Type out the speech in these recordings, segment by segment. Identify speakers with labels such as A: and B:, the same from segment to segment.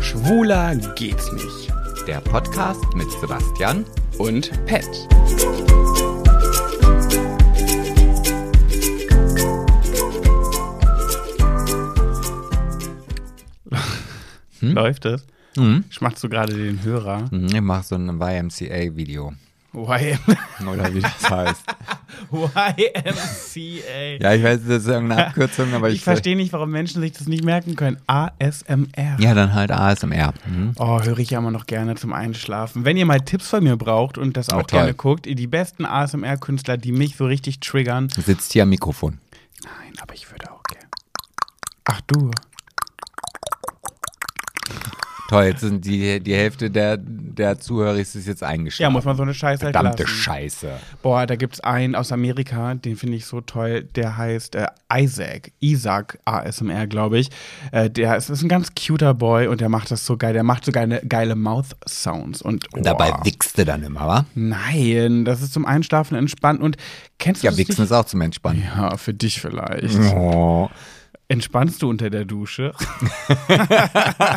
A: Schwuler geht's nicht.
B: Der Podcast mit Sebastian.
A: Und Pet.
C: Läuft es? Schmachst du gerade den Hörer?
B: Mhm, Ich mache so ein YMCA-Video.
C: Y
B: Oder wie das heißt.
C: YMCA.
B: Ja, ich weiß, das ist irgendeine Abkürzung, aber ich. äh,
C: Ich verstehe nicht, warum Menschen sich das nicht merken können. ASMR.
B: Ja, dann halt ASMR. Mhm.
C: Oh, höre ich ja immer noch gerne zum Einschlafen. Wenn ihr mal Tipps von mir braucht und das auch
B: Oh, toll.
C: gerne guckt, die besten ASMR-Künstler, die mich so richtig triggern.
B: Sitzt hier am Mikrofon.
C: Nein, aber ich würde auch gerne. Ach du.
B: Toll, jetzt sind die, die Hälfte der, der Zuhörer ist jetzt
C: Ja,
B: eingeschlafen.
C: muss man so eine Scheiße halt
B: Verdammte
C: lassen.
B: Scheiße.
C: Boah, da gibt's einen aus Amerika, den finde ich so toll. Der heißt äh, Isaac, Isaac ASMR, glaube ich. Äh, der ist, ist ein ganz cuter Boy und der macht das so geil. Der macht so geile, geile Mouth Sounds und oh,
B: Dabei wichst du dann immer, wa?
C: Nein, das ist zum Einschlafen entspannt und kennst du
B: Ja,
C: das
B: wichsen
C: nicht?
B: ist auch zum Entspannen.
C: Ja, für dich vielleicht.
B: Oh.
C: Entspannst du unter der Dusche?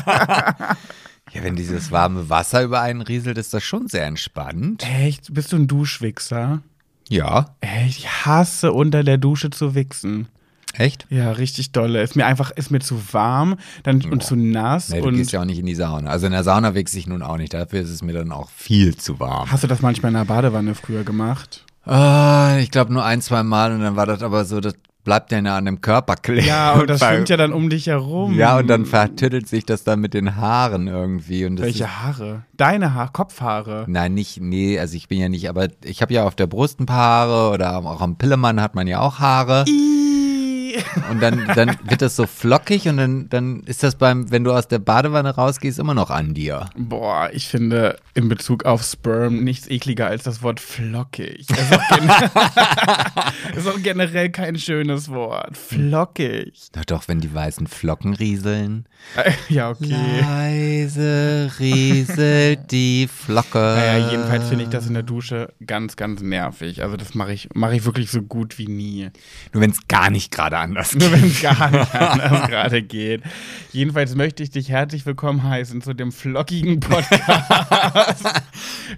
B: Ja, wenn dieses warme Wasser über einen rieselt, ist das schon sehr entspannend.
C: Echt? Bist du ein Duschwichser?
B: Ja.
C: Echt? Ich hasse unter der Dusche zu wichsen.
B: Echt?
C: Ja, richtig dolle. Ist mir einfach, ist mir zu warm dann, und zu nass.
B: Nee, du
C: und
B: gehst ja auch nicht in die Sauna. Also in der Sauna wichse ich nun auch nicht. Dafür ist es mir dann auch viel zu warm.
C: Hast du das manchmal in der Badewanne früher gemacht?
B: Ah, ich glaube nur ein, zwei Mal und dann war das aber so, das bleibt ja an dem Körper kleben.
C: Ja, und das
B: Weil-
C: schwimmt ja dann um dich herum.
B: Ja, und dann vertüttelt sich das dann mit den Haaren irgendwie. Und das Ist,
C: Welche Haare? Deine Haare, Kopfhaare.
B: nein, nicht, nee, also ich bin ja nicht, aber ich habe ja auf der Brust ein paar Haare oder auch am Pillemann hat man ja auch Haare.
C: Ih.
B: Und dann, dann wird das so flockig und dann, dann ist das beim, wenn du aus der Badewanne rausgehst, immer noch an dir.
C: Boah, ich finde in Bezug auf Sperm nichts ekliger als das Wort flockig. Das ist auch, gen- ist auch generell kein schönes Wort. Flockig.
B: Na doch, wenn die weißen Flocken rieseln.
C: Äh, Ja, okay.
B: Leise rieselt die Flocke.
C: Naja, jedenfalls finde ich das in der Dusche ganz, ganz nervig. Also das mache ich, mache ich wirklich so gut wie nie.
B: Nur wenn es gar nicht gerade anders
C: Nur
B: geht.
C: wenn es gar nicht anders gerade geht. Jedenfalls möchte ich dich herzlich willkommen heißen zu dem flockigen Podcast.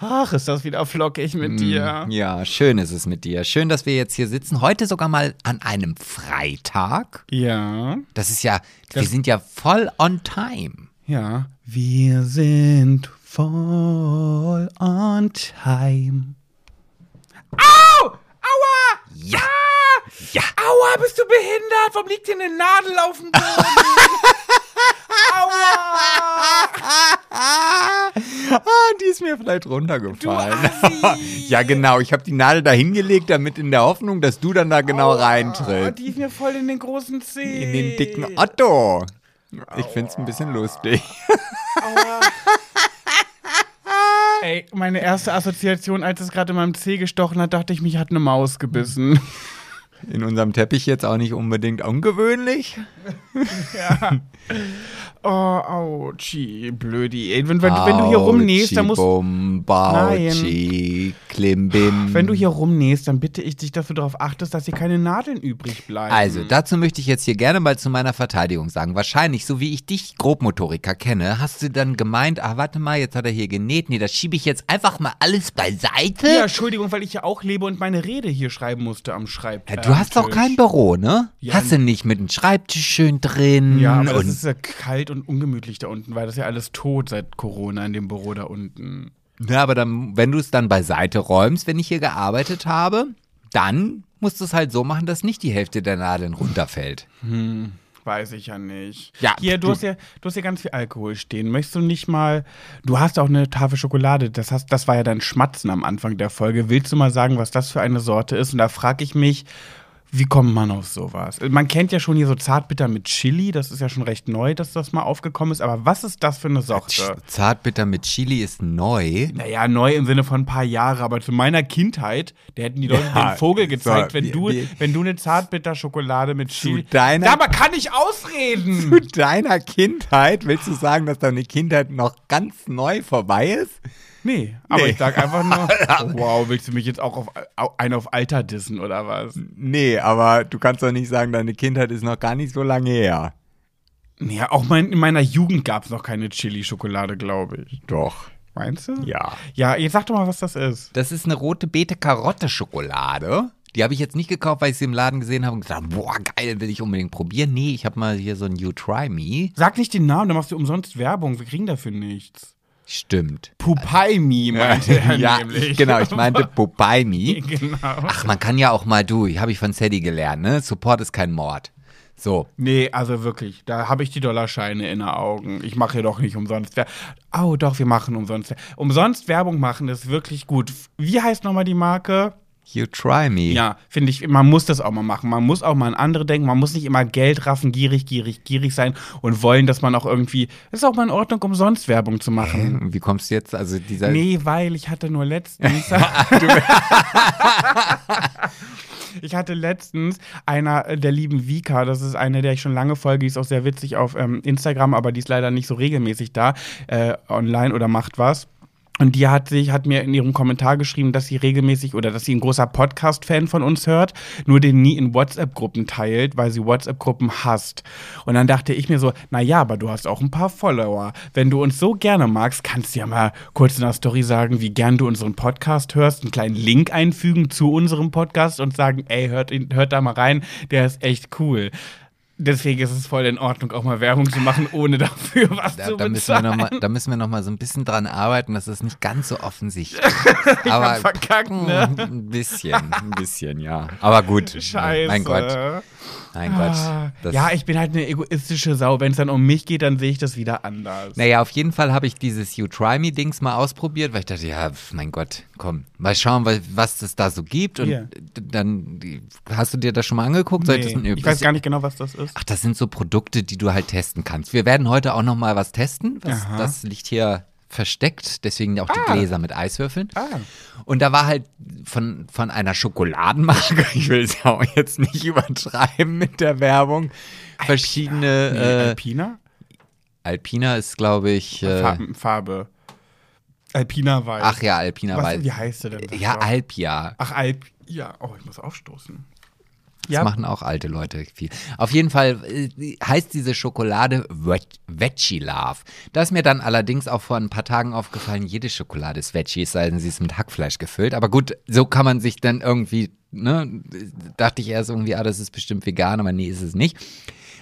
C: Ach, ist das wieder flockig mit dir.
B: Ja, schön ist es mit dir. Schön, dass wir jetzt hier sitzen. Heute sogar mal an einem Freitag.
C: Ja,
B: Das ist ja, wir sind ja voll on time.
C: ja. Wir sind voll on time. Au! Aua!
B: Ja. Ja.
C: Aua, bist du behindert? Warum liegt hier eine Nadel auf dem Boden? Aua!
B: Ah, die ist mir vielleicht runtergefallen. ja, genau. Ich habe die Nadel da hingelegt, damit in der Hoffnung, dass du dann da genau
C: Oh,
B: reintrittst.
C: die ist mir voll in den großen Zeh.
B: In den dicken Otto. Ich find's ein bisschen lustig.
C: Ey, meine erste Assoziation, als es gerade in meinem Zeh gestochen hat, dachte ich, mich hat eine Maus gebissen.
B: In unserem Teppich jetzt auch nicht unbedingt ungewöhnlich.
C: Oh, autschi, blödi. Ey, Wenn, wenn, wenn du hier rumnähst, dann musst
B: Bum,
C: Nein.
B: klimbim.
C: wenn du hier rumnähst, dann bitte ich dich, dass du darauf achtest, dass hier keine Nadeln übrig bleiben.
B: Also, dazu möchte ich jetzt hier gerne mal zu meiner Verteidigung sagen. Wahrscheinlich, so wie ich dich Grobmotoriker kenne, hast du dann gemeint, ah, warte mal, jetzt hat er hier genäht. Nee, das schiebe ich jetzt einfach mal alles beiseite.
C: ja, Entschuldigung, weil ich ja auch lebe und meine Rede hier schreiben musste am Schreibtisch.
B: Ja, du hast doch kein Büro, ne?
C: Ja,
B: hast du nicht mit dem Schreibtisch schön drin?
C: Ja, aber das
B: und
C: ist ja kalt und ungemütlich da unten, weil das ist ja alles tot seit Corona in dem Büro da unten.
B: Ja, aber dann, wenn du es dann beiseite räumst, wenn ich hier gearbeitet habe, dann musst du es halt so machen, dass nicht die Hälfte der Nadeln runterfällt.
C: Weiß ich ja nicht.
B: Ja,
C: Hier, du,
B: du-
C: hast ja, du hast ja ganz viel Alkohol stehen. Möchtest du nicht mal. Du hast auch eine Tafel Schokolade. Das, hast, das war ja dein Schmatzen am Anfang der Folge. Willst du mal sagen, was das für eine Sorte ist? Und da frage ich mich, wie kommt man auf sowas? Man kennt ja schon hier so Zartbitter mit Chili. Das ist ja schon recht neu, dass das mal aufgekommen ist. Aber was ist das für eine Sorte?
B: Sch- Zartbitter mit Chili ist neu.
C: Naja, neu im Sinne von ein paar Jahre, aber zu meiner Kindheit, da hätten die Leute
B: Ja,
C: den Vogel
B: so,
C: gezeigt, wenn,
B: wir-
C: du,
B: wir-
C: wenn du eine Zartbitter-Schokolade mit Chili.
B: deiner-
C: Dabei kann ich ausreden!
B: Zu deiner Kindheit, willst du sagen, dass deine Kindheit noch ganz neu vorbei ist?
C: Nee, aber
B: Nee.
C: ich sag einfach nur, oh, wow, willst du mich jetzt auch auf au- einen auf Alter dissen oder was?
B: Nee, aber du kannst doch nicht sagen, deine Kindheit ist noch gar nicht so lange her.
C: Ja, auch mein, in meiner Jugend gab es noch keine Chili-Schokolade, glaube ich.
B: Doch.
C: Meinst du?
B: Ja.
C: Ja, jetzt sag doch mal, was das ist.
B: Das ist eine rote Beete-Karotte-Schokolade. Die habe ich jetzt nicht gekauft, weil ich sie im Laden gesehen habe und gesagt, habe, boah, geil, will ich unbedingt probieren. Nee, ich habe mal hier so ein You Try Me.
C: Sag nicht den Namen, dann machst du umsonst Werbung. Wir kriegen dafür nichts.
B: Stimmt.
C: Pupaimi meinte er
B: ja,
C: nämlich.
B: genau, ich meinte Popeye Me.
C: genau.
B: Ach, man kann ja auch mal du, habe ich von Sadie gelernt, ne? Support ist kein Mord. So,
C: Nee, also wirklich, da habe ich die Dollarscheine in den Augen. Ich mache hier doch nicht umsonst Werbung. Oh, doch, wir machen umsonst Werbung. Umsonst Werbung machen ist wirklich gut. Wie heißt nochmal die Marke?
B: you try me.
C: Ja, finde ich, man muss das auch mal machen. Man muss auch mal an andere denken. Man muss nicht immer Geld raffen, gierig, gierig, gierig sein und wollen, dass man auch irgendwie. Es ist auch mal in Ordnung, umsonst Werbung zu machen.
B: Wie kommst du jetzt? Also dieser.
C: Nee, weil ich hatte nur letztens. ich hatte letztens einer äh, der lieben Vika, das ist eine, der ich schon lange folge, die ist auch sehr witzig auf ähm, Instagram, aber die ist leider nicht so regelmäßig da, äh, online oder macht was. Und die hat sich, hat mir in ihrem Kommentar geschrieben, dass sie regelmäßig oder dass sie ein großer Podcast-Fan von uns hört, nur den nie in WhatsApp-Gruppen teilt, weil sie WhatsApp-Gruppen hasst. Und dann dachte ich mir so, na ja, aber du hast auch ein paar Follower. Wenn du uns so gerne magst, kannst du ja mal kurz in der Story sagen, wie gern du unseren Podcast hörst, einen kleinen Link einfügen zu unserem Podcast und sagen, ey, hört, ihn- hört da mal rein, der ist echt cool. Deswegen ist es voll in Ordnung, auch mal Werbung zu machen, ohne dafür was
B: Da,
C: zu
B: da, müssen wir
C: bezahlen.
B: noch mal, da müssen wir noch mal so ein bisschen dran arbeiten, das ist nicht ganz so offensichtlich. ich Aber
C: verkackt, ne?
B: mh, ein bisschen, ein bisschen, ja. Aber gut.
C: Scheiße.
B: Mein Gott, mein
C: Ah,
B: Gott. Das-
C: ja, ich bin halt eine egoistische Sau. Wenn es dann um mich geht, dann sehe ich das wieder anders.
B: Naja, auf jeden Fall habe ich dieses You Try Me Dings mal ausprobiert, weil ich dachte, ja, pf, mein Gott, komm, mal schauen, was, was es da so gibt. Und
C: Ja.
B: d- dann hast du dir das schon mal angeguckt? Soll das, äh,
C: Nee, ich weiß gar nicht genau, was das ist.
B: Ach, das sind so Produkte, die du halt testen kannst. Wir werden heute auch noch mal was testen. Was,
C: Aha.
B: das liegt hier versteckt, deswegen auch die Gläser mit Eiswürfeln.
C: Ah.
B: Und da war halt von, von einer Schokoladenmarke, ich will es ja auch jetzt nicht übertreiben mit der Werbung, verschiedene.
C: Nee,
B: äh,
C: Alpina?
B: Alpina ist, glaube ich. Äh,
C: Farbe, Farbe. Alpina Weiß.
B: ach ja, Alpina
C: was,
B: Wald.
C: Wie heißt sie denn?
B: Ja, Alpia.
C: Ach, Alp. Ja, oh, ich muss aufstoßen.
B: Das machen auch alte Leute viel. Auf jeden Fall äh, heißt diese Schokolade Ve- Veggie Love. Da ist mir dann allerdings auch vor ein paar Tagen aufgefallen, jede Schokolade ist Veggie, es sei denn, sie ist mit Hackfleisch gefüllt. Aber gut, so kann man sich dann irgendwie, ne, dachte ich erst irgendwie, ah, das ist bestimmt vegan, aber nee, ist es nicht.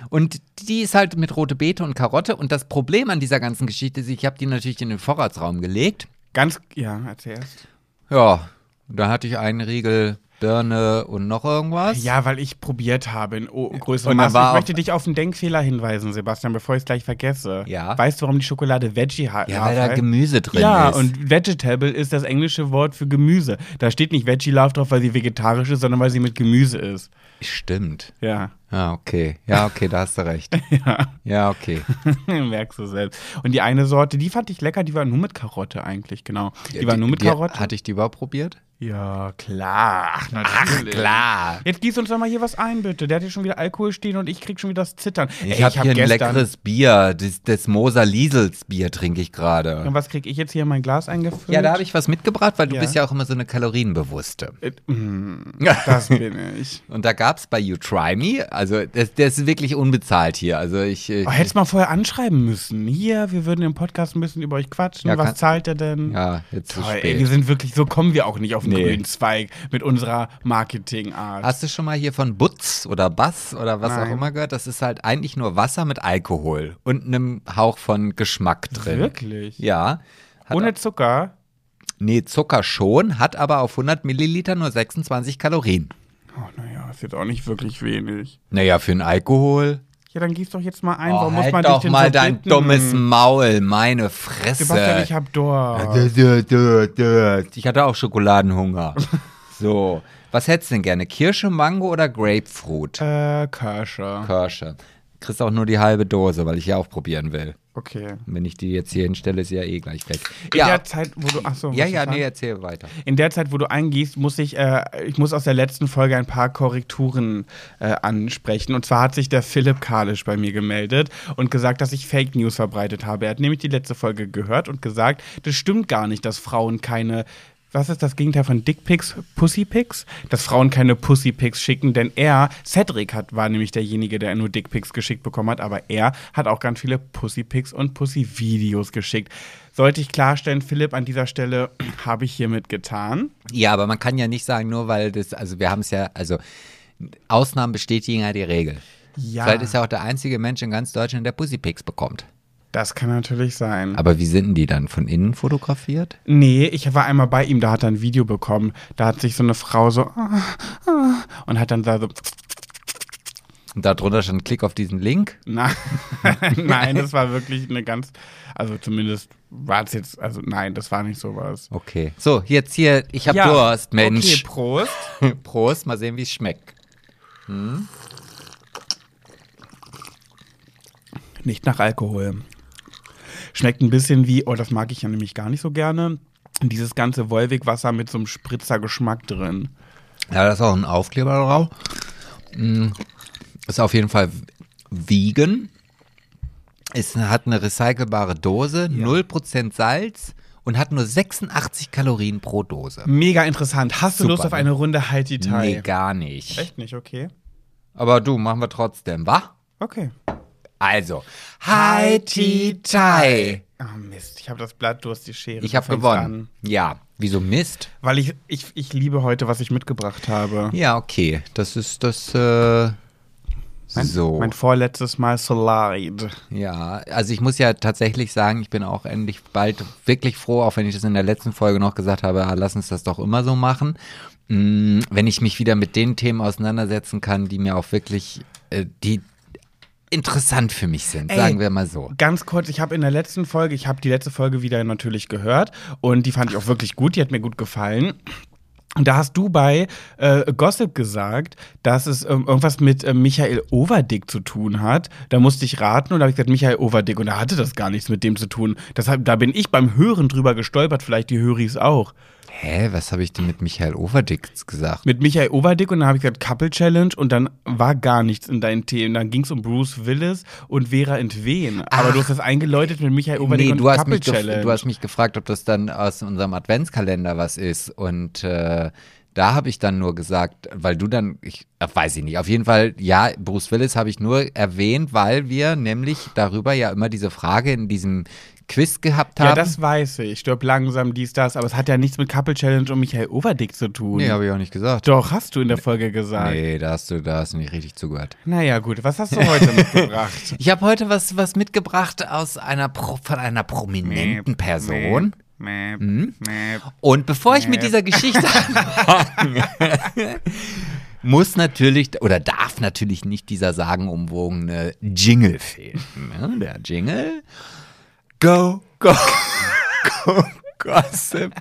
B: Und die ist halt mit rote Beete und Karotte. Und das Problem an dieser ganzen Geschichte ist, ich habe die natürlich in den Vorratsraum gelegt.
C: Ganz, ja, erzähl erst.
B: Ja, da hatte ich einen Riegel Birne und noch irgendwas.
C: Ja, weil ich probiert habe in o- größerem
B: Und dann
C: Maße.
B: war
C: Ich
B: auf-
C: möchte dich auf einen Denkfehler hinweisen, Sebastian, bevor ich es gleich vergesse.
B: Ja.
C: Weißt du, warum die Schokolade Veggie hat?
B: Ja, weil da Gemüse drin
C: ja,
B: ist.
C: und Vegetable ist das englische Wort für Gemüse. Da steht nicht Veggie Love drauf, weil sie vegetarisch ist, sondern weil sie mit Gemüse ist.
B: Stimmt.
C: Ja,
B: Ja, Ah, okay. Ja, okay, da hast du recht. ja. ja, okay.
C: merkst du selbst. Und die eine Sorte, die fand ich lecker, die war nur mit Karotte eigentlich, genau. Die war nur mit Karotte.
B: Hatte ich die überhaupt probiert?
C: Ja, klar. Ach, natürlich.
B: Klar.
C: Jetzt gieß uns doch mal hier was ein, bitte. Der hat hier schon wieder Alkohol stehen und ich krieg schon wieder das Zittern. Ey,
B: Ich habe hab hier ein leckeres Bier. Das, das Moser Liesels Bier trinke ich gerade.
C: Und was krieg ich jetzt hier in mein Glas eingefüllt?
B: Ja, da habe ich was mitgebracht, weil du
C: Ja.
B: bist ja auch immer so eine Kalorienbewusste.
C: Äh, mm, Das bin ich.
B: Und da gab's bei You Try Me, also das, der ist wirklich unbezahlt hier. Also ich, äh,
C: Oh, hättest mal vorher anschreiben müssen. Hier, wir würden im Podcast ein bisschen über euch quatschen.
B: Ja,
C: was
B: kann-
C: zahlt er denn?
B: ja, jetzt zu
C: Toll, ey,
B: spät.
C: wir sind wirklich, so kommen wir auch nicht auf den
B: Nee.
C: grünen Zweig mit unserer Marketingart.
B: Hast du schon mal hier von Butz oder Bass oder was auch
C: Nein.
B: immer gehört? Das ist halt eigentlich nur Wasser mit Alkohol und einem Hauch von Geschmack drin.
C: Wirklich?
B: Ja. Hat
C: Ohne Zucker?
B: nee, Zucker schon, hat aber auf 100 Milliliter nur 26 Kalorien.
C: Oh, naja, ist jetzt auch nicht wirklich wenig.
B: Naja, für einen Alkohol.
C: Ja, dann gieß doch jetzt mal ein.
B: Oh,
C: Warum muss
B: halt
C: man dich
B: doch
C: denn
B: mal
C: so
B: dein
C: bitten? Hm.
B: dummes Maul, meine Fresse.
C: Sebastian, ich hab Durst.
B: Dö, dö, dö. Ich hatte auch Schokoladenhunger. so, was hättest du denn gerne? Kirsche, Mango oder Grapefruit?
C: Äh, Kirsche.
B: Kirsche. Kriegst auch nur die halbe Dose, weil ich ja auch probieren will.
C: Okay.
B: Wenn ich die jetzt hier hinstelle, ist sie ja eh gleich weg.
C: In
B: Ja,
C: der Zeit, wo du. Achso,
B: ja, ja, nee, erzähl weiter.
C: In der Zeit, wo du eingießt, muss ich, äh, ich muss aus der letzten Folge ein paar Korrekturen äh, ansprechen. Und zwar hat sich der Philipp Kalisch bei mir gemeldet und gesagt, dass ich Fake News verbreitet habe. Er hat nämlich die letzte Folge gehört und gesagt, das stimmt gar nicht, dass Frauen keine was ist das Gegenteil von Dickpics? Pussypics? Dass Frauen keine Pussypics schicken, denn er, Cedric hat, war nämlich derjenige, der nur Dickpics geschickt bekommen hat, aber er hat auch ganz viele Pussypics und Pussyvideos geschickt. Sollte ich klarstellen, Philipp, an dieser Stelle habe ich hiermit getan.
B: Ja, aber man kann ja nicht sagen, nur weil das, also wir haben es ja, also Ausnahmen bestätigen ja die Regel.
C: Ja,
B: Vielleicht ist ja auch der einzige Mensch in ganz Deutschland, der Pussypics bekommt.
C: das kann natürlich sein.
B: Aber wie sind denn die dann? Von innen fotografiert?
C: Nee, ich war einmal bei ihm, da hat er ein Video bekommen. Da hat sich so eine Frau so ah, ah, und hat dann da so
B: Und darunter stand Klick auf diesen Link.
C: nein, nein, das war wirklich eine ganz, also zumindest war es jetzt, also nein, das war nicht sowas.
B: Okay. So, jetzt hier, ich hab
C: Ja,
B: Durst,
C: Okay,
B: Mensch.
C: Prost.
B: Prost, mal sehen, wie es schmeckt.
C: Nicht nach Alkohol. Schmeckt ein bisschen wie, oh, das mag ich ja nämlich gar nicht so gerne. Dieses ganze Wolwig-Wasser mit so einem Spritzergeschmack drin.
B: Ja, da ist auch ein Aufkleber drauf. Mm, Ist auf jeden Fall vegan. Es hat eine recycelbare Dose, 0% Salz und hat nur 86 Kalorien pro Dose.
C: Mega interessant. Hast du
B: Super,
C: Lust auf
B: ne?
C: eine Runde Hai die Thai?
B: Nee, gar nicht.
C: Echt nicht, okay.
B: Aber du, machen wir trotzdem, wa?
C: Okay.
B: Also, Hi Ti Tai.
C: Ah Mist, ich habe das Blatt, du hast die Schere.
B: Ich
C: Du
B: habe
C: fängst
B: gewonnen.
C: an.
B: Ja, wieso Mist?
C: Weil ich, ich, ich liebe heute, was ich mitgebracht habe.
B: Ja, okay, das ist das äh
C: Mein,
B: so.
C: mein vorletztes Mal Solide.
B: Ja, also ich muss ja tatsächlich sagen, ich bin auch endlich bald wirklich froh, auch wenn ich das in der letzten Folge noch gesagt habe, ah, lass uns das doch immer so machen. Mm, Wenn ich mich wieder mit den Themen auseinandersetzen kann, die mir auch wirklich, äh, die interessant für mich sind,
C: Ey.
B: sagen wir mal so.
C: Ganz kurz, ich habe in der letzten Folge, ich habe die letzte Folge wieder natürlich gehört und die fand ich auch wirklich gut, die hat mir gut gefallen. Und da hast du bei äh, Gossip gesagt, dass es ähm, irgendwas mit äh, Michael Overdick zu tun hat. Da musste ich raten und da habe ich gesagt, Michael Overdick. Und da hatte das gar nichts mit dem zu tun. Deshalb, da bin ich beim Hören drüber gestolpert, vielleicht die Höris auch.
B: Hä, was habe ich denn mit Michael Overdick gesagt?
C: mit Michael Overdick und dann habe ich gesagt Couple Challenge und dann war gar nichts in deinen Themen. Dann ging es um Bruce Willis und Vera Entwen. Aber du hast das eingeläutet mit Michael Overdick
B: Nee,
C: und
B: du hast,
C: Couple
B: mich gef-
C: Challenge.
B: du hast mich gefragt, ob das dann aus unserem Adventskalender was ist. Und äh, da habe ich dann nur gesagt, weil du dann, ich äh, weiß ich nicht, auf jeden Fall, ja, Bruce Willis habe ich nur erwähnt, weil wir nämlich darüber ja immer diese Frage in diesem Quiz gehabt haben.
C: ja, das weiß ich. Stirb langsam, dies, das. Aber es hat ja nichts mit Couple Challenge und Michael Overdick zu tun.
B: nee, habe ich auch nicht gesagt.
C: Doch, hast du in der Folge gesagt.
B: Nee, da hast du, da hast du nicht richtig zugehört.
C: Naja, gut. Was hast du heute mitgebracht?
B: Ich habe heute was, was mitgebracht aus einer Pro, von einer prominenten Person. Hm?
C: Mäh, mäh.
B: Und bevor ich mit dieser Geschichte anfange, muss natürlich oder darf natürlich nicht dieser sagenumwogene Jingle fehlen. Ne? Der Jingle. Go, go, go, gossip.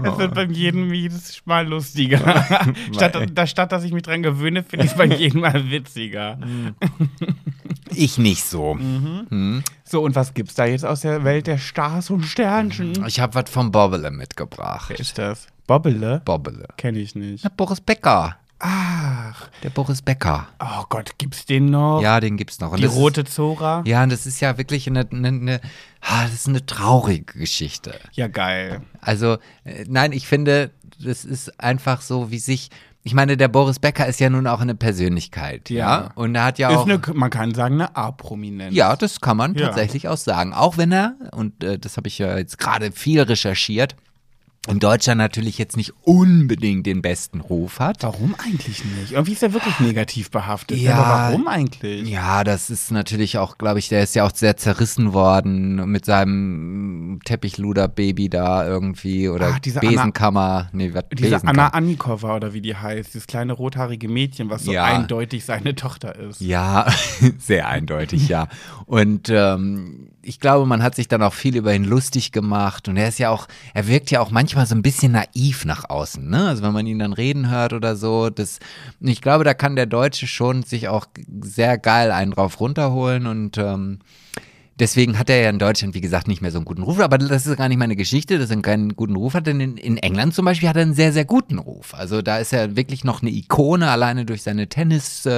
B: Oh.
C: Es wird beim jedem jedes Mal lustiger. statt, da, statt dass ich mich dran gewöhne, finde ich es bei jedem Mal witziger.
B: Ich nicht so.
C: Mhm. So, und was gibt's da jetzt aus der Welt der Stars und Sternchen?
B: Ich habe was vom Bobbele mitgebracht.
C: Wer ist das? Bobbele?
B: Bobbele.
C: Kenne ich nicht.
B: Der Boris Becker.
C: Ach.
B: Der Boris Becker.
C: Oh Gott, gibt's den noch?
B: Ja, den gibt's noch. Und
C: Oh. Die
B: das
C: rote Zora?
B: Ist, ja, und das ist ja wirklich eine, eine, eine, ah, das ist eine traurige Geschichte.
C: Ja, geil.
B: Also, äh, nein, ich finde, das ist einfach so, wie sich. Ich meine, der Boris Becker ist ja nun auch eine Persönlichkeit. Ja.
C: Ja.
B: Und er hat ja
C: Ist
B: auch.
C: eine, man kann sagen, ne, eine A-Prominenz.
B: ja, das kann man
C: Ja.
B: tatsächlich auch sagen. Auch wenn er, und äh, das habe ich ja jetzt gerade viel recherchiert, in Deutschland natürlich jetzt nicht unbedingt den besten Ruf hat.
C: Warum eigentlich nicht? Irgendwie ist er wirklich negativ behaftet.
B: Ja.
C: Aber warum eigentlich?
B: Ja, das ist natürlich auch, glaube ich, der ist ja auch sehr zerrissen worden mit seinem Teppichluder-Baby da irgendwie oder
C: Ah, diese Anna-
B: Besenkammer. nee, was?
C: Diese
B: Besenkammer.
C: Anna Annikova oder wie die heißt, dieses kleine rothaarige Mädchen, was so
B: Ja.
C: eindeutig seine Tochter ist.
B: Ja, sehr eindeutig, ja. Und ähm, ich glaube, man hat sich dann auch viel über ihn lustig gemacht und er ist ja auch, er wirkt ja auch manchmal so ein bisschen naiv nach außen, ne? Also wenn man ihn dann reden hört oder so, das, ich glaube, da kann der Deutsche schon sich auch sehr geil einen drauf runterholen und ähm, Deswegen hat er ja in Deutschland, wie gesagt, nicht mehr so einen guten Ruf. Aber das ist gar nicht meine Geschichte, dass er keinen guten Ruf hat. Denn in, in England zum Beispiel hat er einen sehr, sehr guten Ruf. Also da ist er wirklich noch eine Ikone, alleine durch seine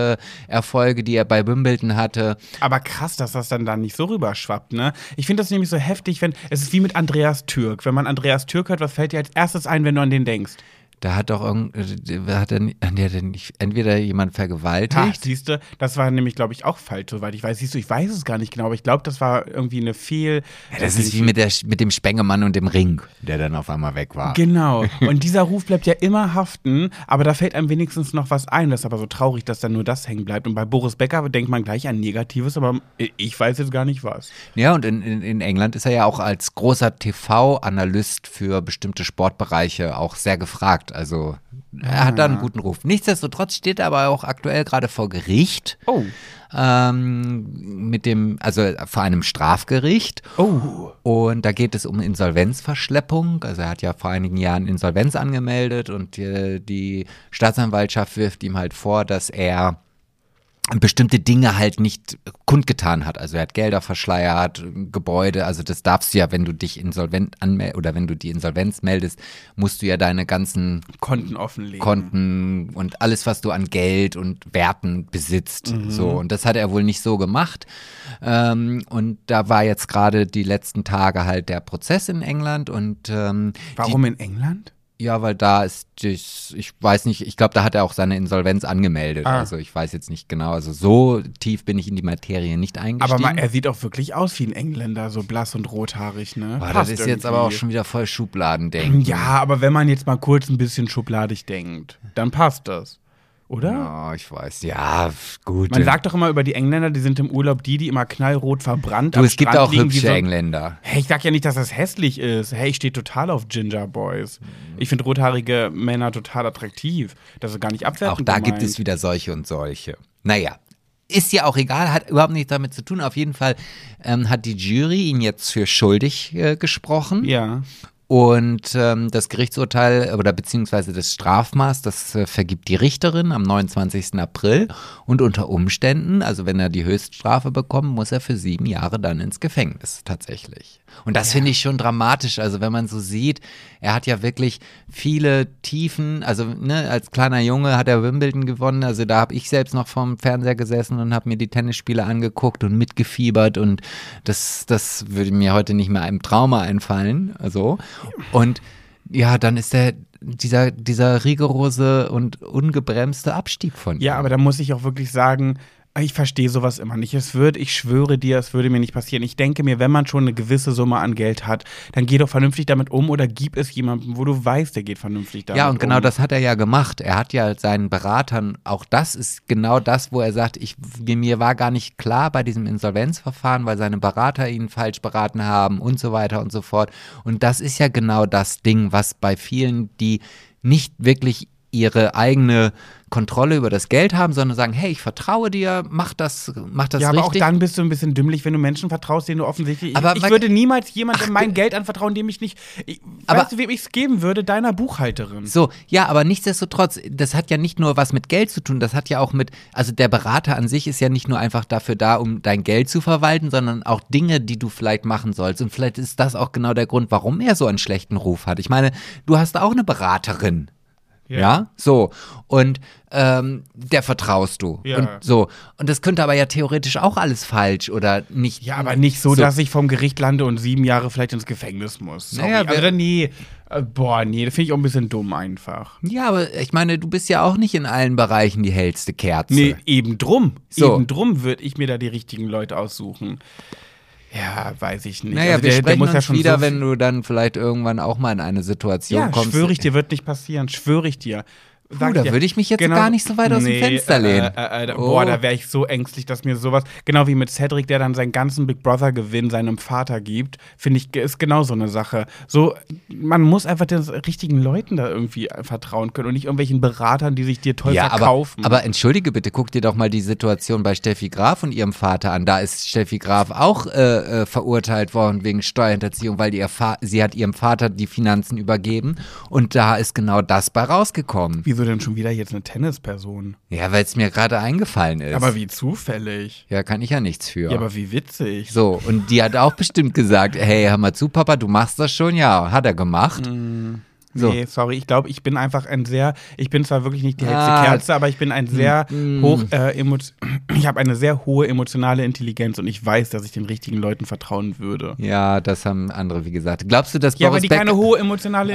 B: Tennis-Erfolge, die er bei Wimbledon hatte.
C: Aber krass, dass das dann da nicht so rüberschwappt, ne? Ich finde das nämlich so heftig, wenn. Es ist wie mit Andreas Türk. Wenn man Andreas Türk hört, was fällt dir als erstes ein, wenn du an den denkst?
B: Da hat doch irgend, äh, hat er, ni- hat er nicht, entweder jemand
C: Ha,
B: vergewaltigt.
C: siehst du, das war nämlich, glaube ich, auch falsch, soweit ich weiß. Siehst du, ich weiß es gar nicht genau, aber ich glaube, das war irgendwie eine Fehl.
B: Ja, das ist wie mit, der, mit dem Spengemann und dem Ring, der dann auf einmal weg war.
C: Genau. Und dieser Ruf bleibt ja immer haften, aber da fällt einem wenigstens noch was ein. Das ist aber so traurig, dass dann nur das hängen bleibt. Und bei Boris Becker denkt man gleich an Negatives, aber ich weiß jetzt gar nicht was.
B: Ja, und in, in, in England ist er ja auch als großer TV-Analyst für bestimmte Sportbereiche auch sehr gefragt. Also er hat da einen guten Ruf. Nichtsdestotrotz steht er aber auch aktuell gerade vor Gericht.
C: Oh.
B: Ähm, mit dem, also vor einem Strafgericht.
C: Oh.
B: Und da geht es um Insolvenzverschleppung. Also er hat ja vor einigen Jahren Insolvenz angemeldet und die, die Staatsanwaltschaft wirft ihm halt vor, dass er bestimmte Dinge halt nicht kundgetan hat. Also er hat Gelder verschleiert, Gebäude, also das darfst du ja, wenn du dich insolvent anmeldest oder wenn du die Insolvenz meldest, musst du ja deine ganzen
C: Konten offenlegen.
B: Konten und alles, was du an Geld und Werten besitzt.
C: Mhm.
B: So. Und das hat er wohl nicht so gemacht. Ähm, und da war jetzt gerade die letzten Tage halt der Prozess in England und ähm,
C: Warum in England?
B: Die, ja, weil da ist das, ich weiß nicht, ich glaube, da hat er auch seine Insolvenz angemeldet.
C: Ah.
B: Also ich weiß jetzt nicht genau. Also so tief bin ich in die Materie nicht eingestiegen.
C: Aber man, er sieht auch wirklich aus wie ein Engländer, so blass und rothaarig, ne?
B: Boah, das
C: Passt
B: ist jetzt aber auch
C: irgendwie.
B: schon wieder voll Schubladendenken.
C: Ja, aber wenn man jetzt mal kurz ein bisschen schubladig denkt, dann passt das. Oder?
B: Ja, Oh, ich weiß. Ja, gut.
C: Man sagt doch immer über die Engländer, die sind im Urlaub die, die immer knallrot verbrannt
B: du,
C: am
B: es gibt
C: Strand
B: auch
C: liegen, wie
B: hübsche
C: so,
B: Engländer.
C: Hey, ich sag ja nicht, dass das hässlich ist. Hey, ich stehe total auf Ginger Boys. Ich finde rothaarige Männer total attraktiv. Das ist gar nicht abwertend
B: Auch da gibt
C: gemeint.
B: es wieder solche und solche. Naja, ist ja auch egal, hat überhaupt nichts damit zu tun. Auf jeden Fall ähm, hat die Jury ihn jetzt für schuldig äh, gesprochen.
C: Ja.
B: Und ähm, das Gerichtsurteil oder beziehungsweise das Strafmaß, das äh, vergibt die Richterin am 29. April. Und unter Umständen, also wenn er die Höchststrafe bekommt, muss er für sieben Jahre dann ins Gefängnis tatsächlich. Und das finde ich schon dramatisch. Also wenn man so sieht, er hat ja wirklich viele Tiefen. Also ne, als kleiner Junge hat er Wimbledon gewonnen. Also da habe ich selbst noch vorm Fernseher gesessen und habe mir die Tennisspiele angeguckt und mitgefiebert. Und das, das würde mir heute nicht mehr einem Trauma einfallen. So. Und ja, dann ist der dieser, dieser rigorose und ungebremste Abstieg von ihm.
C: Ja, aber da muss ich auch wirklich sagen, ich verstehe sowas immer nicht. Es wird, ich schwöre dir, es würde mir nicht passieren. Ich denke mir, wenn man schon eine gewisse Summe an Geld hat, dann geh doch vernünftig damit um oder gib es jemandem, wo du weißt, der geht vernünftig damit um.
B: Ja, und genau das hat er ja gemacht. Er hat ja seinen Beratern, auch das ist genau das, wo er sagt, ich, mir war gar nicht klar bei diesem Insolvenzverfahren, weil seine Berater ihn falsch beraten haben und so weiter und so fort. Und das ist ja genau das Ding, was bei vielen, die nicht wirklich ihre eigene Kontrolle über das Geld haben, sondern sagen, hey, ich vertraue dir, mach das, mach das
C: ja, aber
B: richtig.
C: auch dann bist du ein bisschen dümmlich, wenn du Menschen vertraust, denen du offensichtlich.
B: Aber
C: ich
B: man-
C: würde niemals jemandem mein Geld anvertrauen, dem ich nicht. Ich,
B: Aber-
C: weißt du, wem ich es geben würde? Deiner Buchhalterin.
B: So, ja, aber nichtsdestotrotz, das hat ja nicht nur was mit Geld zu tun, das hat ja auch mit, also der Berater an sich ist ja nicht nur einfach dafür da, um dein Geld zu verwalten, sondern auch Dinge, die du vielleicht machen sollst. Und vielleicht ist das auch genau der Grund, warum er so einen schlechten Ruf hat. Ich meine, du hast auch eine Beraterin. Ja. so. Und ähm, der vertraust du.
C: Ja.
B: Und so. Und das könnte aber ja theoretisch auch alles falsch oder nicht.
C: Ja, aber nicht so, dass ich vom Gericht lande und sieben Jahre vielleicht ins Gefängnis muss. Sorry.
B: Naja, wir-
C: also, nee. Äh, Boah, nee, das finde ich auch ein bisschen dumm einfach.
B: Ja, aber ich meine, du bist ja auch nicht in allen Bereichen die hellste Kerze.
C: Nee, eben drum.
B: So.
C: Eben drum würde ich mir da die richtigen Leute aussuchen. Ja, weiß ich nicht.
B: Naja,
C: Also
B: wir
C: der, der
B: sprechen
C: muss ja
B: uns
C: schon
B: wieder,
C: so
B: wenn du dann vielleicht irgendwann auch mal in eine Situation
C: Ja,
B: kommst.
C: schwöre ich dir, wird nicht passieren. Schwöre ich dir. Sag
B: da
C: dir. genau
B: würde ich mich jetzt gar nicht so weit aus dem Fenster lehnen.
C: Äh, äh, da-
B: Oh.
C: Boah, da wäre ich so ängstlich, dass mir sowas, genau wie mit Cedric, der dann seinen ganzen Big Brother-Gewinn seinem Vater gibt, finde ich, ist genau so eine Sache. So, man muss einfach den richtigen Leuten da irgendwie vertrauen können und nicht irgendwelchen Beratern, die sich dir toll
B: Ja, aber,
C: verkaufen.
B: aber entschuldige bitte, guck dir doch mal die Situation bei Steffi Graf und ihrem Vater an. Da ist Steffi Graf auch äh, äh, verurteilt worden wegen Steuerhinterziehung, weil ihr Fa sie hat ihrem Vater die Finanzen übergeben und da ist genau das bei rausgekommen.
C: wie wieso denn schon wieder jetzt eine Tennisperson?
B: Ja, weil es mir gerade eingefallen ist.
C: Aber wie zufällig.
B: ja, kann ich ja nichts für.
C: Ja, aber wie witzig.
B: so, und die hat auch bestimmt gesagt, hey, hör mal zu, Papa, du machst das schon? Ja, hat er gemacht.
C: Mhm.
B: so.
C: Nee, sorry, ich glaube, ich bin einfach ein sehr, ich bin zwar wirklich nicht die hellste
B: Ah. Hm,
C: Kerze, aber ich bin ein sehr hoch, äh, emo- ich habe eine sehr hohe emotionale Intelligenz und ich weiß, dass ich den richtigen Leuten vertrauen würde.
B: Ja, das haben andere, wie gesagt. Glaubst du, dass
C: Ja, weil
B: Boris
C: die
B: Becker...
C: keine hohe emotionale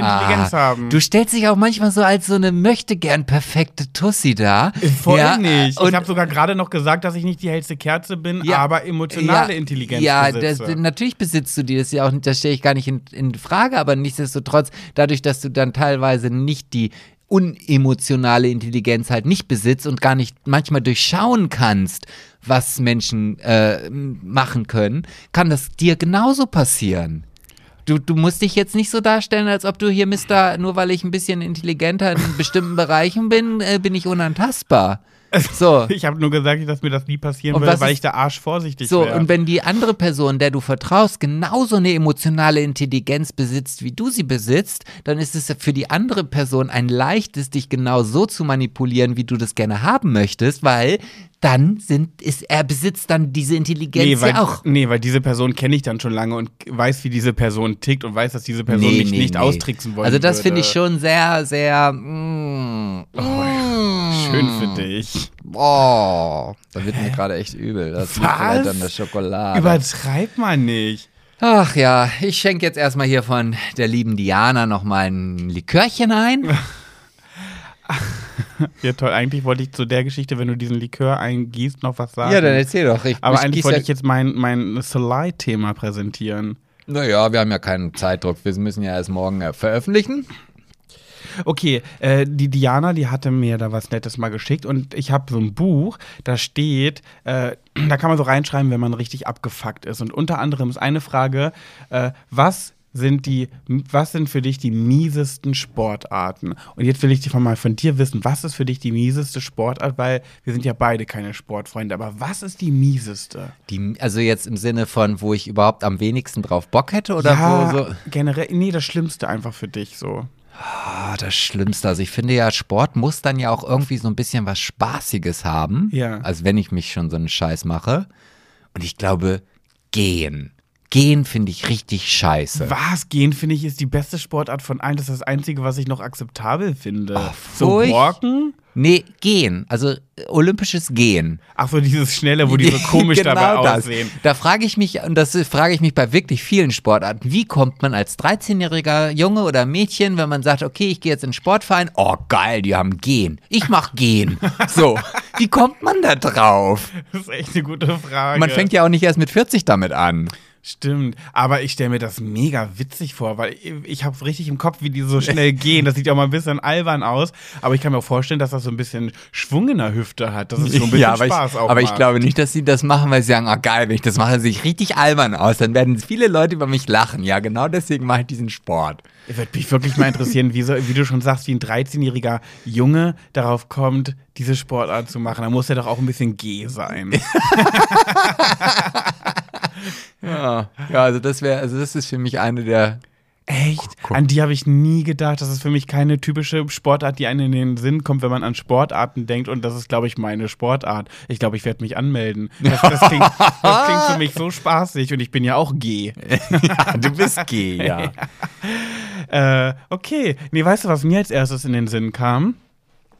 B: Ah,
C: Intelligenz haben.
B: Du stellst dich auch manchmal so als so eine möchte gern perfekte Tussi da.
C: Äh, Voll
B: ja,
C: nicht.
B: Und
C: ich habe sogar gerade noch gesagt, dass ich nicht die hellste Kerze bin,
B: Ja.
C: aber emotionale
B: ja,
C: Intelligenz
B: Ja, das,
C: besitze.
B: natürlich besitzt du die, das ist ja auch, nicht- das stelle ich gar nicht in, in Frage, aber nichtsdestotrotz, dadurch, dass du dann teilweise nicht die unemotionale Intelligenz halt nicht besitzt und gar nicht manchmal durchschauen kannst, was Menschen äh, machen können, kann das dir genauso passieren. Du, du musst dich jetzt nicht so darstellen, als ob du hier Mister, nur weil ich ein bisschen intelligenter in bestimmten Bereichen bin, äh, bin ich unantastbar. So.
C: ich habe nur gesagt, dass mir das nie passieren
B: Und
C: würde,
B: was
C: weil
B: ist-
C: ich da arschvorsichtig
B: So,
C: wäre.
B: und wenn die andere Person, der du vertraust, genauso eine emotionale Intelligenz besitzt, wie du sie besitzt, dann ist es für die andere Person ein leichtes, dich genau so zu manipulieren, wie du das gerne haben möchtest, weil dann sind, ist, er besitzt dann diese Intelligenz
C: Nee weil,
B: ja auch.
C: nee, weil diese Person kenne ich dann schon lange und weiß, wie diese Person tickt und weiß, dass diese Person mich nicht austricksen wollte.
B: Also das finde ich schon sehr, sehr. Mm, mm,
C: Schön für dich.
B: Oh, da wird mir gerade echt übel. Das liegt
C: Was?
B: vielleicht an der Schokolade.
C: Übertreib mal nicht.
B: Ach ja, ich schenke jetzt erstmal hier von der lieben Diana nochmal ein Likörchen ein.
C: Ja, toll. Eigentlich wollte ich zu der Geschichte, wenn du diesen Likör eingießt, noch was sagen.
B: Ja, dann erzähl doch. Ich,
C: Aber
B: ich
C: eigentlich
B: gieß
C: wollte
B: ja,
C: ich jetzt mein, mein Salai-Thema präsentieren.
B: Naja, wir haben ja keinen Zeitdruck. Wir müssen ja erst morgen äh, veröffentlichen.
C: Okay, äh, die Diana, die hatte mir da was Nettes mal geschickt und ich habe so ein Buch, da steht, äh, da kann man so reinschreiben, wenn man richtig abgefuckt ist. Und unter anderem ist eine Frage, äh, was sind die, was sind für dich die miesesten Sportarten? Und jetzt will ich dich mal von dir wissen, was ist für dich die mieseste Sportart? Weil wir sind ja beide keine Sportfreunde, aber was ist die mieseste?
B: Die, also jetzt im Sinne von, wo ich überhaupt am wenigsten drauf Bock hätte oder
C: ja,
B: wo so.
C: generell, nee, das Schlimmste einfach für dich so.
B: Ah, das Schlimmste. Also ich finde ja, Sport muss dann ja auch irgendwie so ein bisschen was Spaßiges haben.
C: Ja.
B: Also wenn ich mich schon so einen Scheiß mache. Und ich glaube, gehen. Gehen finde ich richtig scheiße.
C: Was? Gehen finde ich ist die beste Sportart von allen. Das ist das Einzige, was ich noch akzeptabel finde.
B: Ach,
C: so
B: furcht-
C: Walken?
B: Nee, gehen. Also äh, olympisches Gehen.
C: Ach so, dieses Schnelle, wo die so komisch
B: Genau
C: dabei
B: das.
C: aussehen.
B: Da frage ich mich, und das frage ich mich bei wirklich vielen Sportarten, wie kommt man als 13-jähriger Junge oder Mädchen, wenn man sagt, okay, ich gehe jetzt in den Sportverein, oh geil, die haben Gehen. Ich mach Gehen. So, wie kommt man da drauf?
C: Das ist echt eine gute Frage.
B: Man fängt ja auch nicht erst mit 40 damit an.
C: Stimmt, aber ich stelle mir das mega witzig vor, weil ich, ich habe richtig im Kopf, wie die so schnell gehen. Das sieht ja auch mal ein bisschen albern aus, aber ich kann mir auch vorstellen, dass das so ein bisschen Schwung in der Hüfte hat. Das ist so ein bisschen
B: aber,
C: Spaß
B: ich,
C: auch
B: aber ich
C: macht.
B: glaube nicht, dass sie das machen, weil sie sagen, oh geil, wenn ich das mache, sehe ich richtig albern aus. Dann werden viele Leute über mich lachen. Ja, genau deswegen mache ich diesen Sport.
C: Würde mich wirklich mal interessieren, wie, so, wie du schon sagst, wie ein 13-jähriger Junge darauf kommt, diese Sportart zu machen. Da muss er doch auch ein bisschen G sein. Ah.
B: Ja, ja also das wäre, also das ist für mich eine der
C: Echt? An die habe ich nie gedacht. Das ist für mich keine typische Sportart, die einem in den Sinn kommt, wenn man an Sportarten denkt. Und das ist, glaube ich, meine Sportart. Ich glaube, ich werde mich anmelden. Das, das, klingt, das klingt für mich so spaßig und ich bin ja auch G.
B: ja, du bist G, ja.
C: Äh, okay. Nee, weißt du, was mir als erstes in den Sinn kam?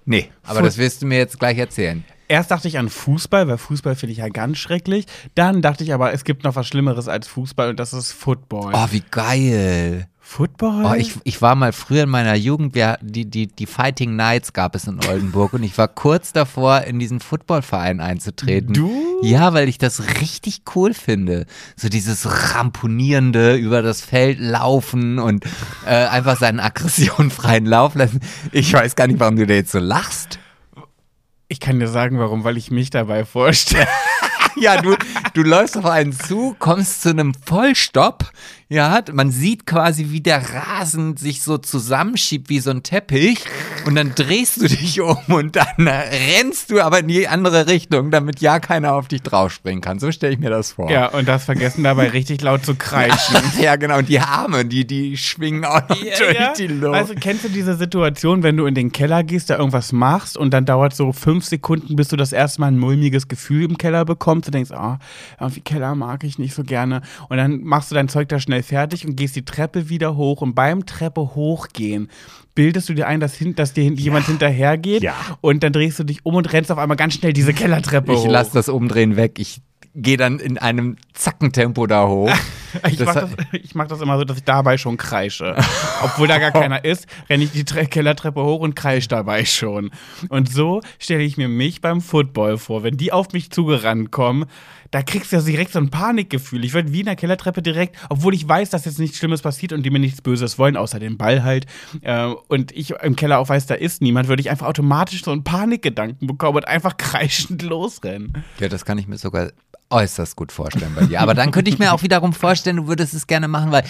B: Nee, aber das wirst du mir jetzt gleich erzählen.
C: Erst dachte ich an Fußball, weil Fußball finde ich ja ganz schrecklich. Dann dachte ich aber, es gibt noch was Schlimmeres als Fußball und das ist Football.
B: Oh, wie geil.
C: Football?
B: Oh, ich, ich war mal früher in meiner Jugend, wir, die, die, die Fighting Nights gab es in Oldenburg und ich war kurz davor, in diesen Footballverein einzutreten.
C: Du?
B: Ja, weil ich das richtig cool finde. So dieses ramponierende über das Feld laufen und äh, einfach seinen Aggressionen freien Lauf lassen. Ich weiß gar nicht, warum du da jetzt so lachst.
C: ich kann dir sagen, warum, weil ich mich dabei vorstelle.
B: Ja, du, du läufst auf einen zu, kommst zu einem Vollstopp, Ja, man sieht quasi, wie der Rasen sich so zusammenschiebt wie so ein Teppich und dann drehst du dich um und dann rennst du aber in die andere Richtung, damit ja keiner auf dich draufspringen kann. So stelle ich mir das vor.
C: Ja, und das vergessen dabei richtig laut zu kreischen.
B: Ja, genau. Und die Arme, die, die schwingen auch noch durch die Luft.
C: äh, Also kennst du diese Situation, wenn du in den Keller gehst, da irgendwas machst und dann dauert so fünf Sekunden, bis du das erste Mal ein mulmiges Gefühl im Keller bekommst. Du denkst, ah, irgendwie Keller mag ich nicht so gerne. Und dann machst du dein Zeug da schnell fertig und gehst die Treppe wieder hoch und beim Treppe hochgehen bildest du dir ein, dass, hin, dass dir hin- jemand hinterhergeht
B: Ja.
C: und dann drehst du dich um und rennst auf einmal ganz schnell diese Kellertreppe hoch.
B: ich lasse das Umdrehen weg. Ich gehe dann in einem Zackentempo da hoch.
C: Ich
B: Das
C: mache
B: hat-
C: das, ich mach das immer so, dass ich dabei schon kreische. Obwohl da gar
B: Oh.
C: keiner ist, renne ich die Tre Kellertreppe hoch und kreische dabei schon. Und so stelle ich mir mich beim Football vor. Wenn die auf mich zugerannt kommen, da kriegst du ja direkt so ein Panikgefühl. Ich würde wie in der Kellertreppe direkt, obwohl ich weiß, dass jetzt nichts Schlimmes passiert und die mir nichts Böses wollen, außer den Ball halt. Äh, und ich im Keller auch weiß, da ist niemand, würde ich einfach automatisch so einen Panikgedanken bekommen und einfach kreischend losrennen.
B: Ja, das kann ich mir sogar äußerst gut vorstellen bei dir. Aber dann könnte ich mir auch wiederum vorstellen, du würdest es gerne machen, weil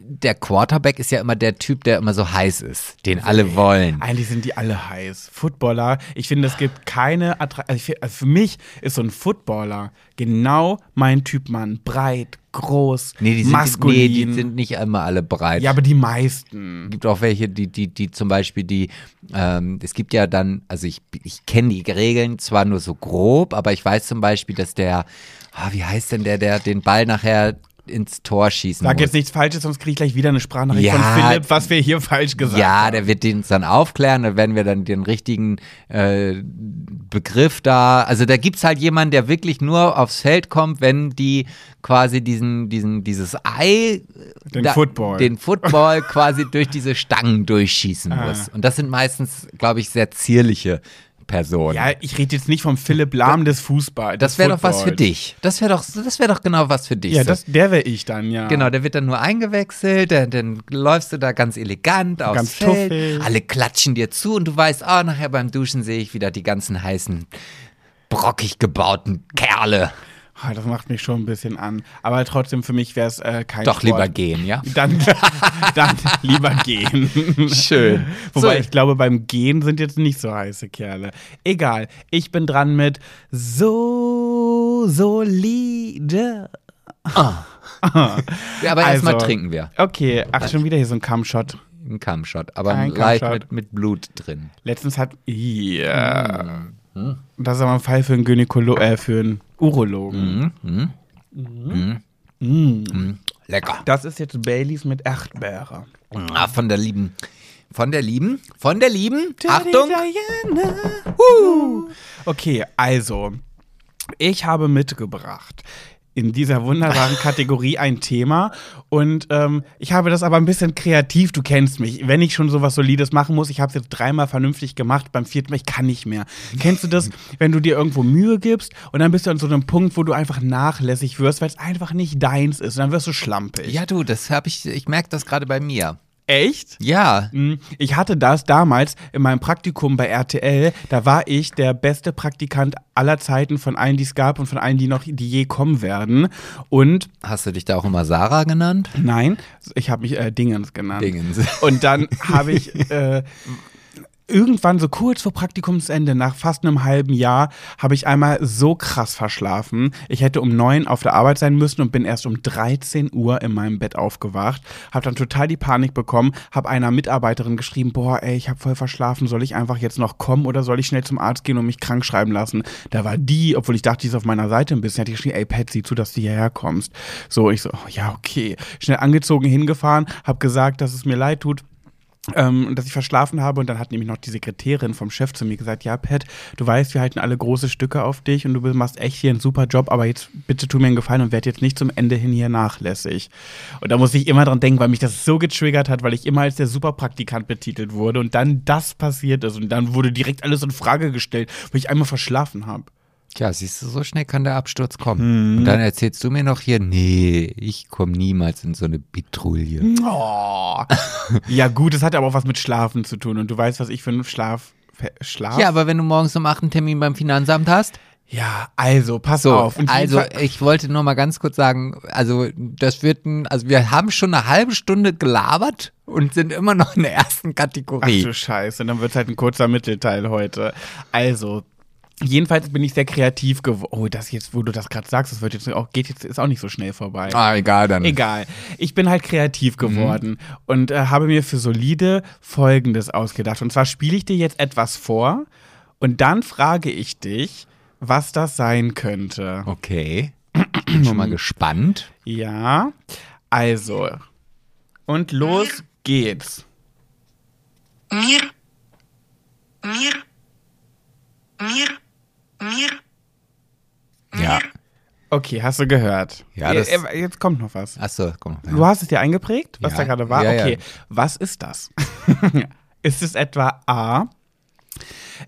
B: der Quarterback ist ja immer der Typ, der immer so heiß ist, den
C: Äh,
B: alle wollen.
C: Eigentlich sind die alle heiß. Footballer, ich finde, es gibt keine Attra also ich fi- also Für mich ist so ein Footballer genau mein Typ Mann. Breit, groß,
B: Nee, die sind,
C: maskulin.
B: nee, die sind nicht immer alle breit.
C: ja, aber die meisten.
B: Es gibt auch welche, die, die, die zum Beispiel die, ähm, es gibt ja dann, also ich, ich kenne die Regeln zwar nur so grob, aber ich weiß zum Beispiel, dass der, ah, wie heißt denn der, der den Ball nachher ins Tor schießen
C: Sag
B: muss?
C: jetzt nichts Falsches, sonst kriege ich gleich wieder eine Sprachnachricht
B: Ja.
C: von Philipp, was wir hier falsch gesagt
B: Ja,
C: haben.
B: der wird uns dann aufklären, da werden wir dann den richtigen äh, Begriff da. Also da gibt's halt jemanden, der wirklich nur aufs Feld kommt, wenn die quasi diesen, diesen, dieses Ei, äh,
C: Den Football.
B: den Football quasi durch diese Stangen durchschießen
C: Ah.
B: muss. Und das sind meistens, glaube ich, sehr zierliche Personen.
C: Ja, ich rede jetzt nicht vom Philipp Lahm des Fußballs.
B: das wäre doch was für dich. Das wäre doch, das wäre doch genau was für dich.
C: Ja,
B: So.
C: das, der wäre ich dann, ja.
B: Genau, der wird dann nur eingewechselt, dann, dann läufst du da ganz elegant aufs
C: Ganz
B: Feld,
C: tuffig.
B: alle klatschen dir zu und du weißt, ah, nachher beim Duschen sehe ich wieder die ganzen heißen, brockig gebauten Kerle.
C: Ah, Das macht mich schon ein bisschen an. Aber trotzdem, für mich wäre es äh, kein
B: Doch
C: Sport.
B: lieber gehen, ja?
C: Dann, dann lieber gehen.
B: Schön.
C: Wobei
B: So.
C: ich glaube, beim Gehen sind jetzt nicht so heiße Kerle. Egal, ich bin dran mit so solide.
B: Ja, Aber erstmal
C: Also.
B: trinken wir
C: Okay, ach, schon wieder hier so ein Kammshot.
B: einen Kammshot, aber
C: Ein
B: leicht
C: Kammshot.
B: Mit, mit Blut drin.
C: Letztens hat. Yeah.
B: Mhm.
C: Das ist aber ein Fall für einen Gynäkolo äh, für einen Urologen.
B: Mhm. Lecker.
C: Das ist jetzt Baileys mit Erdbeere.
B: Ah, von der lieben, von der lieben, von der lieben, Achtung,
C: Diana. Okay, also, ich habe mitgebracht in dieser wunderbaren Kategorie ein Thema und ähm, ich habe das aber ein bisschen kreativ, du kennst mich. Wenn ich schon sowas Solides machen muss, ich habe es jetzt dreimal vernünftig gemacht, beim vierten Mal, ich kann nicht mehr. Kennst du das, wenn du dir irgendwo Mühe gibst und dann bist du an so einem Punkt, wo du einfach nachlässig wirst, weil es einfach nicht deins ist und dann wirst du schlampig.
B: ja du, das habe ich, ich merke das gerade bei mir.
C: Echt?
B: Ja,
C: Mm, Ich hatte das damals in meinem Praktikum bei RTL. Da war ich der beste Praktikant aller Zeiten von allen, die es gab und von allen, die noch, die je kommen werden. Und
B: hast du dich da auch immer Sarah genannt?
C: nein, ich habe mich äh, Dingens genannt.
B: Dingens.
C: Und dann habe ich äh, irgendwann so kurz vor Praktikumsende, nach fast einem halben Jahr, habe ich einmal so krass verschlafen. Ich hätte um neun auf der Arbeit sein müssen und bin erst um 13 Uhr in meinem Bett aufgewacht. Habe dann total die Panik bekommen, habe einer Mitarbeiterin geschrieben, boah, ey, ich habe voll verschlafen, soll ich einfach jetzt noch kommen oder soll ich schnell zum Arzt gehen und mich krank schreiben lassen? Da war die, obwohl ich dachte, die ist auf meiner Seite ein bisschen, hat die geschrieben, ey, Pat, sieh zu, dass du hierher kommst. So, ich so, oh, ja, okay. Schnell angezogen, hingefahren, habe gesagt, dass es mir leid tut, ähm, und dass ich verschlafen habe und dann hat nämlich noch die Sekretärin vom Chef zu mir gesagt, ja, Pat, du weißt, wir halten alle große Stücke auf dich und du machst echt hier einen super Job, aber jetzt bitte tu mir einen Gefallen und werd jetzt nicht zum Ende hin hier nachlässig. Und da muss ich immer dran denken, weil mich das so getriggert hat, weil ich immer als der Superpraktikant betitelt wurde und dann das passiert ist und dann wurde direkt alles in Frage gestellt, weil ich einmal verschlafen habe.
B: Tja, siehst du, so schnell kann der Absturz kommen.
C: Mhm.
B: Und dann erzählst du mir noch hier, nee, ich komme niemals in so eine Betrouille.
C: Oh. ja gut, es hat aber auch was mit Schlafen zu tun und du weißt, was ich für einen Schlaf... Schlaf?
B: Ja, aber wenn du morgens um 8 einen Termin beim Finanzamt hast,
C: Ja, also, pass
B: So,
C: auf. Und
B: also
C: jedenfalls-
B: ich wollte nur mal ganz kurz sagen, also das wird ein, also wir haben schon eine halbe Stunde gelabert und sind immer noch in der ersten
C: Ach
B: Kategorie.
C: du Scheiße, dann wird halt ein kurzer Mittelteil heute. Also, jedenfalls bin ich sehr kreativ geworden. Oh, das jetzt, wo du das gerade sagst, das wird jetzt auch, geht jetzt, ist auch nicht so schnell vorbei.
B: ah, Mhm. egal dann.
C: Egal. Ich bin halt kreativ geworden und äh, habe mir für solide Folgendes ausgedacht. Und zwar spiele ich dir jetzt etwas vor und dann frage ich dich, was das sein könnte.
B: Okay. Ich bin schon mal gespannt.
C: Ja, also. Und los geht's.
D: Мир. Мир. Мир. Мир.
B: Ja.
C: Okay, hast du gehört?
B: Ja, das-
C: Äh, äh, Jetzt kommt noch was.
B: Achso, komm.
C: Du hast es dir eingeprägt, was
B: Ja.
C: da gerade war?
B: Ja, ja.
C: okay, was ist das? ist es etwa A?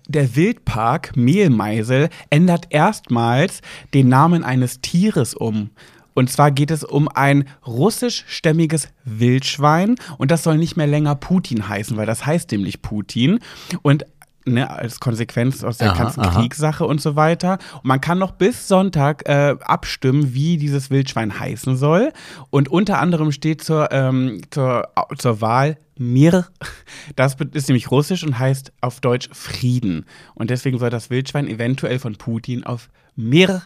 C: Der Wildpark Mehlmeisel ändert erstmals den Namen eines Tieres um. Und zwar geht es um ein russischstämmiges Wildschwein und das soll nicht mehr länger Putin heißen, weil das heißt nämlich Putin. Und ne, als Konsequenz aus der
B: Aha,
C: ganzen
B: aha.
C: Kriegssache und so weiter. Und man kann noch bis Sonntag äh, abstimmen, wie dieses Wildschwein heißen soll. Und unter anderem steht zur, ähm, zur, au- zur Wahl Mir. Das be- ist nämlich russisch und heißt auf Deutsch Frieden. Und deswegen soll das Wildschwein eventuell von Putin auf Mir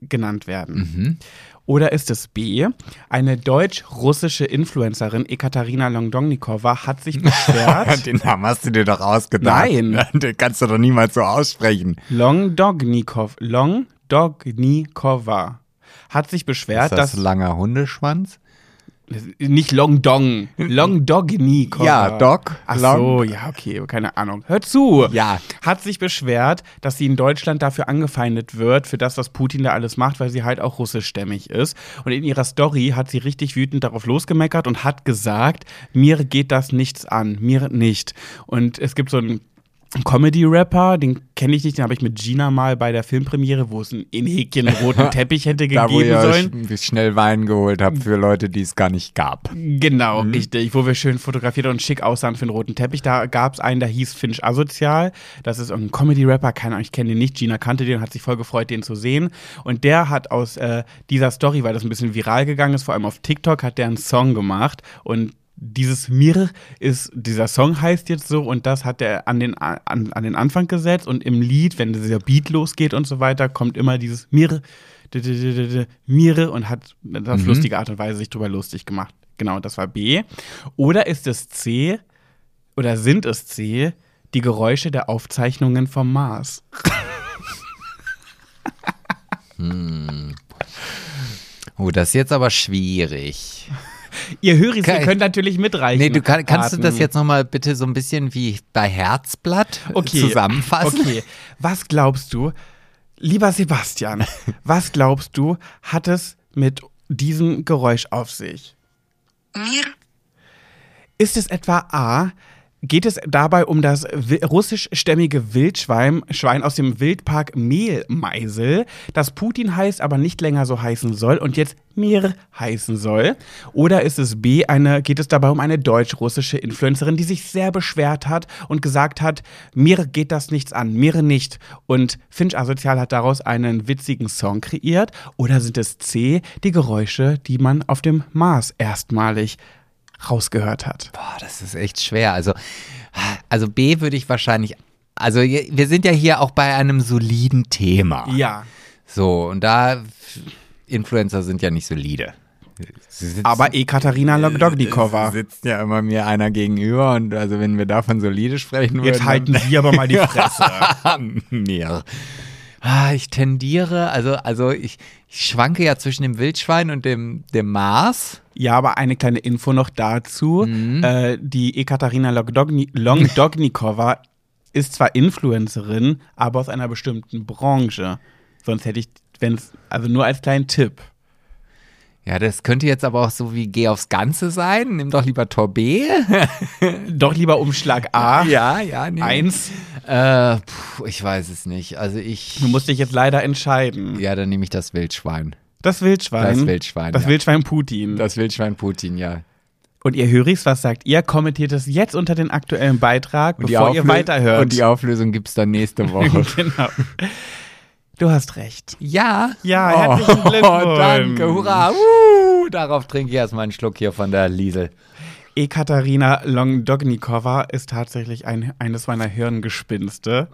C: genannt werden. Oder ist es B? Eine deutsch-russische Influencerin Ekaterina Longdonnikova hat sich beschwert.
B: Den Namen hast du dir doch ausgedacht.
C: Nein.
B: Den kannst du doch niemals so aussprechen.
C: Longdognikov, Longdognikova hat sich beschwert,
B: Ist das,
C: dass
B: langer Hundeschwanz?
C: nicht Longdong, Longdognikova.
B: Ja, Dog,
C: Ach
B: Long.
C: so, ja, okay, keine Ahnung. Hör zu.
B: Ja.
C: Hat sich beschwert, dass sie in Deutschland dafür angefeindet wird, für das, was Putin da alles macht, weil sie halt auch russischstämmig ist. Und in ihrer Story hat sie richtig wütend darauf losgemeckert und hat gesagt, mir geht das nichts an, mir nicht. Und es gibt so einen Comedy-Rapper, den kenne ich nicht, den habe ich mit Gina mal bei der Filmpremiere, wo es einen in Häkchen roten Teppich hätte
B: Da, wo
C: gegeben
B: ihr
C: sollen.
B: sch schnell Wein geholt habt für Leute, die es gar nicht gab.
C: Genau, richtig. Wo wir schön fotografiert und schick aussahen für den roten Teppich. Da gab es einen, der hieß Finch Asozial. Das ist ein Comedy-Rapper, keine Ahnung, ich kenne den nicht. Gina kannte den und hat sich voll gefreut, den zu sehen. Und der hat aus äh, dieser Story, weil das ein bisschen viral gegangen ist, vor allem auf TikTok, hat der einen Song gemacht. Und dieses Mir ist, dieser Song heißt jetzt so und das hat er an den, an, an den Anfang gesetzt und im Lied, wenn dieser Beat losgeht und so weiter, kommt immer dieses Mir, d- d- d- d- d- Mire und hat das
B: Mhm.
C: lustige Art und Weise sich drüber lustig gemacht. Genau, das war B. Oder ist es C oder sind es C die Geräusche der Aufzeichnungen vom Mars?
B: Oh, das ist jetzt aber schwierig.
C: Ihr Höris, ihr
B: Kein-
C: könnt natürlich mitreichen.
B: Nee, du kann, kannst du das
C: Raten.
B: jetzt nochmal bitte so ein bisschen wie bei Herzblatt äh,
C: okay.
B: zusammenfassen?
C: Okay, was glaubst du, lieber Sebastian, was glaubst du, hat es mit diesem Geräusch auf sich?
D: Мир.
C: Ist es etwa A, geht es dabei um das wi- russischstämmige Wildschwein Schwein aus dem Wildpark Mehlmeisel, das Putin heißt, aber nicht länger so heißen soll und jetzt Mir heißen soll? Oder ist es B, eine, geht es dabei um eine deutsch-russische Influencerin, die sich sehr beschwert hat und gesagt hat, mir geht das nichts an, mir nicht. Und Finch Asozial hat daraus einen witzigen Song kreiert. Oder sind es C, die Geräusche, die man auf dem Mars erstmalig rausgehört hat?
B: Boah, das ist echt schwer. Also, also B würde ich wahrscheinlich. Also je- wir sind ja hier auch bei einem soliden Thema.
C: Ja.
B: So, und da Influencer sind ja nicht solide. Sie sitzen,
C: Aber Ekaterina
B: es
C: Logdognikova.
B: sitzt ja immer mir einer gegenüber und also wenn wir davon solide sprechen würden.
C: Jetzt halten Sie aber mal die Fresse.
B: mir. Ah, ich tendiere, also, also ich, ich schwanke ja zwischen dem Wildschwein und dem, dem Mars.
C: Ja, aber eine kleine Info noch dazu.
B: Mhm.
C: Äh, die Ekaterina Logdogni- Longdognikova ist zwar Influencerin, aber aus einer bestimmten Branche. Sonst hätte ich, wenn es, also nur als kleinen Tipp.
B: Ja, das könnte jetzt aber auch so wie Geh aufs Ganze sein. Nimm doch lieber Tor B.
C: Doch lieber Umschlag A.
B: ja, ja, nee.
C: Ah, Eins.
B: Äh, puh, ich weiß es nicht. Also ich.
C: Du musst dich jetzt leider entscheiden.
B: ja, dann nehme ich das Wildschwein.
C: Das Wildschwein.
B: Das Wildschwein,
C: Mhm. Das
B: ja.
C: Wildschwein Putin.
B: Das Wildschwein Putin, ja.
C: Und ihr Höris, was sagt ihr? Kommentiert es jetzt unter den aktuellen Beitrag,
B: Und die
C: bevor ihr
B: Auflö-
C: weiterhört.
B: Und die Auflösung gibt's dann nächste Woche.
C: genau. Du hast recht.
B: Ja.
C: Ja,
B: oh,
C: herzlichen Glückwunsch.
B: danke, hurra. Uh, darauf trinke ich erstmal einen Schluck hier von der Liesel.
C: Ekaterina Longdognikova ist tatsächlich ein, eines meiner Hirngespinste.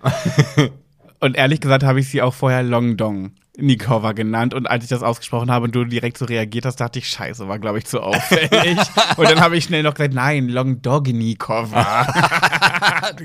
C: und ehrlich gesagt habe ich sie auch vorher Longdongnikova genannt. Und als ich das ausgesprochen habe und du direkt so reagiert hast, dachte ich, scheiße, war, glaube ich, zu auffällig. und dann habe ich schnell noch gesagt, nein,
B: Ah.
C: Longdognikova.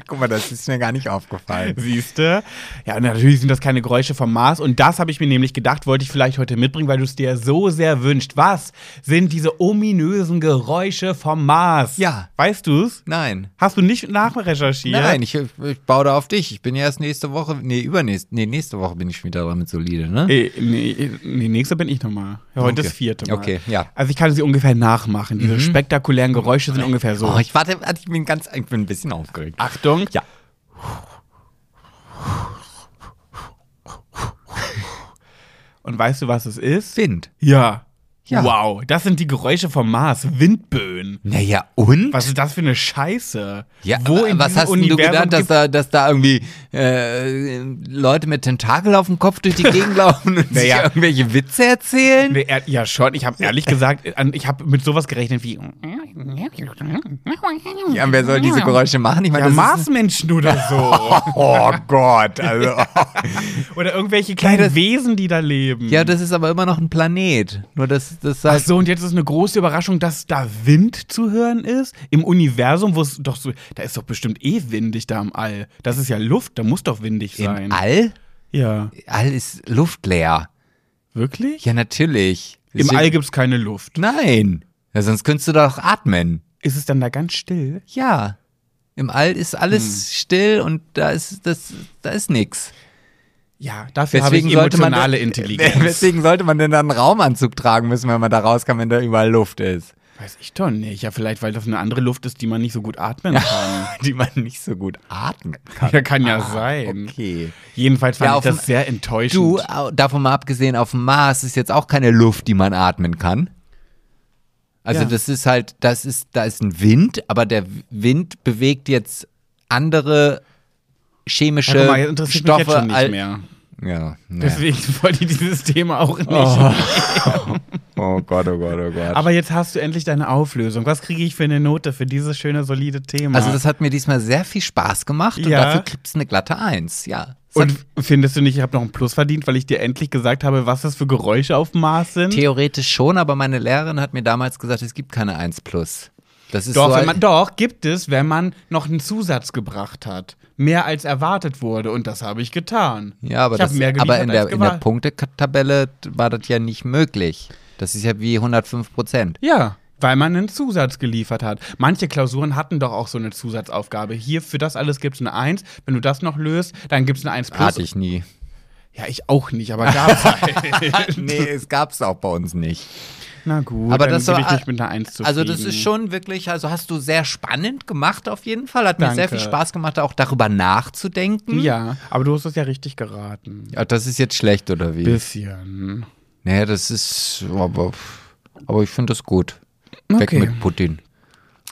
B: Guck mal, das ist mir gar nicht aufgefallen.
C: Siehste? Ja, und natürlich sind das keine Geräusche vom Mars. Und das habe ich mir nämlich gedacht, wollte ich vielleicht heute mitbringen, weil du es dir so sehr wünscht. Was sind diese ominösen Geräusche vom Mars?
B: Ja.
C: Weißt du's?
B: Nein.
C: Hast du nicht nachrecherchiert?
B: Nein, ich, ich baue da auf dich. Ich bin ja erst nächste Woche, nee, übernächste, nee, nächste Woche bin ich wieder dran mit Solide, ne?
C: Äh, nee, nee, nächster bin ich nochmal. Ja, heute
B: Okay.
C: ist vierte Mal.
B: Okay, ja. Mhm.
C: Also ich kann sie ungefähr nachmachen. Diese spektakulären Geräusche sind ungefähr so.
B: Oh, ich warte, warte, ich bin ganz, ich bin ein bisschen aufgeregt.
C: Achtung.
B: Ja.
C: Und weißt du, was es ist?
B: Wind.
C: Ja.
B: Ja.
C: Wow, das sind die Geräusche vom Mars. Windböen.
B: Naja, und?
C: Was ist das für eine Scheiße?
B: Ja,
C: Wo
B: aber
C: in
B: was
C: diesem
B: hast denn du
C: Universum
B: gedacht, dass
C: gibt-
B: da, dass da irgendwie äh, Leute mit Tentakel auf dem Kopf durch die Gegend laufen und sich
C: Naja.
B: irgendwelche Witze erzählen?
C: Nee, er, ja, schon. Ich habe ehrlich gesagt, an- ich habe mit sowas gerechnet wie
B: Ja, wer soll diese Geräusche machen? Ich meine,
C: ja,
B: das ist-
C: Marsmenschen oder so.
B: Oh Gott, also.
C: oder irgendwelche kleinen
B: das-
C: Wesen, die da leben.
B: ja, das ist aber immer noch ein Planet. Nur das, das
C: Ach
B: heißt,
C: so, und jetzt ist eine große Überraschung, dass da Wind zu hören ist? Im Universum, wo es doch so. Da ist doch bestimmt eh windig da im All. Das ist ja Luft, da muss doch windig sein.
B: im All?
C: Ja.
B: All ist luftleer.
C: Wirklich?
B: Ja, natürlich.
C: Im
B: Deswegen-
C: All gibt's keine Luft.
B: Nein. Ja, sonst könntest du doch atmen.
C: Ist es dann da ganz still?
B: Ja. Im All ist
C: Hm.
B: alles still und da ist das, da ist nix.
C: Ja, dafür habe ich emotionale Intelligenz.
B: Deswegen sollte man denn dann einen Raumanzug tragen müssen, wenn man da rauskommt, wenn da überall Luft ist.
C: Weiß ich doch nicht. Ja, vielleicht, weil das eine andere Luft ist, die man nicht so gut atmen kann.
B: Die man nicht so gut atmen kann.
C: Ja, kann ja sein.
B: Ah, Okay.
C: Jedenfalls fand
B: Ja,
C: ich
B: auf dem-
C: das sehr enttäuschend.
B: Du, au- davon mal abgesehen, auf dem Mars ist jetzt auch keine Luft, die man atmen kann. Also
C: Ja.
B: das ist halt, das ist, da ist ein Wind, aber der Wind bewegt jetzt andere
C: ja,
B: chemische
C: guck mal, jetzt interessiert
B: äh, Stoffe.
C: mich jetzt schon nicht
B: al-
C: mehr.
B: Ja, ne. naja.
C: Deswegen wollte ich dieses Thema auch nicht.
B: Oh Gott, oh Gott, oh Gott.
C: Aber jetzt hast du endlich deine Auflösung. Was kriege ich für eine Note für dieses schöne, solide Thema?
B: also das hat mir diesmal sehr viel Spaß gemacht und
C: Ja.
B: dafür kriegst du eine glatte Eins, ja. Es hat
C: und findest du nicht, ich habe noch einen Plus verdient, weil ich dir endlich gesagt habe, was das für Geräusche auf dem Mars sind?
B: Theoretisch schon, aber meine Lehrerin hat mir damals gesagt, es gibt keine 1 plus. Das ist
C: doch,
B: so
C: wenn
B: ein-
C: man, doch, gibt es, wenn man noch einen Zusatz gebracht hat. Mehr als erwartet wurde und das habe ich getan.
B: ja, aber,
C: ich habe
B: das,
C: mehr geliefert
B: aber in der,
C: als
B: in der
C: gewartet.
B: Punktetabelle war das ja nicht möglich. Das ist ja wie 105 Prozent.
C: Ja, weil man einen Zusatz geliefert hat. Manche Klausuren hatten doch auch so eine Zusatzaufgabe. Hier für das alles gibt es eine Eins. Wenn du das noch löst, dann gibt es eine Eins plus.
B: Hatte ich nie.
C: Ja, ich auch nicht, aber gab's halt.
B: nee, es gab es auch bei uns nicht.
C: Na gut,
B: Aber
C: dann
B: das
C: gebe
B: war-
C: ich dich mit einer Eins zufrieden.
B: Also das ist schon wirklich, also hast du sehr spannend gemacht auf jeden Fall. Hat mir sehr
C: Danke.
B: viel Spaß gemacht, auch darüber nachzudenken.
C: Ja, aber du hast es ja richtig geraten.
B: Ja, Das ist jetzt schlecht, oder wie?
C: Bisschen.
B: Naja, das ist, aber, aber ich finde das gut. Weg
C: Okay.
B: mit Putin.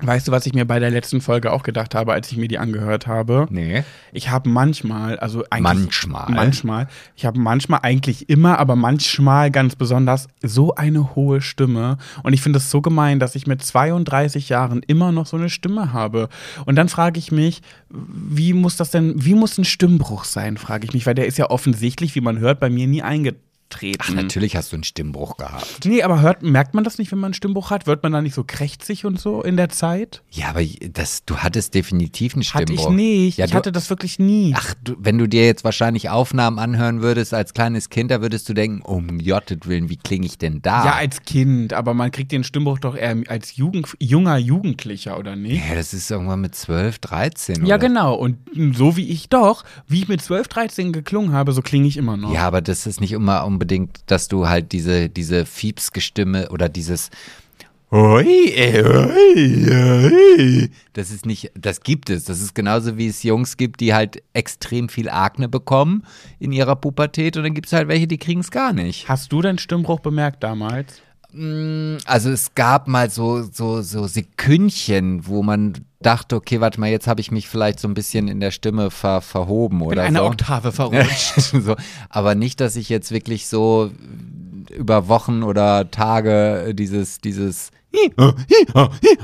C: Weißt du, was ich mir bei der letzten Folge auch gedacht habe, als ich mir die angehört habe?
B: Nee.
C: Ich habe manchmal, also eigentlich.
B: Manchmal.
C: Manchmal. Ich habe manchmal, eigentlich immer, aber manchmal ganz besonders, so eine hohe Stimme. Und ich finde es so gemein, dass ich mit 32 Jahren immer noch so eine Stimme habe. Und dann frage ich mich, wie muss das denn, wie muss ein Stimmbruch sein, frage ich mich, weil der ist ja offensichtlich, wie man hört, bei mir nie eingetreten.
B: Ach, Mhm. natürlich hast du einen Stimmbruch gehabt.
C: Nee, aber hört, merkt man das nicht, wenn man einen Stimmbruch hat? Wird man da nicht so krächzig und so in der Zeit?
B: Ja, aber das, du hattest definitiv einen
C: Hatte
B: Stimmbruch.
C: ich nicht.
B: Ja,
C: ich
B: du,
C: hatte das wirklich nie.
B: ach, du, wenn du dir jetzt wahrscheinlich Aufnahmen anhören würdest als kleines Kind, da würdest du denken, um Jottet Willen, wie klinge ich denn da?
C: Ja, als Kind, aber man kriegt den Stimmbruch doch eher als Jugend, junger Jugendlicher, oder nicht?
B: Ja, das ist irgendwann mit 12, 13.
C: Ja,
B: oder?
C: genau. Und so wie ich doch, wie ich mit 12, 13 geklungen habe, so klinge ich immer noch.
B: Ja, aber das ist nicht immer unbedingt, dass du halt diese, diese Fiepsgestimme oder dieses Oi, ey, oi, äh, oi. Das ist nicht, das gibt es. Das ist genauso wie es Jungs gibt, die halt extrem viel Akne bekommen in ihrer Pubertät und dann gibt es halt welche, die kriegen es gar nicht.
C: Hast du deinen Stimmbruch bemerkt damals?
B: Mm, Also es gab mal so, so, so Sekündchen, wo man dachte, okay, warte mal, jetzt habe ich mich vielleicht so ein bisschen in der Stimme ver, verhoben
C: Bin
B: oder
C: eine
B: so.
C: Oktave verrutscht.
B: so. Aber nicht, dass ich jetzt wirklich so über Wochen oder Tage dieses, dieses,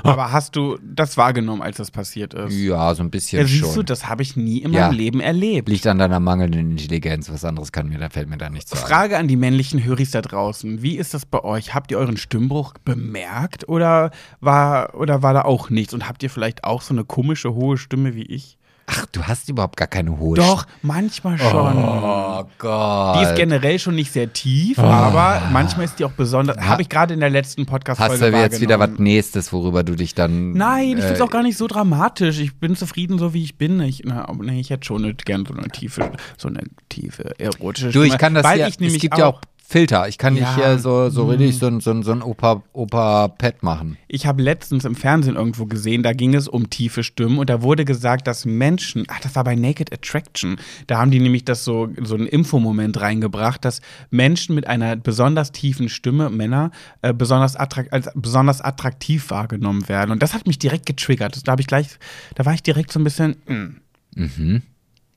C: Aber hast du das wahrgenommen, als das passiert ist?
B: ja, so ein bisschen
C: Ja, siehst du,
B: schon.
C: das habe ich nie in
B: Ja.
C: meinem Leben erlebt.
B: Liegt an deiner mangelnden Intelligenz, was anderes kann mir, da fällt mir da nichts zu ein.
C: Frage an die männlichen Höris da draußen. Wie ist das bei euch? Habt ihr euren Stimmbruch bemerkt oder war, oder war da auch nichts? Und habt ihr vielleicht auch so eine komische, hohe Stimme wie ich?
B: Ach, du hast überhaupt gar keine hohe
C: Doch, manchmal schon.
B: Oh Gott.
C: Die ist generell schon nicht sehr tief,
B: Ah.
C: aber manchmal ist die auch besonders. Habe ich gerade in der letzten Podcast-Folge
B: Hast du jetzt wieder was
C: wahrgenommen.
B: Nächstes, worüber du dich dann.
C: Nein, ich finde es
B: äh,
C: auch gar nicht so dramatisch. Ich bin zufrieden, so wie ich bin. Ich, na, aber nee, ich hätte schon eine, gern so eine tiefe, so eine tiefe erotische
B: Du,
C: Stimme.
B: ich kann das
C: weil
B: hier.
C: ich nämlich
B: es gibt
C: auch,
B: ja auch Filter. Ich kann
C: Ja, Mhm.
B: nicht hier so, so richtig so, ein- so, ein- so ein Opa, Opa Pet machen.
C: Ich habe letztens im Fernsehen irgendwo gesehen, da ging es um tiefe Stimmen und da wurde gesagt, dass Menschen, ach, das war bei Naked Attraction, da haben die nämlich das so, so einen Infomoment reingebracht, dass Menschen mit einer besonders tiefen Stimme, Männer, äh, besonders, attrakt, als besonders attraktiv wahrgenommen werden. Und das hat mich direkt getriggert. Da habe ich gleich, da war ich direkt so ein bisschen, hm,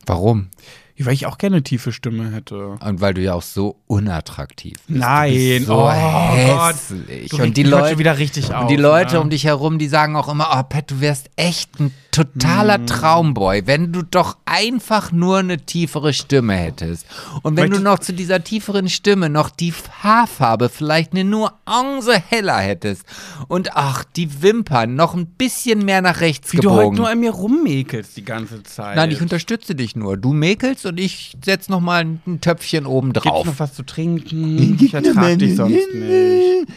B: Warum?
C: weil ich auch gerne eine tiefe Stimme hätte.
B: Und weil du ja auch so unattraktiv bist.
C: Nein,
B: du bist so
C: oh
B: hässlich.
C: Gott. Du
B: und die
C: regst mich heute
B: Leute
C: wieder richtig auf,
B: Und die Leute
C: ne?
B: um dich herum, die sagen auch immer, oh Pet, du wärst echt ein totaler
C: Hm.
B: Traumboy, wenn du doch einfach nur eine tiefere Stimme hättest. Und wenn
C: Möchtest-
B: du noch zu dieser tieferen Stimme noch die Haarfarbe vielleicht eine Nuance heller hättest. Und ach, die Wimpern noch ein bisschen mehr nach rechts
C: Wie
B: gebogen.
C: du heute nur an mir rummäkelst die ganze Zeit.
B: Nein, ich unterstütze dich nur. Du mäkelst und ich setz noch mal ein Töpfchen oben
C: Gibt's
B: drauf.
C: noch was zu trinken? Ich ertrag dich sonst nicht.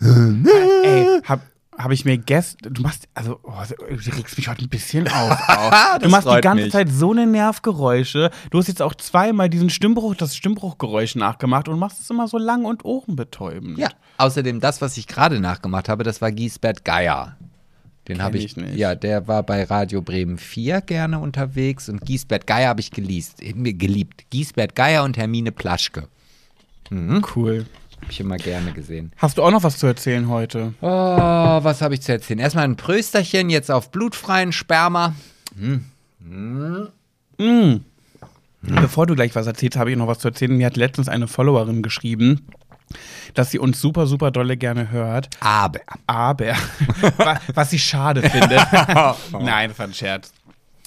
C: Ey, hab, hab ich mir gestern. Du machst. Also, oh, du regst mich heute ein bisschen auf. auch. du machst die
B: freut
C: ganze
B: mich.
C: Zeit so eine Nervgeräusche. Du hast jetzt auch zweimal diesen Stimmbruch, das Stimmbruchgeräusch nachgemacht und machst es immer so lang und ohrenbetäubend.
B: Ja, außerdem das, was ich gerade nachgemacht habe, das war Giesbert Geier. Den habe ich,
C: ich nicht.
B: ja, der war bei Radio Bremen 4 gerne unterwegs und Giesbert Geier habe ich geleast, äh, mir geliebt. Giesbert Geier und Hermine Plaschke.
C: Cool.
B: Habe ich immer gerne gesehen.
C: Hast du auch noch was zu erzählen heute?
B: Oh, was habe ich zu erzählen? Erstmal ein Prösterchen, jetzt auf blutfreien Sperma.
C: Bevor du gleich was erzählst, habe ich noch was zu erzählen. Mir hat letztens eine Followerin geschrieben, dass sie uns super, super dolle gerne hört.
B: Aber.
C: aber wa- was sie schade findet. Nein, das war ein Scherz.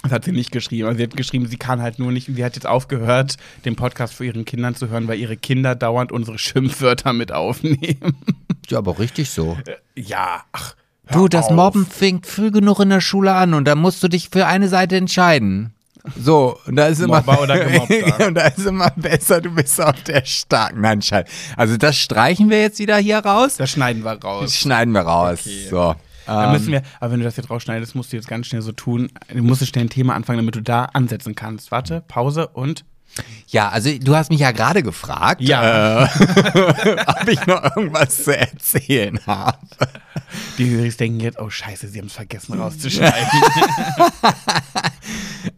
C: Das hat sie nicht geschrieben. Also sie hat geschrieben, sie kann halt nur nicht, sie hat jetzt aufgehört, den Podcast vor ihren Kindern zu hören, weil ihre Kinder dauernd unsere Schimpfwörter mit aufnehmen.
B: Ja, aber richtig so.
C: Ja, ach. hör
B: Du, das
C: auf.
B: Mobben fängt früh genug in der Schule an und da musst du dich für eine Seite entscheiden. So, und da ist immer
C: Mobber oder Gemobbter?
B: und da ist immer besser, du bist auf der starken Nein, Scheiß. Also das streichen wir jetzt wieder hier raus.
C: Das schneiden wir
B: Das
C: raus.
B: schneiden wir raus. So.
C: Da müssen wir, aber wenn du das jetzt rausschneidest, musst du jetzt ganz schnell so tun. Du musst schnell ein Thema anfangen, damit du da ansetzen kannst. Warte, Pause und.
B: Ja, also du hast mich ja gerade gefragt,
C: Ja.
B: ob ich noch irgendwas zu erzählen habe.
C: Die Höris denken jetzt, oh Scheiße, sie haben es vergessen rauszuschneiden.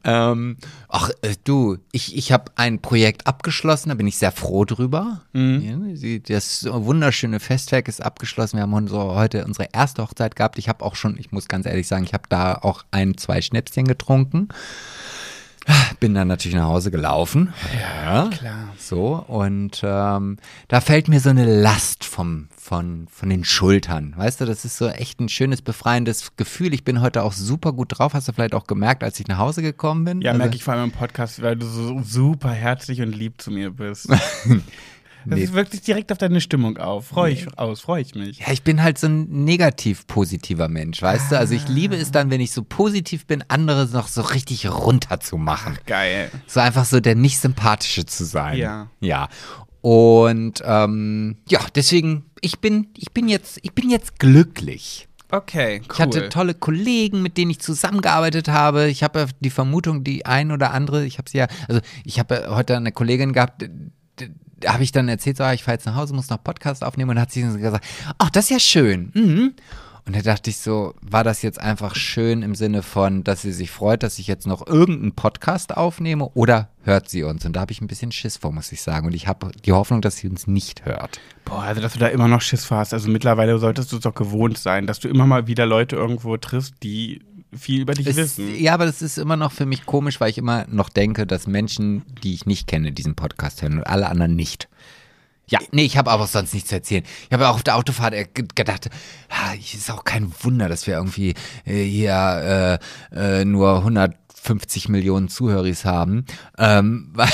B: Ähm, ach, äh, du, ich, ich habe ein Projekt abgeschlossen, da bin ich sehr froh drüber. Ja, sie- das wunderschöne Festwerk ist abgeschlossen. Wir haben unsere, heute unsere erste Hochzeit gehabt. Ich habe auch schon, ich muss ganz ehrlich sagen, ich habe da auch ein, zwei Schnäpschen getrunken. Bin dann natürlich nach Hause gelaufen. Ja,
C: klar.
B: So, und ähm, da fällt mir so eine Last vom, von, von den Schultern. Weißt du, das ist so echt ein schönes, befreiendes Gefühl. Ich bin heute auch super gut drauf. Hast du vielleicht auch gemerkt, als ich nach Hause gekommen bin?
C: Ja,
B: Also-
C: merke ich vor allem im Podcast, weil du so super herzlich und lieb zu mir bist. Das
B: Nee.
C: ist wirklich direkt auf deine Stimmung auf. Freue ich aus, freue ich mich.
B: Ja, ich bin halt so ein negativ-positiver Mensch, weißt du? Also
C: Ah.
B: ich liebe es dann, wenn ich so positiv bin, andere noch so richtig runterzumachen.
C: Geil.
B: So einfach so der Nicht-Sympathische zu sein.
C: Ja.
B: Ja. Und ähm, ja, deswegen, ich bin, ich bin jetzt, ich bin jetzt glücklich.
C: Okay, cool.
B: Ich hatte tolle Kollegen, mit denen ich zusammengearbeitet habe. Ich habe ja die Vermutung, die ein oder andere, ich habe sie ja, also ich habe ja heute eine Kollegin gehabt, d- d- da habe ich dann erzählt, so, ah, ich fahre jetzt nach Hause, muss noch Podcast aufnehmen und hat sie dann gesagt, ach, das ist ja schön. Mhm. Und da dachte ich so, war das jetzt einfach schön im Sinne von, dass sie sich freut, dass ich jetzt noch irgendeinen Podcast aufnehme oder hört sie uns? Und da habe ich ein bisschen Schiss vor, muss ich sagen. Und ich habe die Hoffnung, dass sie uns nicht hört.
C: Boah, also dass du da immer noch Schiss vor hast. Also mittlerweile solltest du es doch gewohnt sein, dass du immer mal wieder Leute irgendwo triffst, die viel über dich
B: Es,
C: wissen.
B: ja, aber das ist immer noch für mich komisch, weil ich immer noch denke, dass Menschen, die ich nicht kenne, diesen Podcast hören und alle anderen nicht. Ja, nee, ich habe aber sonst nichts zu erzählen. Ich habe auch auf der Autofahrt äh, ge- gedacht, ah, es ist auch kein Wunder, dass wir irgendwie äh, hier äh, äh, nur 150 Millionen Zuhörer haben. Ähm, weil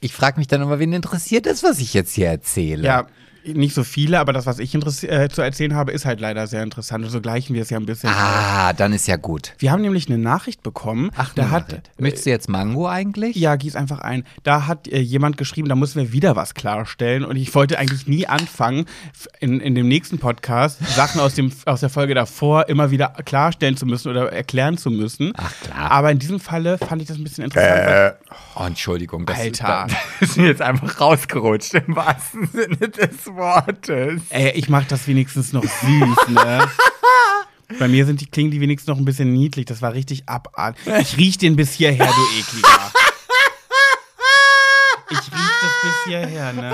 B: ich frage mich dann immer, wen interessiert das, was ich jetzt hier erzähle?
C: Ja, nicht so viele, aber das, was ich interess- äh, zu erzählen habe, ist halt leider sehr interessant. Und so gleichen wir es ja ein bisschen. aus.
B: Ah, dann ist ja gut.
C: Wir haben nämlich eine Nachricht bekommen.
B: Ach,
C: da
B: eine
C: hat
B: Nachricht. Möchtest du jetzt Mango eigentlich?
C: Ja, gieß einfach ein. Da hat äh, jemand geschrieben, da müssen wir wieder was klarstellen. Und ich wollte eigentlich nie anfangen, f- in, in dem nächsten Podcast Sachen aus, dem, aus der Folge davor immer wieder klarstellen zu müssen oder erklären zu müssen. Ach
B: klar.
C: Aber in diesem Falle fand ich das ein bisschen interessant. weil-
B: Oh, Entschuldigung, das
C: Alter.
B: das ist mir jetzt einfach rausgerutscht im wahrsten Sinne des Wortes.
C: Ey, ich mach das wenigstens noch süß, ne? Bei mir sind die, klingen die wenigstens noch ein bisschen niedlich. Das war richtig abartig. Ich riech den bis hierher, du Ekliger. Ich riech das bis hierher, ne?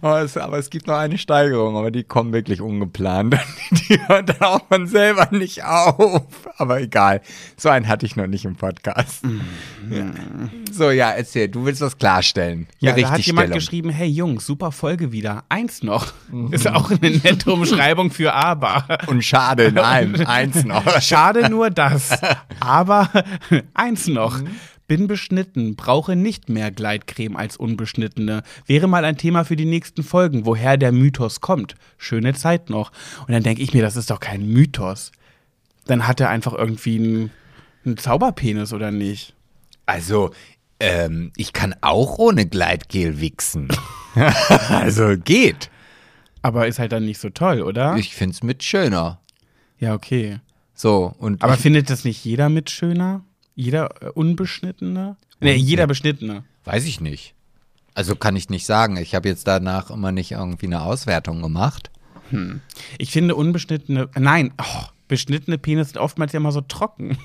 B: Oh, es, aber es gibt noch eine Steigerung, aber die kommen wirklich ungeplant. Die hört dann auch von selber nicht auf. Aber egal. So einen hatte ich noch nicht im Podcast.
C: Mhm.
B: Ja. So, ja, erzähl, du willst was klarstellen.
C: Ja,
B: Eine
C: da hat jemand
B: Richtigstellung.
C: geschrieben, hey Jungs, super Folge wieder. Eins noch. Ist auch eine nette Umschreibung für aber.
B: Und schade in einem. Eins noch.
C: Schade nur das. Aber eins noch. Bin beschnitten, brauche nicht mehr Gleitcreme als Unbeschnittene. Wäre mal ein Thema für die nächsten Folgen, woher der Mythos kommt. Schöne Zeit noch. Und dann denke ich mir, das ist doch kein Mythos. Dann hat er einfach irgendwie einen, einen Zauberpenis oder nicht?
B: Also, ähm, ich kann auch ohne Gleitgel wichsen. also geht.
C: Aber ist halt dann nicht so toll, oder?
B: Ich find's mit schöner.
C: ja, okay.
B: So, und
C: Aber
B: ich,
C: findet das nicht jeder mit schöner? Jeder äh, Unbeschnittene? Nee, jeder Beschnittene.
B: weiß ich nicht. Also kann ich nicht sagen. Ich habe jetzt danach immer nicht irgendwie eine Auswertung gemacht.
C: Ich finde unbeschnittene, nein, oh, beschnittene Penis sind oftmals ja mal so trocken.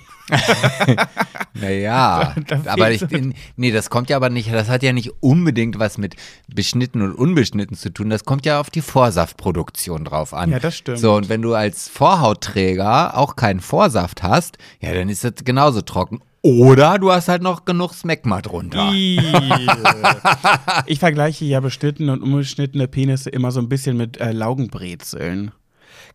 B: Naja,
C: Da- da
B: aber ich,
C: fehlt's.
B: nee, das kommt ja aber nicht, das hat ja nicht unbedingt was mit beschnitten und unbeschnitten zu tun. Das kommt ja auf die Vorsaftproduktion drauf an.
C: Ja, das stimmt.
B: So, und wenn du als Vorhautträger auch keinen Vorsaft hast, ja, dann ist das genauso trocken. Oder du hast halt noch genug Smegma drunter.
C: Ih. ich vergleiche ja beschnittene und unbeschnittene Penisse immer so ein bisschen mit äh, Laugenbrezeln.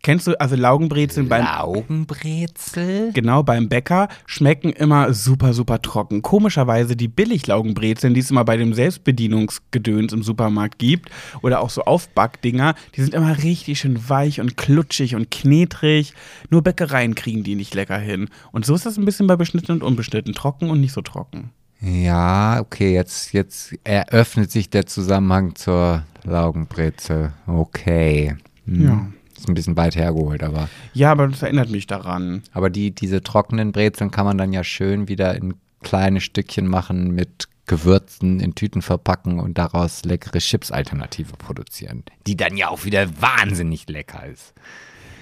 C: Kennst du, also Laugenbrezeln beim,
B: Augenbrezel?
C: genau, beim Bäcker schmecken immer super, super trocken. Komischerweise die Billiglaugenbrezeln, die es immer bei dem Selbstbedienungsgedöns im Supermarkt gibt oder auch so Aufbackdinger, die sind immer richtig schön weich und klutschig und knetrig. Nur Bäckereien kriegen die nicht lecker hin. Und so ist das ein bisschen bei beschnitten und unbeschnitten. Trocken und nicht so trocken.
B: Ja, okay, jetzt, jetzt eröffnet sich der Zusammenhang zur Laugenbrezel. Okay. Hm.
C: Ja.
B: Ist ein bisschen weit hergeholt, aber.
C: Ja, aber das erinnert mich daran.
B: Aber die, diese trockenen Brezeln kann man dann ja schön wieder in kleine Stückchen machen mit Gewürzen in Tüten verpacken und daraus leckere Chips-Alternative produzieren. Die dann ja auch wieder wahnsinnig lecker ist.